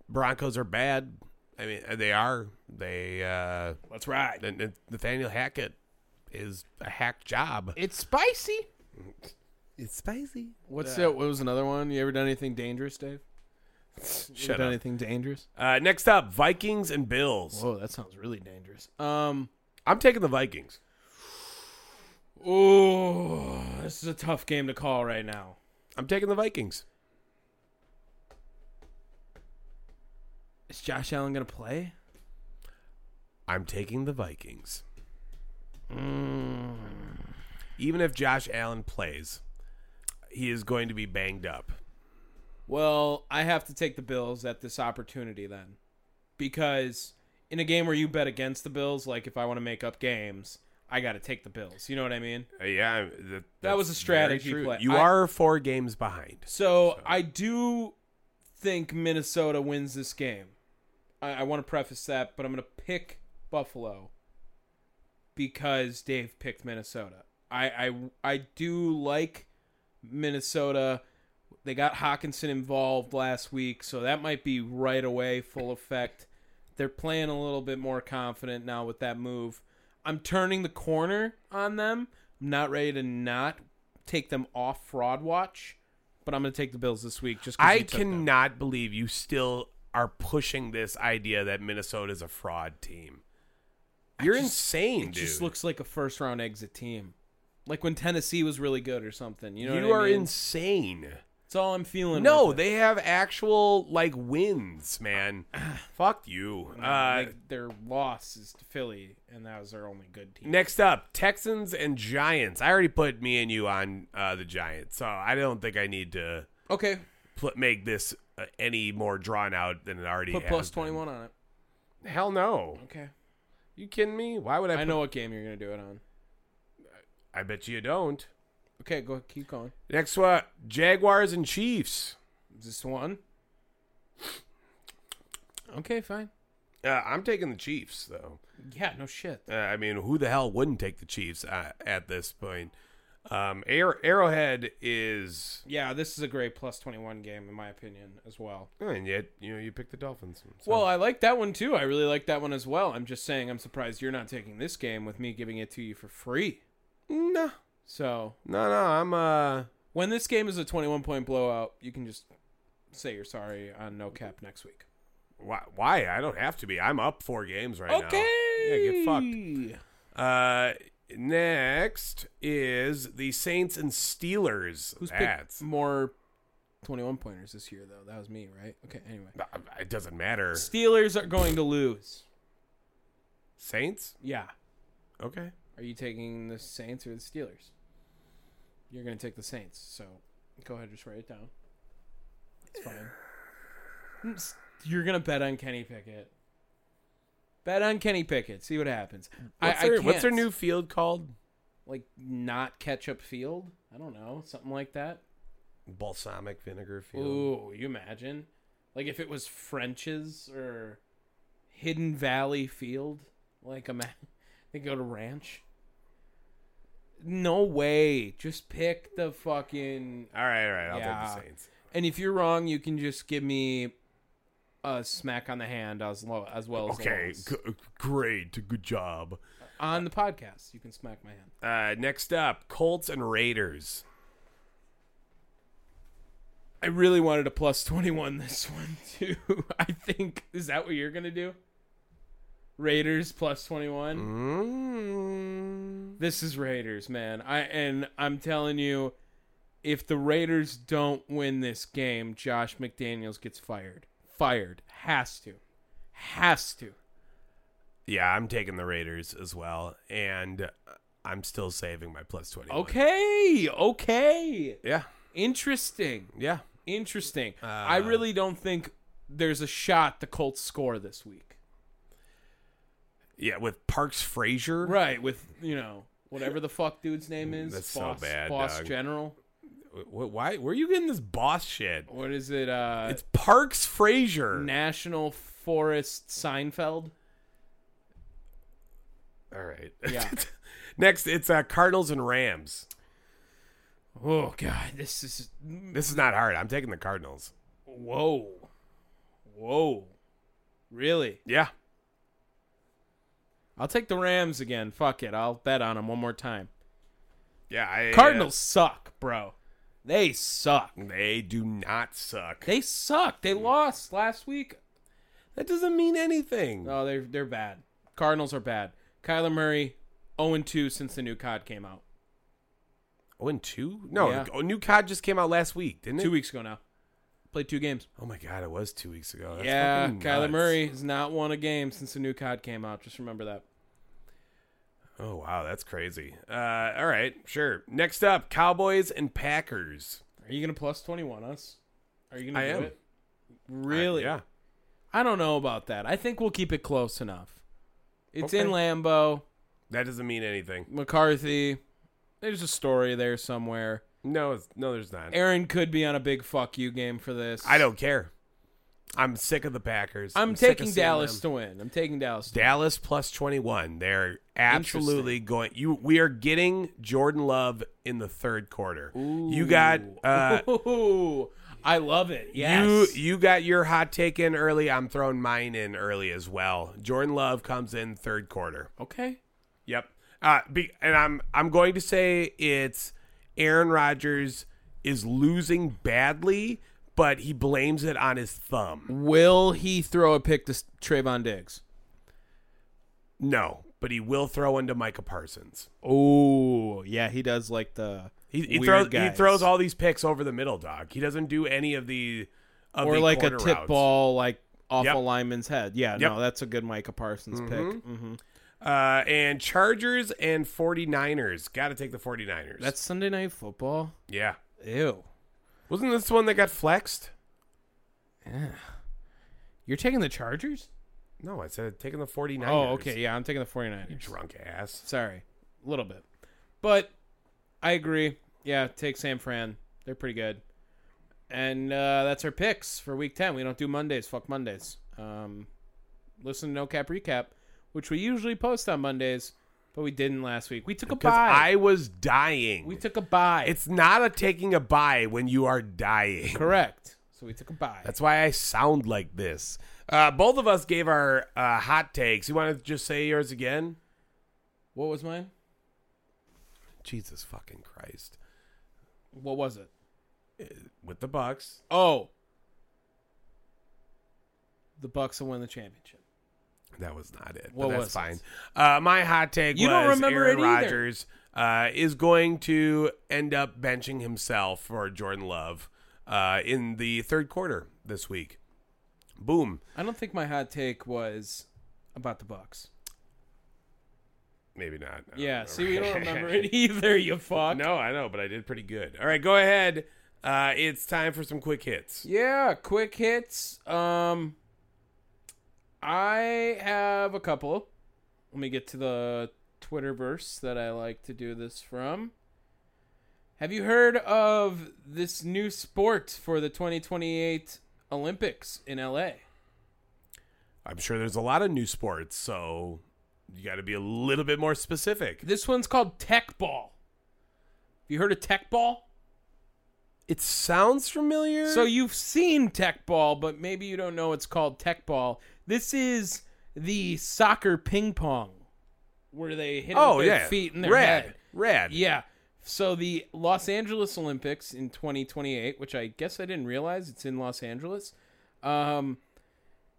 Speaker 3: Broncos are bad. I mean, uh, they are. They uh,
Speaker 1: Let's ride.
Speaker 3: N- N- Nathaniel Hackett is a hack job.
Speaker 1: It's spicy.
Speaker 3: It's spicy.
Speaker 1: What's that? What was another one? You ever done anything dangerous, Dave? You ever
Speaker 3: Shut
Speaker 1: done
Speaker 3: up.
Speaker 1: anything dangerous?
Speaker 3: Uh, next up, Vikings and Bills.
Speaker 1: Whoa, that sounds really dangerous. Um,
Speaker 3: I'm taking the Vikings.
Speaker 1: oh, this is a tough game to call right now.
Speaker 3: I'm taking the Vikings.
Speaker 1: Is Josh Allen gonna play?
Speaker 3: I'm taking the Vikings. Even if Josh Allen plays, he is going to be banged up.
Speaker 1: Well, I have to take the Bills at this opportunity then. Because in a game where you bet against the Bills, like if I want to make up games, I got to take the Bills. You know what I mean?
Speaker 3: Uh, yeah, that,
Speaker 1: That was
Speaker 3: that's
Speaker 1: a strategy
Speaker 3: very true.
Speaker 1: play.
Speaker 3: You
Speaker 1: I-
Speaker 3: are four games behind.
Speaker 1: So I do think Minnesota wins this game. I, I want to preface that, but I'm going to pick Buffalo because Dave picked Minnesota. I, I, I do like Minnesota. They got Hawkinson involved last week, so that might be right away, full effect. They're playing a little bit more confident now with that move. I'm turning the corner on them. I'm not ready to not take them off fraud watch, but I'm going to take the Bills this week just 'cause
Speaker 3: I
Speaker 1: you took them.
Speaker 3: cannot believe you still are pushing this idea that Minnesota is a fraud team. You're
Speaker 1: just-
Speaker 3: insane,
Speaker 1: It
Speaker 3: dude.
Speaker 1: just looks like a first round exit team. Like when Tennessee was really good or something. You
Speaker 3: you
Speaker 1: know what I
Speaker 3: are
Speaker 1: mean?
Speaker 3: insane.
Speaker 1: That's all I'm feeling.
Speaker 3: No,
Speaker 1: with it.
Speaker 3: they have actual like wins, man. Fuck you. Uh,
Speaker 1: Like, their loss is to Philly, and that was their only good team.
Speaker 3: next up, Texans and Giants. I already put me and you on uh, the Giants, so I don't think I need to
Speaker 1: okay,
Speaker 3: pl- make this uh, any more drawn out than it already.
Speaker 1: put
Speaker 3: has
Speaker 1: plus
Speaker 3: been.
Speaker 1: twenty one on it.
Speaker 3: Hell no.
Speaker 1: Okay,
Speaker 3: You kidding me? Why would I?
Speaker 1: I
Speaker 3: put-
Speaker 1: know what game you're gonna do it on.
Speaker 3: I bet you don't.
Speaker 1: Okay, go keep going.
Speaker 3: Next one Jaguars and Chiefs.
Speaker 1: Is this one? Okay, fine.
Speaker 3: Uh, I'm taking the Chiefs, though.
Speaker 1: Yeah, no shit.
Speaker 3: Uh, I mean, who the hell wouldn't take the Chiefs uh, at this point? Um, Arrow- Arrowhead is.
Speaker 1: Yeah, this is a great plus 21 game, in my opinion, as well.
Speaker 3: And yet, you know, you picked the Dolphins. so-
Speaker 1: Well, I like that one too. I really like that one as well. I'm just saying, I'm surprised you're not taking this game with me giving it to you for free.
Speaker 3: no,
Speaker 1: So,
Speaker 3: no, no. I'm uh,
Speaker 1: when this game is a 21 point blowout, you can just say you're sorry on no cap next week.
Speaker 3: why? Why? I don't have to be. I'm up four games right now. Yeah, get fucked. Uh, next is the Saints and Steelers.
Speaker 1: Who's
Speaker 3: That's
Speaker 1: picked more 21 pointers this year, though? That was me, right? Okay, anyway.
Speaker 3: Uh, it doesn't matter.
Speaker 1: Steelers are going to lose.
Speaker 3: Saints.
Speaker 1: Yeah.
Speaker 3: Okay.
Speaker 1: Are you taking the Saints or the Steelers? You're going to take the Saints, so go ahead, just write it down. It's fine. Mm, s- You're going to bet on Kenny Pickett. Bet on Kenny Pickett. See what happens. I-
Speaker 3: What's,
Speaker 1: I,
Speaker 3: their, what's their
Speaker 1: can't.
Speaker 3: new field called?
Speaker 1: like not ketchup field? I don't know, something like that.
Speaker 3: Balsamic vinegar field.
Speaker 1: Ooh, you imagine? Like if it was French's or Hidden Valley Field, like ima- they go to ranch. No way. Just pick the fucking
Speaker 3: All right, all right. I'll
Speaker 1: Yeah.
Speaker 3: take the Saints.
Speaker 1: And if you're wrong, you can just give me a smack on the hand as low as well as a
Speaker 3: Okay,
Speaker 1: loss.
Speaker 3: g- great, good job.
Speaker 1: on the podcast, you can smack my hand.
Speaker 3: Uh, next up, Colts and Raiders.
Speaker 1: I really wanted a plus 21 this one too. I think is that what you're going to do? Raiders plus 21.
Speaker 3: Mm.
Speaker 1: This is Raiders, man. I and I'm telling you, if the Raiders don't win this game, Josh McDaniels gets fired. Fired. Has to. Has to.
Speaker 3: Yeah, I'm taking the Raiders as well, and I'm still saving my plus twenty.
Speaker 1: Okay. Okay.
Speaker 3: Yeah,
Speaker 1: Interesting.
Speaker 3: yeah.
Speaker 1: Interesting.
Speaker 3: Uh,
Speaker 1: I really don't think there's a shot the Colts score this week.
Speaker 3: Yeah, with Parks Frazier.
Speaker 1: Right, with you know, whatever the fuck dude's name is.
Speaker 3: Mm, That's so
Speaker 1: boss,
Speaker 3: bad,
Speaker 1: Boss
Speaker 3: dog.
Speaker 1: General.
Speaker 3: Wh- wh- Why? Where are you getting this boss shit?
Speaker 1: What is it? Uh
Speaker 3: It's Parks Frazier.
Speaker 1: National Forest Seinfeld.
Speaker 3: All right.
Speaker 1: Yeah.
Speaker 3: Next, it's uh, Cardinals and Rams.
Speaker 1: Oh god, this is
Speaker 3: This is not hard. I'm taking the Cardinals.
Speaker 1: whoa, whoa, really?
Speaker 3: Yeah.
Speaker 1: I'll take the Rams again. Fuck it, I'll bet on them one more time.
Speaker 3: Yeah. I, uh,
Speaker 1: Cardinals suck, bro. They suck.
Speaker 3: They do not suck.
Speaker 1: They suck. They lost last week.
Speaker 3: That doesn't mean anything.
Speaker 1: No, they're they're bad. Cardinals are bad. Kyler Murray, zero two since the new COD came out
Speaker 3: Oh, and two? No,
Speaker 1: Yeah.
Speaker 3: oh, new COD just came out last week, didn't it?
Speaker 1: two weeks ago now. Played two games.
Speaker 3: Oh my god, it was two weeks ago. Oh, That's
Speaker 1: yeah,
Speaker 3: fucking
Speaker 1: Kyler
Speaker 3: nuts.
Speaker 1: Murray has not won a game since the new COD came out. Just remember that.
Speaker 3: Oh wow, that's crazy. Uh, all right, sure. Next up, Cowboys and Packers.
Speaker 1: Are you gonna plus twenty one us? Are you gonna
Speaker 3: I
Speaker 1: do
Speaker 3: am.
Speaker 1: it? Really?
Speaker 3: Yeah.
Speaker 1: I don't know about that. I think we'll keep it close enough. It's in
Speaker 3: Okay.
Speaker 1: Lambeau,
Speaker 3: That doesn't mean anything.
Speaker 1: McCarthy. There's a story there somewhere.
Speaker 3: No, it's, no, there's not.
Speaker 1: Aaron could be on a big fuck you game for this.
Speaker 3: I don't care. I'm sick of the Packers.
Speaker 1: I'm,
Speaker 3: sick
Speaker 1: taking
Speaker 3: of seeing
Speaker 1: Dallas
Speaker 3: them.
Speaker 1: to win. I'm taking Dallas. To
Speaker 3: Dallas plus twenty one. They're absolutely going. You, we are getting Jordan Love in the third quarter. You got uh,
Speaker 1: Ooh, I love it.
Speaker 3: You
Speaker 1: Yes.
Speaker 3: you got your hot take in early. I'm throwing mine in early as well. Jordan Love comes in third quarter.
Speaker 1: okay.
Speaker 3: Yep. Uh, be, and I'm I'm going to say it's Aaron Rodgers is losing badly, but he blames it on his thumb.
Speaker 1: Will he throw a pick to s- Trayvon Diggs?
Speaker 3: No, but he will throw into Micah Parsons.
Speaker 1: Oh, yeah, he does like the
Speaker 3: He, he
Speaker 1: weird
Speaker 3: throws he
Speaker 1: guys.
Speaker 3: throws all these picks over the middle, dog. He doesn't do any of the of
Speaker 1: or
Speaker 3: the
Speaker 1: like a
Speaker 3: corner
Speaker 1: tip
Speaker 3: routes.
Speaker 1: ball like off
Speaker 3: Yep.
Speaker 1: a lineman's head. Yeah, no,
Speaker 3: Yep. Mm-hmm.
Speaker 1: that's a good Micah Parsons pick. hmm
Speaker 3: Uh, and Chargers and 49ers. Got to take the 49ers.
Speaker 1: That's Sunday night football.
Speaker 3: yeah.
Speaker 1: Ew.
Speaker 3: Wasn't this one that got flexed?
Speaker 1: You're taking the Chargers?
Speaker 3: No, I said taking the 49ers.
Speaker 1: Oh, okay. Yeah, I'm taking the 49ers.
Speaker 3: Drunk ass.
Speaker 1: Sorry. A little bit. But I agree. Yeah, take San Fran. They're pretty good. And uh, that's our picks for week 10. We don't do Mondays. Fuck Mondays. Um, listen to No Cap Recap, which we usually post on Mondays, but we didn't last week. We took a
Speaker 3: Because
Speaker 1: bye.
Speaker 3: I was dying.
Speaker 1: we took a bye.
Speaker 3: it's not a taking a bye when you are dying.
Speaker 1: correct. So we took a bye.
Speaker 3: That's why I sound like this. Uh, both of us gave our uh, hot takes. You want to just say yours again?
Speaker 1: what was mine?
Speaker 3: Jesus fucking Christ!
Speaker 1: What was it?
Speaker 3: uh, With the Bucks,
Speaker 1: Oh, the Bucks will win the championship.
Speaker 3: that was not it.
Speaker 1: What
Speaker 3: but that's
Speaker 1: was it?
Speaker 3: fine. Uh, my hot take
Speaker 1: You
Speaker 3: was
Speaker 1: don't remember
Speaker 3: Aaron
Speaker 1: it either.
Speaker 3: Rodgers uh, is going to end up benching himself for Jordan Love uh, in the third quarter this week. Boom.
Speaker 1: I don't think my hot take was about the Bucks.
Speaker 3: Maybe not. I don't
Speaker 1: Yeah,
Speaker 3: remember.
Speaker 1: see, we don't remember it either. You fuck.
Speaker 3: No, I know, but I did pretty good. All right, go ahead. Uh, it's time for some quick hits.
Speaker 1: Yeah, quick hits. Um, I have a couple. Let me get to the Twitterverse that I like to do this from. Have you heard of this new sport for the 2028 Olympics in LA?
Speaker 3: I'm sure there's a lot of new sports, so you got to be a little bit more specific.
Speaker 1: This one's called tech ball. Have you heard of tech ball?
Speaker 3: It sounds familiar.
Speaker 1: So you've seen tech ball, but maybe you don't know it's called tech ball. This is the soccer ping pong, where they hit it
Speaker 3: oh
Speaker 1: with their
Speaker 3: yeah,
Speaker 1: feet and their
Speaker 3: rad,
Speaker 1: head.
Speaker 3: rad.
Speaker 1: Yeah. So the Los Angeles Olympics in 2028, which I guess I didn't realize it's in Los Angeles. Um,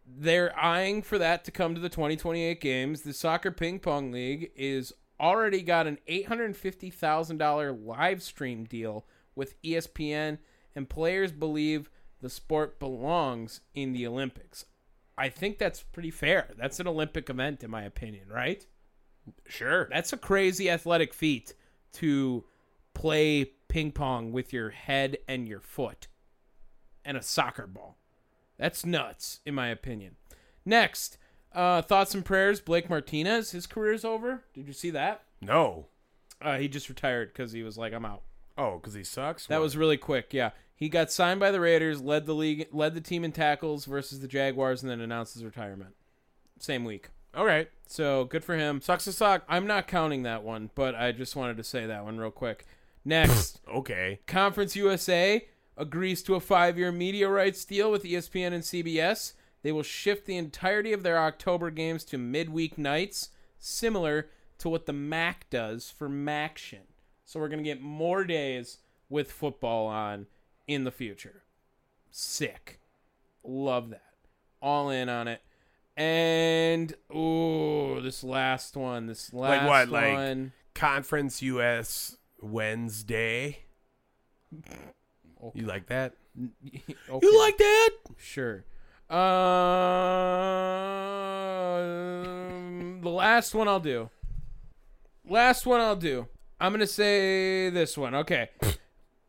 Speaker 1: they're eyeing for that to come to the 2028 games. The Soccer Ping Pong League is already got an $850,000 live stream deal with E ESPN, and players believe the sport belongs in the Olympics. I think that's pretty fair. That's an Olympic event, in my opinion, right?
Speaker 3: sure.
Speaker 1: That's a crazy athletic feat to play ping pong with your head and your foot and a soccer ball. That's nuts, in my opinion. Next, uh, thoughts and prayers. Blake Martinez, his career's over. Did you see that?
Speaker 3: No.
Speaker 1: Uh, he just retired because he was like, "I'm out."
Speaker 3: Oh, because he sucks.
Speaker 1: That was really quick. Yeah, he got signed by the Raiders, led the league, led the team in tackles versus the Jaguars, and then announced his retirement same week.
Speaker 3: all right.
Speaker 1: So good for him.
Speaker 3: Sucks to suck.
Speaker 1: I'm not counting that one, but I just wanted to say that one real quick. Next,
Speaker 3: Okay.
Speaker 1: Conference USA agrees to a five year media rights deal with E ESPN and CBS. They will shift the entirety of their October games to midweek nights, similar to what the MAC does for MACtion. So we're going to get more days with football on in the future. Sick. Love that. All in on it. And oh, this last one, this last
Speaker 3: Like what? Like
Speaker 1: one.
Speaker 3: conference U.S. Wednesday. You like that?
Speaker 1: Okay.
Speaker 3: that?
Speaker 1: Sure. Um, the last one I'll do. Last one I'll do. I'm gonna say this one. Okay.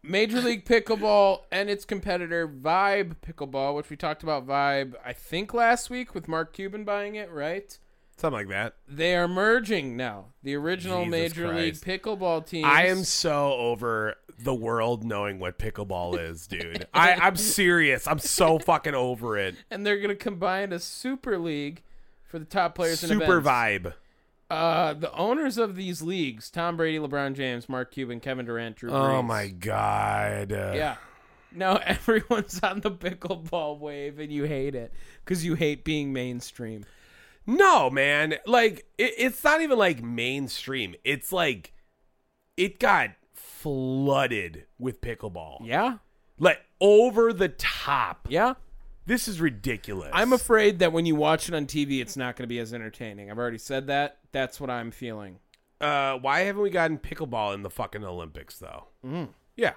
Speaker 1: Major League Pickleball and its competitor Vibe Pickleball, which we talked about Vibe, I think last week with Mark Cuban buying it, right?
Speaker 3: Something like that.
Speaker 1: They are merging now. The original
Speaker 3: Jesus
Speaker 1: Major
Speaker 3: Christ.
Speaker 1: League Pickleball team.
Speaker 3: I am so over the world knowing what pickleball is, dude. I, I'm serious. I'm so fucking over it.
Speaker 1: and they're gonna combine a Super League for the top players. and
Speaker 3: Super
Speaker 1: events.
Speaker 3: vibe.
Speaker 1: Uh, the owners of these leagues: Tom Brady, LeBron James, Mark Cuban, Kevin Durant, Drew.
Speaker 3: Oh
Speaker 1: Brees.
Speaker 3: my god. Uh,
Speaker 1: Yeah. Now everyone's on the pickleball wave, and you hate it because you hate being mainstream.
Speaker 3: No, man. Like it, it's not even like mainstream. It's like it got flooded with pickleball.
Speaker 1: Yeah.
Speaker 3: Like over the top.
Speaker 1: Yeah.
Speaker 3: This is ridiculous.
Speaker 1: I'm afraid that when you watch it on TV, it's not going to be as entertaining. I've already said that. That's what I'm feeling.
Speaker 3: uh why haven't we gotten pickleball in the fucking Olympics though?
Speaker 1: Mm.
Speaker 3: Yeah.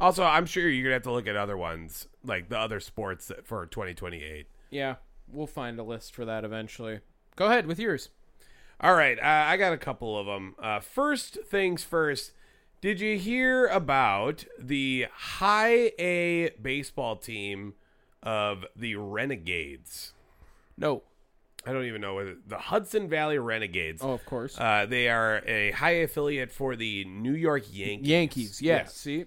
Speaker 3: Also, I'm sure you're gonna have to look at other ones, like the other sports that, for 2028.
Speaker 1: Yeah. We'll find a list for that eventually. Go ahead with yours.
Speaker 3: All right, uh, I got a couple of them. Uh, first things first. Did you hear about the high A baseball team of the Renegades?
Speaker 1: No.
Speaker 3: I don't even know whether the Hudson Valley Renegades.
Speaker 1: Oh, of course.
Speaker 3: Uh, they are a high affiliate for the New York Yankees.
Speaker 1: Yankees, yeah. See,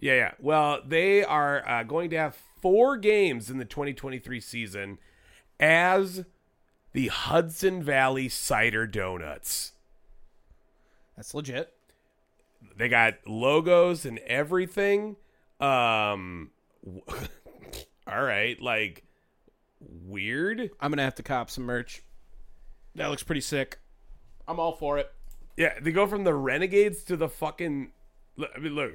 Speaker 3: Yeah, yeah. Well, they are uh, going to have four games in the 2023 season as the Hudson Valley Cider Donuts.
Speaker 1: that's legit.
Speaker 3: They got logos and everything. Um, w- all right, like weird.
Speaker 1: I'm gonna have to cop some merch. That looks pretty sick. I'm all for it.
Speaker 3: Yeah, they go from the Renegades to the fucking. look- I mean, look,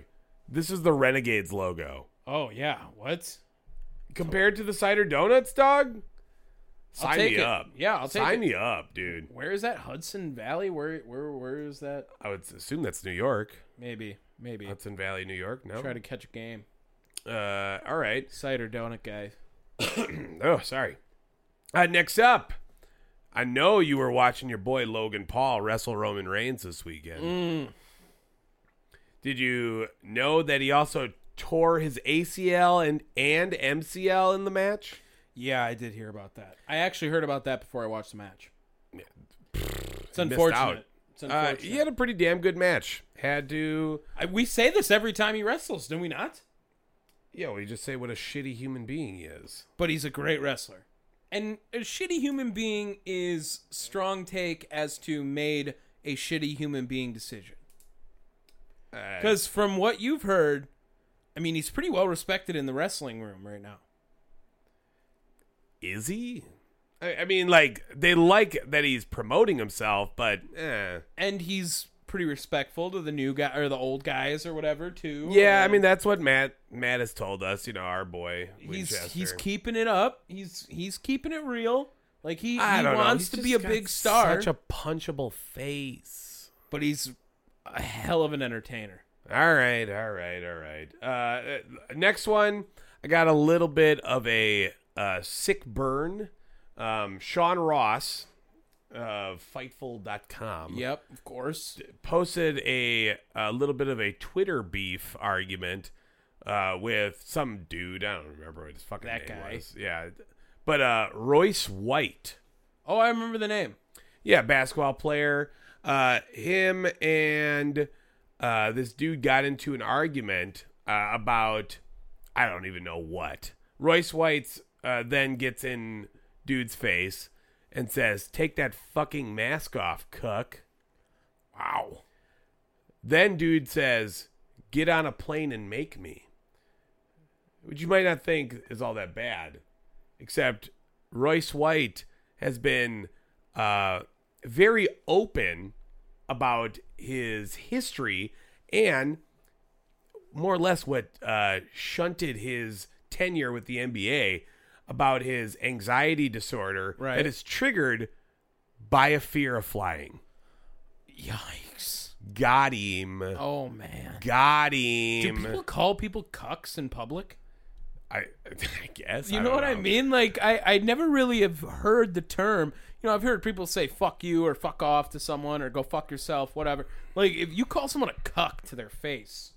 Speaker 3: this is the Renegades logo
Speaker 1: Oh yeah, what?
Speaker 3: compared to the cider donuts, dog. Sign
Speaker 1: take
Speaker 3: me
Speaker 1: it.
Speaker 3: up.
Speaker 1: Yeah, I'll take
Speaker 3: sign
Speaker 1: it.
Speaker 3: me up, dude.
Speaker 1: Where is that Hudson Valley? Where where where is that?
Speaker 3: I would assume that's New York,
Speaker 1: Maybe maybe
Speaker 3: Hudson Valley, New York. No,
Speaker 1: try to catch a game.
Speaker 3: uh, all right.
Speaker 1: Cider donut guy.
Speaker 3: Oh, sorry. Uh, next up, I know you were watching your boy Logan Paul wrestle Roman Reigns this weekend. Did you know that he also tore his ACL and and MCL in the match?
Speaker 1: Yeah, I did hear about that. I actually heard about that before I watched the match. It's
Speaker 3: missed out.
Speaker 1: unfortunate. It's
Speaker 3: Uh,
Speaker 1: unfortunate.
Speaker 3: he had a pretty damn good match. Had to,
Speaker 1: I- we say this every time he wrestles, do we not?
Speaker 3: you know, we just say what a shitty human being he is.
Speaker 1: But he's a great wrestler. And a shitty human being is strong take as to made a shitty human being decision.
Speaker 3: Uh,
Speaker 1: Because from what you've heard, I mean, he's pretty well respected in the wrestling room right now.
Speaker 3: is he? I, I mean, like they like that he's promoting himself, but eh.
Speaker 1: And he's pretty respectful to the new guy or the old guys or whatever too.
Speaker 3: Yeah, I
Speaker 1: And
Speaker 3: mean that's what Matt Matt has told us. You know, our boy
Speaker 1: he's
Speaker 3: Winchester.
Speaker 1: he's keeping it up. He's he's keeping it real. Like he, he
Speaker 3: I don't know,
Speaker 1: wants
Speaker 3: he's
Speaker 1: to be a
Speaker 3: just got
Speaker 1: big star,
Speaker 3: Such a punchable face.
Speaker 1: but he's a hell of an entertainer.
Speaker 3: All right, all right, all right. Uh, uh, next one, I got a little bit of a uh, sick burn. Um, Sean Ross of Fightful.com.
Speaker 1: Yep, of course.
Speaker 3: posted a a little bit of a Twitter beef argument uh, with some dude. I don't remember what his fucking
Speaker 1: That
Speaker 3: name
Speaker 1: guy.
Speaker 3: was. Yeah, but uh, Royce White,
Speaker 1: Oh, I remember the name.
Speaker 3: yeah, basketball player. Uh, him and uh, this dude got into an argument uh, about I don't even know what. Royce White's uh, then gets in dude's face and says, "Take that fucking mask off, cuck." Wow. Then dude says, "Get on a plane and make me," which you might not think is all that bad, except Royce White has been uh, very open about his history and more or less what uh, shunted his tenure with the NBA about his anxiety disorder
Speaker 1: Right.
Speaker 3: that is triggered by a fear of flying.
Speaker 1: Yikes!
Speaker 3: Got him.
Speaker 1: Oh man,
Speaker 3: Got
Speaker 1: do
Speaker 3: him.
Speaker 1: people call people cucks in public?
Speaker 3: I, I guess.
Speaker 1: You
Speaker 3: I
Speaker 1: know
Speaker 3: don't
Speaker 1: what I mean? Like I, I never really have heard the term. You know, I've heard people say "fuck you" or "fuck off" to someone or "go fuck yourself," whatever. Like if you call someone a cuck to their face,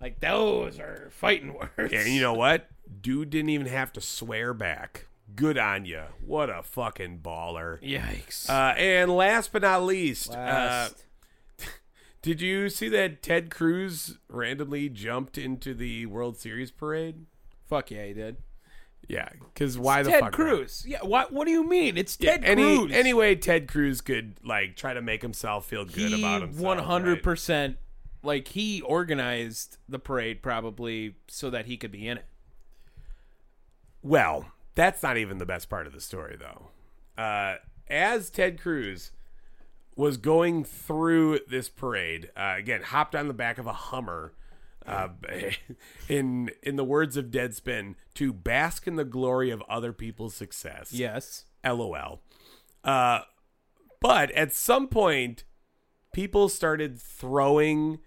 Speaker 1: like those are fighting words.
Speaker 3: And you know what? Dude didn't even have to swear back. Good on you. What a fucking baller.
Speaker 1: Yikes!
Speaker 3: Uh, and last but not least, Uh,
Speaker 1: Last.
Speaker 3: did you see that Ted Cruz randomly jumped into the World Series parade?
Speaker 1: fuck yeah, he did.
Speaker 3: Yeah, because why the
Speaker 1: Ted
Speaker 3: fuck? not?
Speaker 1: Cruz. Yeah. What? What do you mean? It's
Speaker 3: Yeah,
Speaker 1: Ted
Speaker 3: any,
Speaker 1: Cruz.
Speaker 3: Any way Ted Cruz could like try to make himself feel good
Speaker 1: he
Speaker 3: about himself.
Speaker 1: one hundred
Speaker 3: right?
Speaker 1: percent. Like he organized the parade probably so that he could be in it.
Speaker 3: Well, that's not even the best part of the story, though. Uh, as Ted Cruz was going through this parade, uh, again, hopped on the back of a Hummer, uh, in in the words of Deadspin, to bask in the glory of other people's success.
Speaker 1: Yes.
Speaker 3: LOL. Uh, but at some point, people started throwing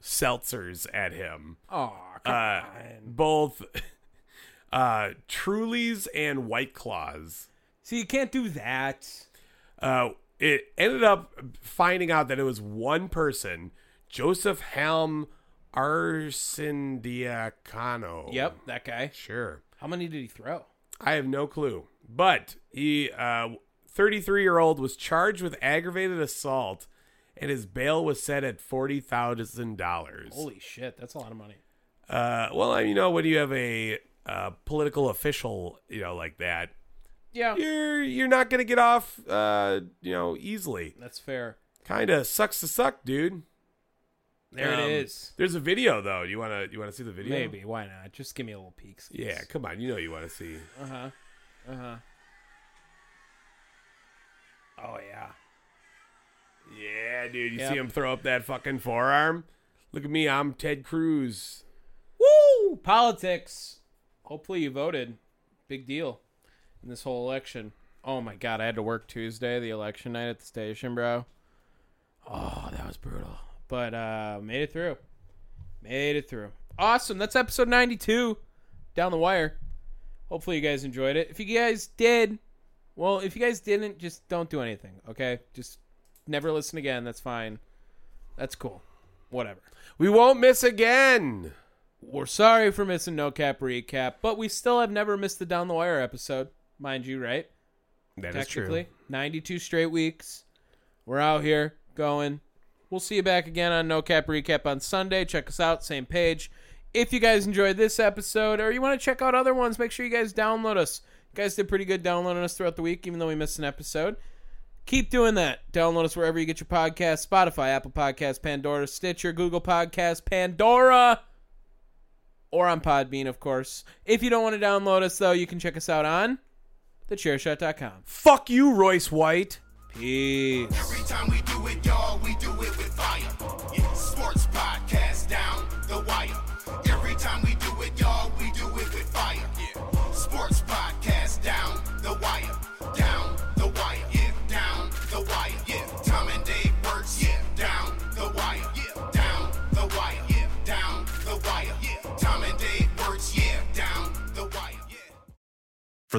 Speaker 3: seltzers at him.
Speaker 1: Oh,
Speaker 3: Uh, both uh, Trulies and White Claws.
Speaker 1: see, you can't do that.
Speaker 3: Uh, it ended up finding out that it was one person, Joseph Helm Arcindiacano.
Speaker 1: Yep, that guy.
Speaker 3: Sure.
Speaker 1: How many did he throw?
Speaker 3: I have no clue. But he uh 33 year old was charged with aggravated assault, and his bail was set at $40,000.
Speaker 1: Holy shit, that's a lot of money.
Speaker 3: Uh, well, I- you know, when you have a uh, political official, you know, like that,
Speaker 1: Yeah,
Speaker 3: you're you're not gonna get off, uh, you know, easily.
Speaker 1: that's fair.
Speaker 3: Kind of sucks to suck, dude.
Speaker 1: There
Speaker 3: Um,
Speaker 1: it is.
Speaker 3: There's a video though. You wanna you wanna see the video?
Speaker 1: Maybe why not? Just give me a little peek.
Speaker 3: Yeah, come on. You know you wanna see.
Speaker 1: Uh huh. Uh huh. Oh yeah.
Speaker 3: Yeah, dude. You
Speaker 1: Yep.
Speaker 3: see him throw up that fucking forearm. Look at me. I'm Ted Cruz.
Speaker 1: Woo! Politics. Hopefully you voted. Big deal in this whole election. Oh my god, I had to work Tuesday, the election night at the station, bro. Oh, that was brutal. But uh made it through. Made it through. Awesome. That's episode 92 down the wire. Hopefully you guys enjoyed it. If you guys did, well, if you guys didn't, just don't do anything, okay? Just never listen again. That's fine. That's cool. Whatever.
Speaker 3: We won't miss again.
Speaker 1: We're sorry for missing no cap recap, but we still have never missed the down the wire episode, mind you, right?
Speaker 3: That is
Speaker 1: Technically,
Speaker 3: true.
Speaker 1: 92 straight weeks. We're out here going. We'll see you back again on no cap recap on Sunday. Check us out, same page. If you guys enjoyed this episode or you want to check out other ones, make sure you guys download us. You guys did pretty good downloading us throughout the week, even though we missed an episode. Keep doing that. Download us wherever you get your podcasts Spotify, Apple Podcasts, Pandora, Stitcher, Google Podcasts, Pandora or on Podbean, of course. If you don't want to download us, though, you can check us out on thechairshot.com.
Speaker 3: Fuck you, Royce White.
Speaker 1: Peace.
Speaker 2: Every time we do it, y'all, we do it with fire. Yeah. Sports podcast down the wire. Every time we do it, y'all, we do it with fire. Yeah. Sports podcast down the wire. Down the wire. Yeah. Down the wire. Yeah. Tom and Dave works. Yeah. Down the wire. Yeah. Down the wire. Yeah. Down the wire. Yeah. Tom and Dave works. Yeah. Down the wire. Yeah.
Speaker 4: For